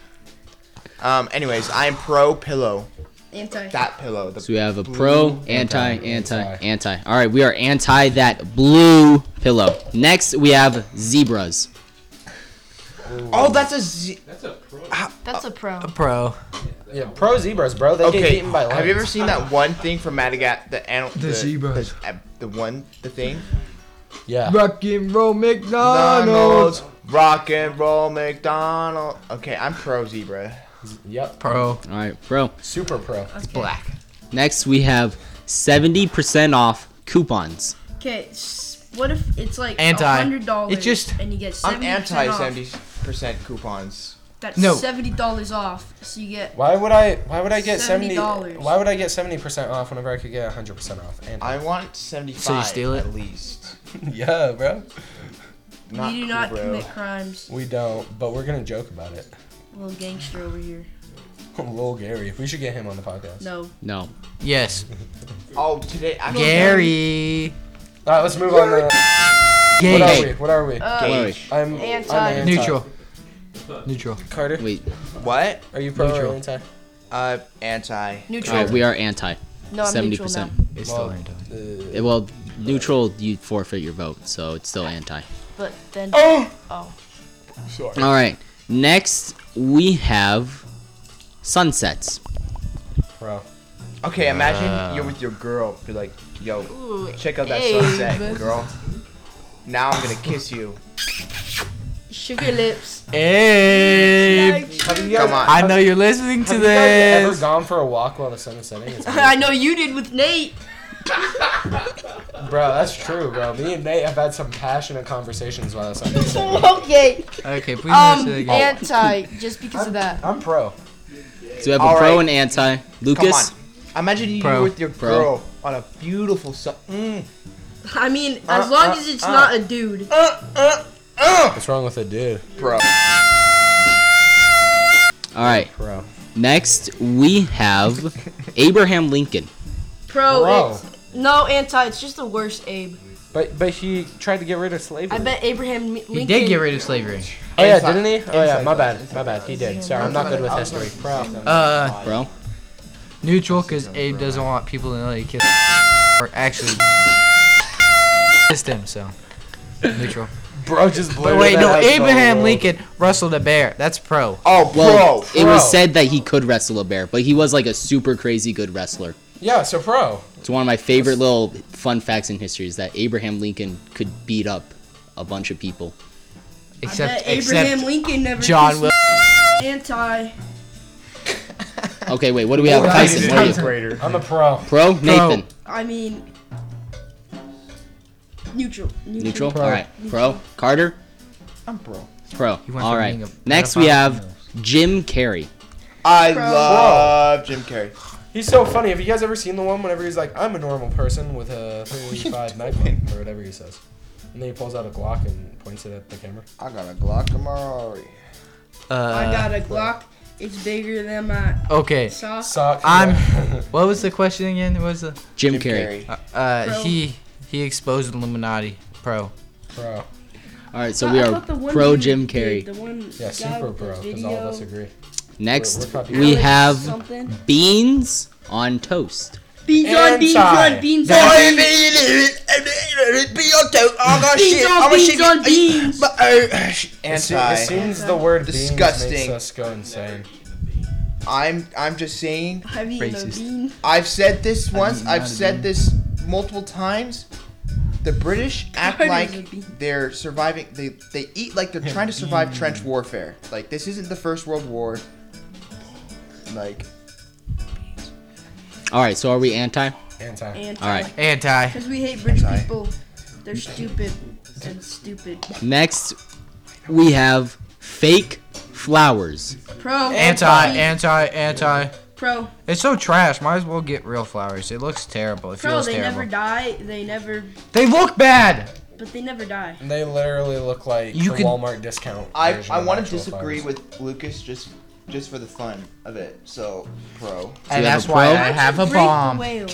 [SPEAKER 5] thoughts. Um. Anyways, I am pro pillow.
[SPEAKER 6] Anti.
[SPEAKER 5] That pillow. The
[SPEAKER 7] So we have a pro, anti, anti, anti. All right, we are anti that blue pillow. Next, we have zebras.
[SPEAKER 5] oh, that's a. Z-
[SPEAKER 6] That's a pro.
[SPEAKER 2] Pro.
[SPEAKER 3] Yeah, pro zebras, bro. They get
[SPEAKER 5] Okay,
[SPEAKER 3] eaten by lions.
[SPEAKER 5] have you ever seen that one thing from Madagascar? The animal, the,
[SPEAKER 2] zebra.
[SPEAKER 5] the, uh, the one, the thing.
[SPEAKER 3] Yeah.
[SPEAKER 2] Rock and roll
[SPEAKER 5] McDonald's, rock and roll McDonald. Okay, I'm pro zebra.
[SPEAKER 3] Yep.
[SPEAKER 2] Pro.
[SPEAKER 7] All right, pro.
[SPEAKER 3] Super pro.
[SPEAKER 2] Black.
[SPEAKER 7] Next, we have 70% off coupons.
[SPEAKER 6] Okay. What if it's like
[SPEAKER 2] Anti.
[SPEAKER 6] hundred dollars?
[SPEAKER 2] It's just-
[SPEAKER 6] and you get 70%
[SPEAKER 5] I'm anti
[SPEAKER 6] off.
[SPEAKER 5] seventy percent coupons.
[SPEAKER 6] That's
[SPEAKER 2] No.
[SPEAKER 6] seventy dollars off. So you get
[SPEAKER 3] Why would I? Why would I get seventy?
[SPEAKER 6] $70.
[SPEAKER 3] Why would I get seventy percent off whenever I could get hundred percent off? And
[SPEAKER 5] I want seventy five.
[SPEAKER 2] steal it?
[SPEAKER 5] at least.
[SPEAKER 3] yeah, uh, bro.
[SPEAKER 5] Not
[SPEAKER 6] you do
[SPEAKER 5] cool,
[SPEAKER 6] not
[SPEAKER 5] bro.
[SPEAKER 6] commit crimes.
[SPEAKER 3] We don't, but we're gonna joke about it.
[SPEAKER 6] Little gangster over here.
[SPEAKER 3] Lil Gary, we should get him on the podcast.
[SPEAKER 6] No.
[SPEAKER 7] No.
[SPEAKER 2] Yes.
[SPEAKER 5] Oh, today I
[SPEAKER 2] Gary.
[SPEAKER 3] All right, let's move on. To, what are we?
[SPEAKER 2] Gay.
[SPEAKER 3] What are we?
[SPEAKER 6] Uh,
[SPEAKER 7] Wait,
[SPEAKER 3] I'm
[SPEAKER 6] Anti.
[SPEAKER 3] I'm anti.
[SPEAKER 2] Neutral. Neutral.
[SPEAKER 3] Carter,
[SPEAKER 7] wait, wait.
[SPEAKER 5] What?
[SPEAKER 3] are you pro
[SPEAKER 2] Neutral.
[SPEAKER 3] or anti?
[SPEAKER 5] Uh, anti.
[SPEAKER 7] All
[SPEAKER 6] Neutral.
[SPEAKER 7] right, we are anti.
[SPEAKER 6] no, I'm neutral now.
[SPEAKER 7] 70%.
[SPEAKER 2] It's
[SPEAKER 3] Well,
[SPEAKER 2] still anti.
[SPEAKER 7] Eh, Well, neutral, you forfeit your vote, so it's still anti.
[SPEAKER 6] But then.
[SPEAKER 5] Oh!
[SPEAKER 7] All right. Next, we have sunsets.
[SPEAKER 3] Pro.
[SPEAKER 5] Okay, imagine
[SPEAKER 2] Uh.
[SPEAKER 5] you're with your girl. You're like, yo,
[SPEAKER 6] Ooh,
[SPEAKER 5] check out that
[SPEAKER 6] hey,
[SPEAKER 5] sunset,
[SPEAKER 6] bud.
[SPEAKER 5] girl. Now I'm gonna kiss you.
[SPEAKER 6] Sugar lips.
[SPEAKER 2] Hey.
[SPEAKER 3] Have you guys,
[SPEAKER 5] Come on.
[SPEAKER 2] I know you're listening to
[SPEAKER 3] have you guys ever
[SPEAKER 2] this.
[SPEAKER 3] gone for a walk while the sun is setting? It's
[SPEAKER 6] I know you did with Nate.
[SPEAKER 3] Bro, that's true, bro. Me and Nate have had some passionate conversations while this happened.
[SPEAKER 6] okay.
[SPEAKER 2] Okay, please
[SPEAKER 6] Um,
[SPEAKER 2] listen again.
[SPEAKER 6] anti, just because of that.
[SPEAKER 3] I'm pro.
[SPEAKER 7] So we have a
[SPEAKER 5] All
[SPEAKER 7] pro
[SPEAKER 5] right.
[SPEAKER 7] and anti.
[SPEAKER 5] Come
[SPEAKER 7] Lucas.
[SPEAKER 5] on. Imagine you
[SPEAKER 2] Pro.
[SPEAKER 5] were with your
[SPEAKER 7] Pro.
[SPEAKER 5] girl on a beautiful sun. Mm.
[SPEAKER 6] I mean, as long as it's not a dude.
[SPEAKER 3] What's wrong with a dude?
[SPEAKER 5] Bro.
[SPEAKER 7] All right.
[SPEAKER 3] Pro.
[SPEAKER 7] Next, we have Abraham Lincoln.
[SPEAKER 6] Pro,
[SPEAKER 3] Bro.
[SPEAKER 6] it's no anti. It's just the worst Abe.
[SPEAKER 14] But but he tried to get rid of slavery.
[SPEAKER 3] I bet Abraham Lincoln.
[SPEAKER 14] He did get rid of slavery. Oh yeah, didn't he? Oh yeah, my bad, my bad. He did. Sorry, I'm not good with history.
[SPEAKER 2] Uh,
[SPEAKER 14] bro.
[SPEAKER 2] Neutral, because Abe doesn't want people to know he kissed. Or actually, kissed him. So neutral.
[SPEAKER 14] Bro, just
[SPEAKER 2] But wait, no. Abraham Lincoln wrestled a bear. That's pro.
[SPEAKER 14] Oh,
[SPEAKER 7] Well, it was said that he could wrestle a bear, but he was like a super crazy good wrestler.
[SPEAKER 14] Yeah, so pro.
[SPEAKER 7] It's one of my favorite little fun facts in history is that Abraham Lincoln could beat up a bunch of people.
[SPEAKER 6] I bet Abraham Lincoln never
[SPEAKER 7] John
[SPEAKER 6] kissed
[SPEAKER 7] Wil-
[SPEAKER 6] anti.
[SPEAKER 7] Okay, wait, what do we have? Tyson, what are you?
[SPEAKER 14] I'm a pro.
[SPEAKER 7] Pro? Nathan.
[SPEAKER 6] I mean, neutral.
[SPEAKER 7] Neutral? Alright. Pro? Carter?
[SPEAKER 5] I'm pro.
[SPEAKER 7] Pro.
[SPEAKER 5] You went from
[SPEAKER 7] Alright.
[SPEAKER 5] being a
[SPEAKER 7] Next we
[SPEAKER 5] pedophile
[SPEAKER 7] have Jim Carrey.
[SPEAKER 5] I
[SPEAKER 14] Bro.
[SPEAKER 5] love Jim Carrey.
[SPEAKER 14] He's so funny. Have you guys ever seen the one whenever he's like, "I'm a normal person with a 385 Magnum" or whatever he says, and then he pulls out a Glock and points it at the camera.
[SPEAKER 5] I got a Glock tomorrow.
[SPEAKER 6] I got
[SPEAKER 2] Uh,
[SPEAKER 6] a Glock. It's bigger than my
[SPEAKER 2] okay.
[SPEAKER 6] sock.
[SPEAKER 2] I'm. What was the question again? What was the
[SPEAKER 7] Jim Jim Carrey.
[SPEAKER 2] Uh,
[SPEAKER 7] Carrey.
[SPEAKER 2] uh,
[SPEAKER 6] Pro.
[SPEAKER 2] he he exposed Illuminati. Pro.
[SPEAKER 14] Pro.
[SPEAKER 7] Alright, so we are pro Jim Carrey.
[SPEAKER 14] Yeah, super pro. Because all of us agree.
[SPEAKER 7] Next
[SPEAKER 14] We're- we're
[SPEAKER 7] we
[SPEAKER 14] copying-
[SPEAKER 7] have
[SPEAKER 14] something.
[SPEAKER 7] beans on toast.
[SPEAKER 6] Beans on beans
[SPEAKER 7] Inside.
[SPEAKER 6] on beans on
[SPEAKER 7] That's-
[SPEAKER 6] beans.
[SPEAKER 5] Be on toast.
[SPEAKER 6] Beans on beans on beans.
[SPEAKER 14] As soon- as soon as the word beans makes
[SPEAKER 5] disgusting.
[SPEAKER 14] us go insane.
[SPEAKER 5] I'm I'm just saying.
[SPEAKER 6] Have you eaten a Racist. bean?
[SPEAKER 5] I've said this
[SPEAKER 6] Have
[SPEAKER 5] once.
[SPEAKER 6] you
[SPEAKER 5] I've
[SPEAKER 6] not a
[SPEAKER 5] said
[SPEAKER 6] bean?
[SPEAKER 5] this multiple times. The British act
[SPEAKER 6] Carter's a
[SPEAKER 5] like they're surviving. They they eat like they're trying to survive
[SPEAKER 6] bean.
[SPEAKER 5] trench warfare. Like this isn't the First World War. Like
[SPEAKER 7] Alright, so are we anti?
[SPEAKER 14] Anti.
[SPEAKER 6] Anti.
[SPEAKER 7] Alright.
[SPEAKER 6] Because we hate rich people. They're stupid and stupid.
[SPEAKER 7] Next, we have fake flowers.
[SPEAKER 6] Pro.
[SPEAKER 2] Anti, anti, anti.
[SPEAKER 6] Pro.
[SPEAKER 2] It's so trash. Might as well get real flowers. It looks terrible. It
[SPEAKER 6] Pro.
[SPEAKER 2] feels
[SPEAKER 6] They
[SPEAKER 2] terrible.
[SPEAKER 6] never die. They never.
[SPEAKER 2] they look bad.
[SPEAKER 6] But they never die.
[SPEAKER 14] They literally look like
[SPEAKER 2] You
[SPEAKER 14] the
[SPEAKER 2] could-
[SPEAKER 14] Walmart discount.
[SPEAKER 5] I
[SPEAKER 14] version
[SPEAKER 5] I
[SPEAKER 14] of
[SPEAKER 5] want to
[SPEAKER 14] actual
[SPEAKER 5] disagree
[SPEAKER 14] flowers.
[SPEAKER 5] with Lucas just just for the fun of it. So pro.
[SPEAKER 2] And that's why I have a bomb.
[SPEAKER 14] We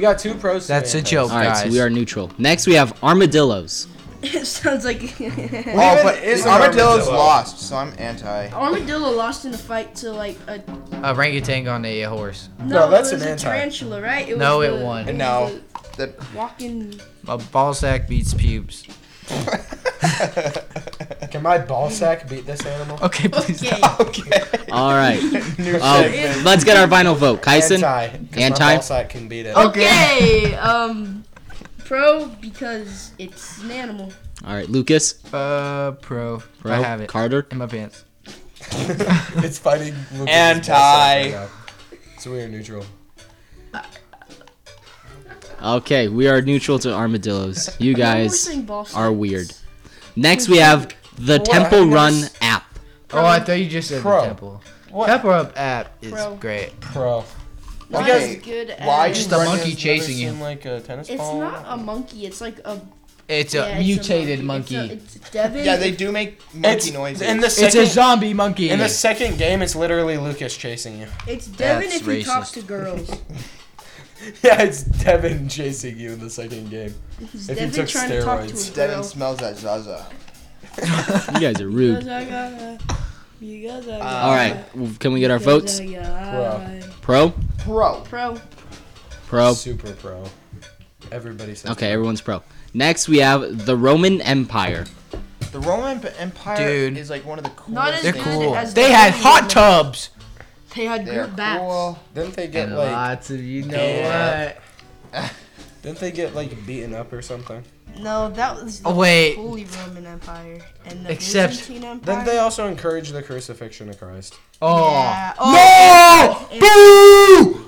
[SPEAKER 14] got two pros.
[SPEAKER 2] That's a
[SPEAKER 5] Oh,
[SPEAKER 2] joke,
[SPEAKER 7] All right, so
[SPEAKER 2] guys.
[SPEAKER 7] we are neutral. Next, we have armadillos.
[SPEAKER 6] it sounds like.
[SPEAKER 5] Oh, but Armadillo's lost, so I'm anti.
[SPEAKER 6] Armadillo lost in a fight to like a.
[SPEAKER 2] orangutan on a horse.
[SPEAKER 6] No, that's it was a tarantula, right?
[SPEAKER 2] No,
[SPEAKER 6] was
[SPEAKER 2] it
[SPEAKER 6] the-
[SPEAKER 2] won.
[SPEAKER 6] was
[SPEAKER 2] No.
[SPEAKER 5] The
[SPEAKER 6] the walking.
[SPEAKER 2] a ball sack beats pubes.
[SPEAKER 14] Can my ball sack beat this animal?
[SPEAKER 2] Okay, please.
[SPEAKER 6] Okay.
[SPEAKER 7] All right.
[SPEAKER 14] New
[SPEAKER 7] Um,
[SPEAKER 14] segment.
[SPEAKER 7] let's get our final vote. Kyson?
[SPEAKER 14] Anti. 'cause My
[SPEAKER 7] Anti?
[SPEAKER 14] ball sack can beat it.
[SPEAKER 6] Okay. um, pro because it's an animal.
[SPEAKER 7] All right, Lucas?
[SPEAKER 2] Uh, pro.
[SPEAKER 7] Pro?
[SPEAKER 2] I have it.
[SPEAKER 7] Carter?
[SPEAKER 2] In my pants.
[SPEAKER 14] it's fighting Lucas's ball sack right now. So we are neutral.
[SPEAKER 7] Okay, we are neutral to armadillos. You guys
[SPEAKER 6] saying ball sacks.
[SPEAKER 7] are weird. Next, we have the Temple Run app.
[SPEAKER 2] Oh, I thought you just said
[SPEAKER 7] Pro.
[SPEAKER 2] the temple. Pepper Up app is
[SPEAKER 6] Pro.
[SPEAKER 2] great.
[SPEAKER 14] Pro.
[SPEAKER 6] Not as good
[SPEAKER 2] why
[SPEAKER 6] as.
[SPEAKER 2] just a monkey chasing you?
[SPEAKER 14] Like a tennis
[SPEAKER 6] It's
[SPEAKER 14] ball.
[SPEAKER 6] not a monkey. It's like a.
[SPEAKER 2] It's a
[SPEAKER 6] Yeah, it's a
[SPEAKER 2] mutated
[SPEAKER 6] monkey.
[SPEAKER 2] monkey.
[SPEAKER 6] It's a- it's Devin.
[SPEAKER 5] Yeah, they do make monkey
[SPEAKER 14] It's-
[SPEAKER 5] noises.
[SPEAKER 14] in the
[SPEAKER 2] It's a
[SPEAKER 14] second-
[SPEAKER 2] zombie monkey.
[SPEAKER 14] In the second game, it's literally Lucas chasing you.
[SPEAKER 6] It's Devin
[SPEAKER 2] That's
[SPEAKER 6] if he talks
[SPEAKER 2] racist.
[SPEAKER 6] to girls.
[SPEAKER 14] Yeah, it's Devin chasing you in the second game.
[SPEAKER 6] It's
[SPEAKER 14] if
[SPEAKER 6] Devin
[SPEAKER 14] you took
[SPEAKER 6] trying to talk to
[SPEAKER 14] steroids.
[SPEAKER 6] a
[SPEAKER 5] Devin smells that Zaza.
[SPEAKER 7] You guys are rude.
[SPEAKER 6] Because I gotta- because I
[SPEAKER 7] All right, can we get our votes?
[SPEAKER 6] gotta-
[SPEAKER 7] Pro?
[SPEAKER 5] Pro.
[SPEAKER 6] Pro.
[SPEAKER 7] Pro?
[SPEAKER 14] Super pro. Everybody says.
[SPEAKER 7] Oh. Okay, everyone's pro. Next, we have the Roman Empire.
[SPEAKER 5] The Roman P- Empire
[SPEAKER 7] Dude.
[SPEAKER 5] is like one of the coolest.
[SPEAKER 6] Not as
[SPEAKER 5] things.
[SPEAKER 6] good as
[SPEAKER 2] They
[SPEAKER 6] the
[SPEAKER 2] had
[SPEAKER 6] Devin one.
[SPEAKER 2] hot tubs.
[SPEAKER 6] They had
[SPEAKER 5] They're
[SPEAKER 6] group bats.
[SPEAKER 5] cool.
[SPEAKER 14] Didn't they get
[SPEAKER 2] And
[SPEAKER 14] like
[SPEAKER 2] lots of you know
[SPEAKER 14] Yeah. Didn't they get like beaten up or something?
[SPEAKER 6] No, that was the
[SPEAKER 2] Oh, wait.
[SPEAKER 6] Holy Roman Empire and the
[SPEAKER 2] Except-
[SPEAKER 6] Byzantine Empire.
[SPEAKER 14] Didn't they also encourage the crucifixion of Christ?
[SPEAKER 2] Oh.
[SPEAKER 6] Yeah. Oh,
[SPEAKER 2] No!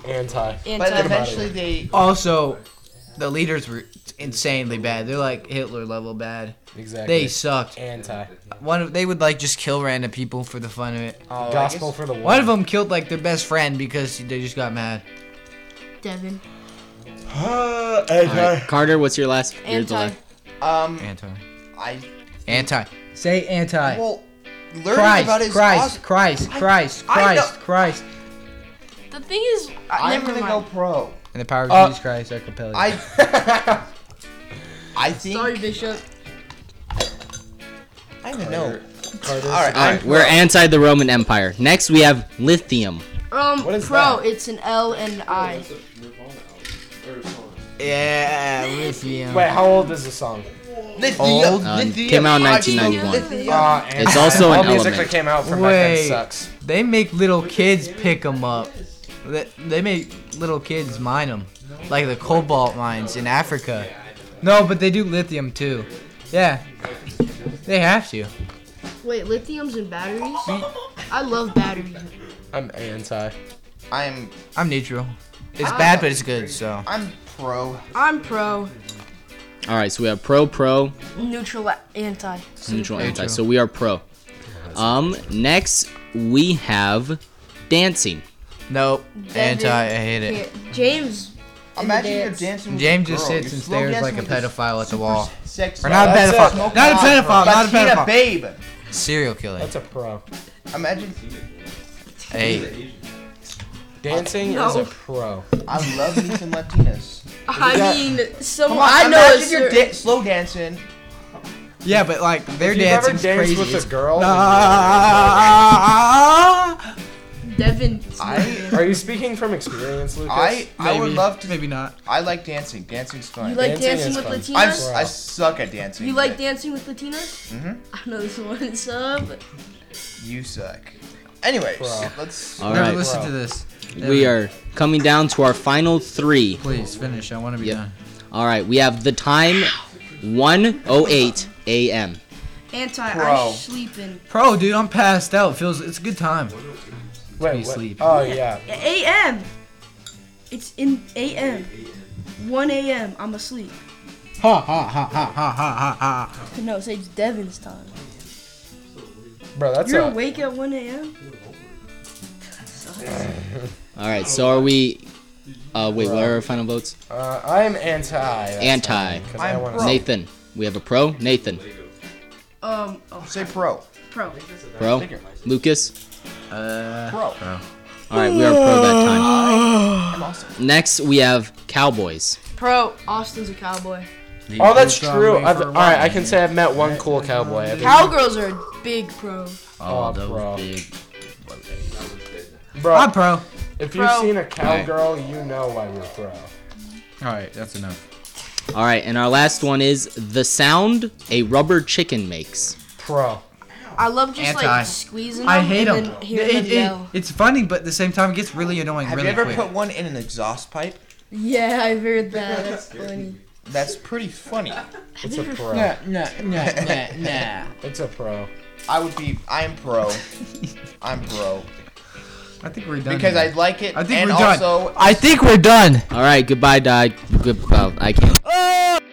[SPEAKER 2] Boo!
[SPEAKER 14] Anti.
[SPEAKER 6] Anti.
[SPEAKER 14] Get 'em outta here.
[SPEAKER 5] they.
[SPEAKER 2] Also, the leaders were insanely bad. They're like Hitler level bad.
[SPEAKER 14] Exactly.
[SPEAKER 2] They sucked.
[SPEAKER 14] Anti.
[SPEAKER 2] One of, they would like just kill random people for the fun of it.
[SPEAKER 14] Oh, I Gospel guess- for the
[SPEAKER 2] One of them killed like their best friend because they just got mad.
[SPEAKER 6] Devin.
[SPEAKER 7] All right, Carter, what's your last? your
[SPEAKER 2] Anti.
[SPEAKER 7] last-
[SPEAKER 5] Um,
[SPEAKER 2] Anti.
[SPEAKER 5] I
[SPEAKER 2] Anti. Say anti.
[SPEAKER 5] well, learning
[SPEAKER 2] Christ,
[SPEAKER 5] about his
[SPEAKER 2] Christ, Christ,
[SPEAKER 5] I-
[SPEAKER 2] Christ,
[SPEAKER 5] I know-
[SPEAKER 2] Christ, Christ,
[SPEAKER 3] The thing is,
[SPEAKER 5] I'm
[SPEAKER 3] never
[SPEAKER 5] gonna
[SPEAKER 3] mind.
[SPEAKER 5] go pro.
[SPEAKER 2] and the power of
[SPEAKER 5] Uh,
[SPEAKER 2] Jesus Christ, I compel you.
[SPEAKER 5] I I think.
[SPEAKER 15] Sorry, Bishop.
[SPEAKER 5] I don't know.
[SPEAKER 7] All right, we're anti the Roman Empire. Next, we have lithium.
[SPEAKER 6] Um,
[SPEAKER 7] What is
[SPEAKER 6] pro. It's an L and I.
[SPEAKER 5] Yeah,
[SPEAKER 14] Lithium. Wait, how old is the song?
[SPEAKER 7] Old? Uh, came out in 1991.
[SPEAKER 14] Ah,
[SPEAKER 7] It's also
[SPEAKER 14] all
[SPEAKER 7] an
[SPEAKER 14] music
[SPEAKER 7] element.
[SPEAKER 14] that came out from back
[SPEAKER 2] Wait,
[SPEAKER 14] then sucks.
[SPEAKER 2] they make little kids pick them up. They, they make little kids mine them, like the cobalt mines in Africa. No, but they do lithium too. Yeah, they have to.
[SPEAKER 6] Wait, lithium's in batteries? I love batteries.
[SPEAKER 14] I'm anti.
[SPEAKER 5] I'm.
[SPEAKER 2] I'm neutral. It's
[SPEAKER 6] I-
[SPEAKER 2] bad, but it's good. So.
[SPEAKER 5] I'm pro.
[SPEAKER 6] I'm pro.
[SPEAKER 7] All right, so we have pro, pro,
[SPEAKER 6] Neutral a- anti.
[SPEAKER 7] neutral,
[SPEAKER 6] Super.
[SPEAKER 7] anti. So we are pro. Um, next we have dancing.
[SPEAKER 2] Nope,
[SPEAKER 6] That
[SPEAKER 2] anti. I hate it.
[SPEAKER 6] Yeah, James.
[SPEAKER 5] Imagine
[SPEAKER 6] you're
[SPEAKER 5] dancing
[SPEAKER 2] James just sits and stares like a pedophile at the wall.
[SPEAKER 5] Sex.
[SPEAKER 2] Or not a
[SPEAKER 5] That's
[SPEAKER 2] pedophile.
[SPEAKER 5] smoking
[SPEAKER 2] Not a
[SPEAKER 5] hot,
[SPEAKER 2] pedophile.
[SPEAKER 5] bro.
[SPEAKER 2] Not a
[SPEAKER 5] Latina
[SPEAKER 2] pedophile.
[SPEAKER 5] babe.
[SPEAKER 2] Serial killer.
[SPEAKER 14] That's a pro.
[SPEAKER 5] Imagine.
[SPEAKER 2] Hey.
[SPEAKER 14] Dancing
[SPEAKER 6] No.
[SPEAKER 14] is a pro.
[SPEAKER 5] I love me some Latinas.
[SPEAKER 6] I
[SPEAKER 5] Yeah.
[SPEAKER 6] mean, some
[SPEAKER 5] Come on,
[SPEAKER 6] I know
[SPEAKER 5] imagine
[SPEAKER 6] it's
[SPEAKER 5] you're
[SPEAKER 6] your
[SPEAKER 5] da- slow dancing.
[SPEAKER 2] Yeah, but like their
[SPEAKER 14] you've ever
[SPEAKER 2] dancing's
[SPEAKER 14] danced
[SPEAKER 2] crazy.
[SPEAKER 14] with a
[SPEAKER 2] It's-
[SPEAKER 14] girl,
[SPEAKER 2] Nah.
[SPEAKER 6] Devin.
[SPEAKER 2] Ah,
[SPEAKER 5] I-
[SPEAKER 14] Are you speaking from experience, Lucas?
[SPEAKER 5] I I would love to.
[SPEAKER 2] Maybe not.
[SPEAKER 5] I like dancing. Dancing's fun.
[SPEAKER 6] You like dancing,
[SPEAKER 14] Dancing is
[SPEAKER 6] with
[SPEAKER 5] I,
[SPEAKER 6] Latinas?
[SPEAKER 5] I suck at dancing.
[SPEAKER 6] You like dancing with Latinas?
[SPEAKER 5] hmm
[SPEAKER 2] Mm-hmm.
[SPEAKER 6] I know this one. Sub.
[SPEAKER 5] You suck. Anyways,
[SPEAKER 14] Bro.
[SPEAKER 5] let's.
[SPEAKER 7] All right,
[SPEAKER 2] listen to this.
[SPEAKER 7] we are coming down to our final three.
[SPEAKER 2] Please finish. I want to be done.
[SPEAKER 7] All right, we have the time 1:08 a.m.
[SPEAKER 6] Anti.
[SPEAKER 2] Pro.
[SPEAKER 6] I'm sleeping.
[SPEAKER 2] Pro, dude, I'm passed out. Feels it's a good time.
[SPEAKER 14] Wait,
[SPEAKER 2] be
[SPEAKER 14] what?
[SPEAKER 2] asleep.
[SPEAKER 14] Oh yeah.
[SPEAKER 6] A.M. It's in A.M. 1 A.M. I'm asleep.
[SPEAKER 2] Ha ha ha ha ha ha ha ha.
[SPEAKER 6] No, it's it's Devin's time.
[SPEAKER 14] Bro, that's
[SPEAKER 6] You're
[SPEAKER 14] a.
[SPEAKER 6] awake at 1 A.M.
[SPEAKER 7] All right, so are we? Uh, wait, what are our final votes?
[SPEAKER 14] Uh, I'm anti. that's
[SPEAKER 7] Anti.
[SPEAKER 14] fine, 'cause I wanna-
[SPEAKER 7] Nathan. We have a pro. Nathan.
[SPEAKER 6] Um. Oh,
[SPEAKER 5] Say pro.
[SPEAKER 6] Pro.
[SPEAKER 7] Pro. Lucas.
[SPEAKER 2] Uh,
[SPEAKER 5] Pro.
[SPEAKER 7] All right, we are pro that time.
[SPEAKER 6] I'm awesome.
[SPEAKER 7] Next, we have Cowboys.
[SPEAKER 6] Pro. Austin's a cowboy.
[SPEAKER 14] Oh, that's true. I've, all right, I can say I've met one cool cowboy. I've-
[SPEAKER 6] Cowgirls are a big pro.
[SPEAKER 14] Oh, bro. Bro,
[SPEAKER 2] I'm pro.
[SPEAKER 14] If
[SPEAKER 6] Pro.
[SPEAKER 14] you've seen a cowgirl, you know why you're pro.
[SPEAKER 2] All right, that's enough.
[SPEAKER 7] All right, and our last one is the sound a rubber chicken makes.
[SPEAKER 14] Pro.
[SPEAKER 6] I love just
[SPEAKER 2] Anti.
[SPEAKER 6] like squeezing them
[SPEAKER 2] I hate
[SPEAKER 6] and
[SPEAKER 2] them.
[SPEAKER 6] then hearing them yell.
[SPEAKER 2] it's funny, but at the same time, it gets really annoying
[SPEAKER 5] Have
[SPEAKER 2] really
[SPEAKER 5] you ever
[SPEAKER 2] quick.
[SPEAKER 5] put one in an exhaust pipe?
[SPEAKER 6] Yeah, I've heard that. That's funny.
[SPEAKER 5] That's pretty funny.
[SPEAKER 14] It's a pro.
[SPEAKER 5] Nah,
[SPEAKER 2] nah, nah, nah, nah.
[SPEAKER 14] It's a pro.
[SPEAKER 5] I would be. I'm pro. I'm pro
[SPEAKER 2] I think we're done.
[SPEAKER 5] because
[SPEAKER 2] here.
[SPEAKER 5] I like it.
[SPEAKER 2] I think
[SPEAKER 5] and
[SPEAKER 2] we're done.
[SPEAKER 5] also,
[SPEAKER 2] I think we're done.
[SPEAKER 7] All right, goodbye, Di. Good, well, I can't.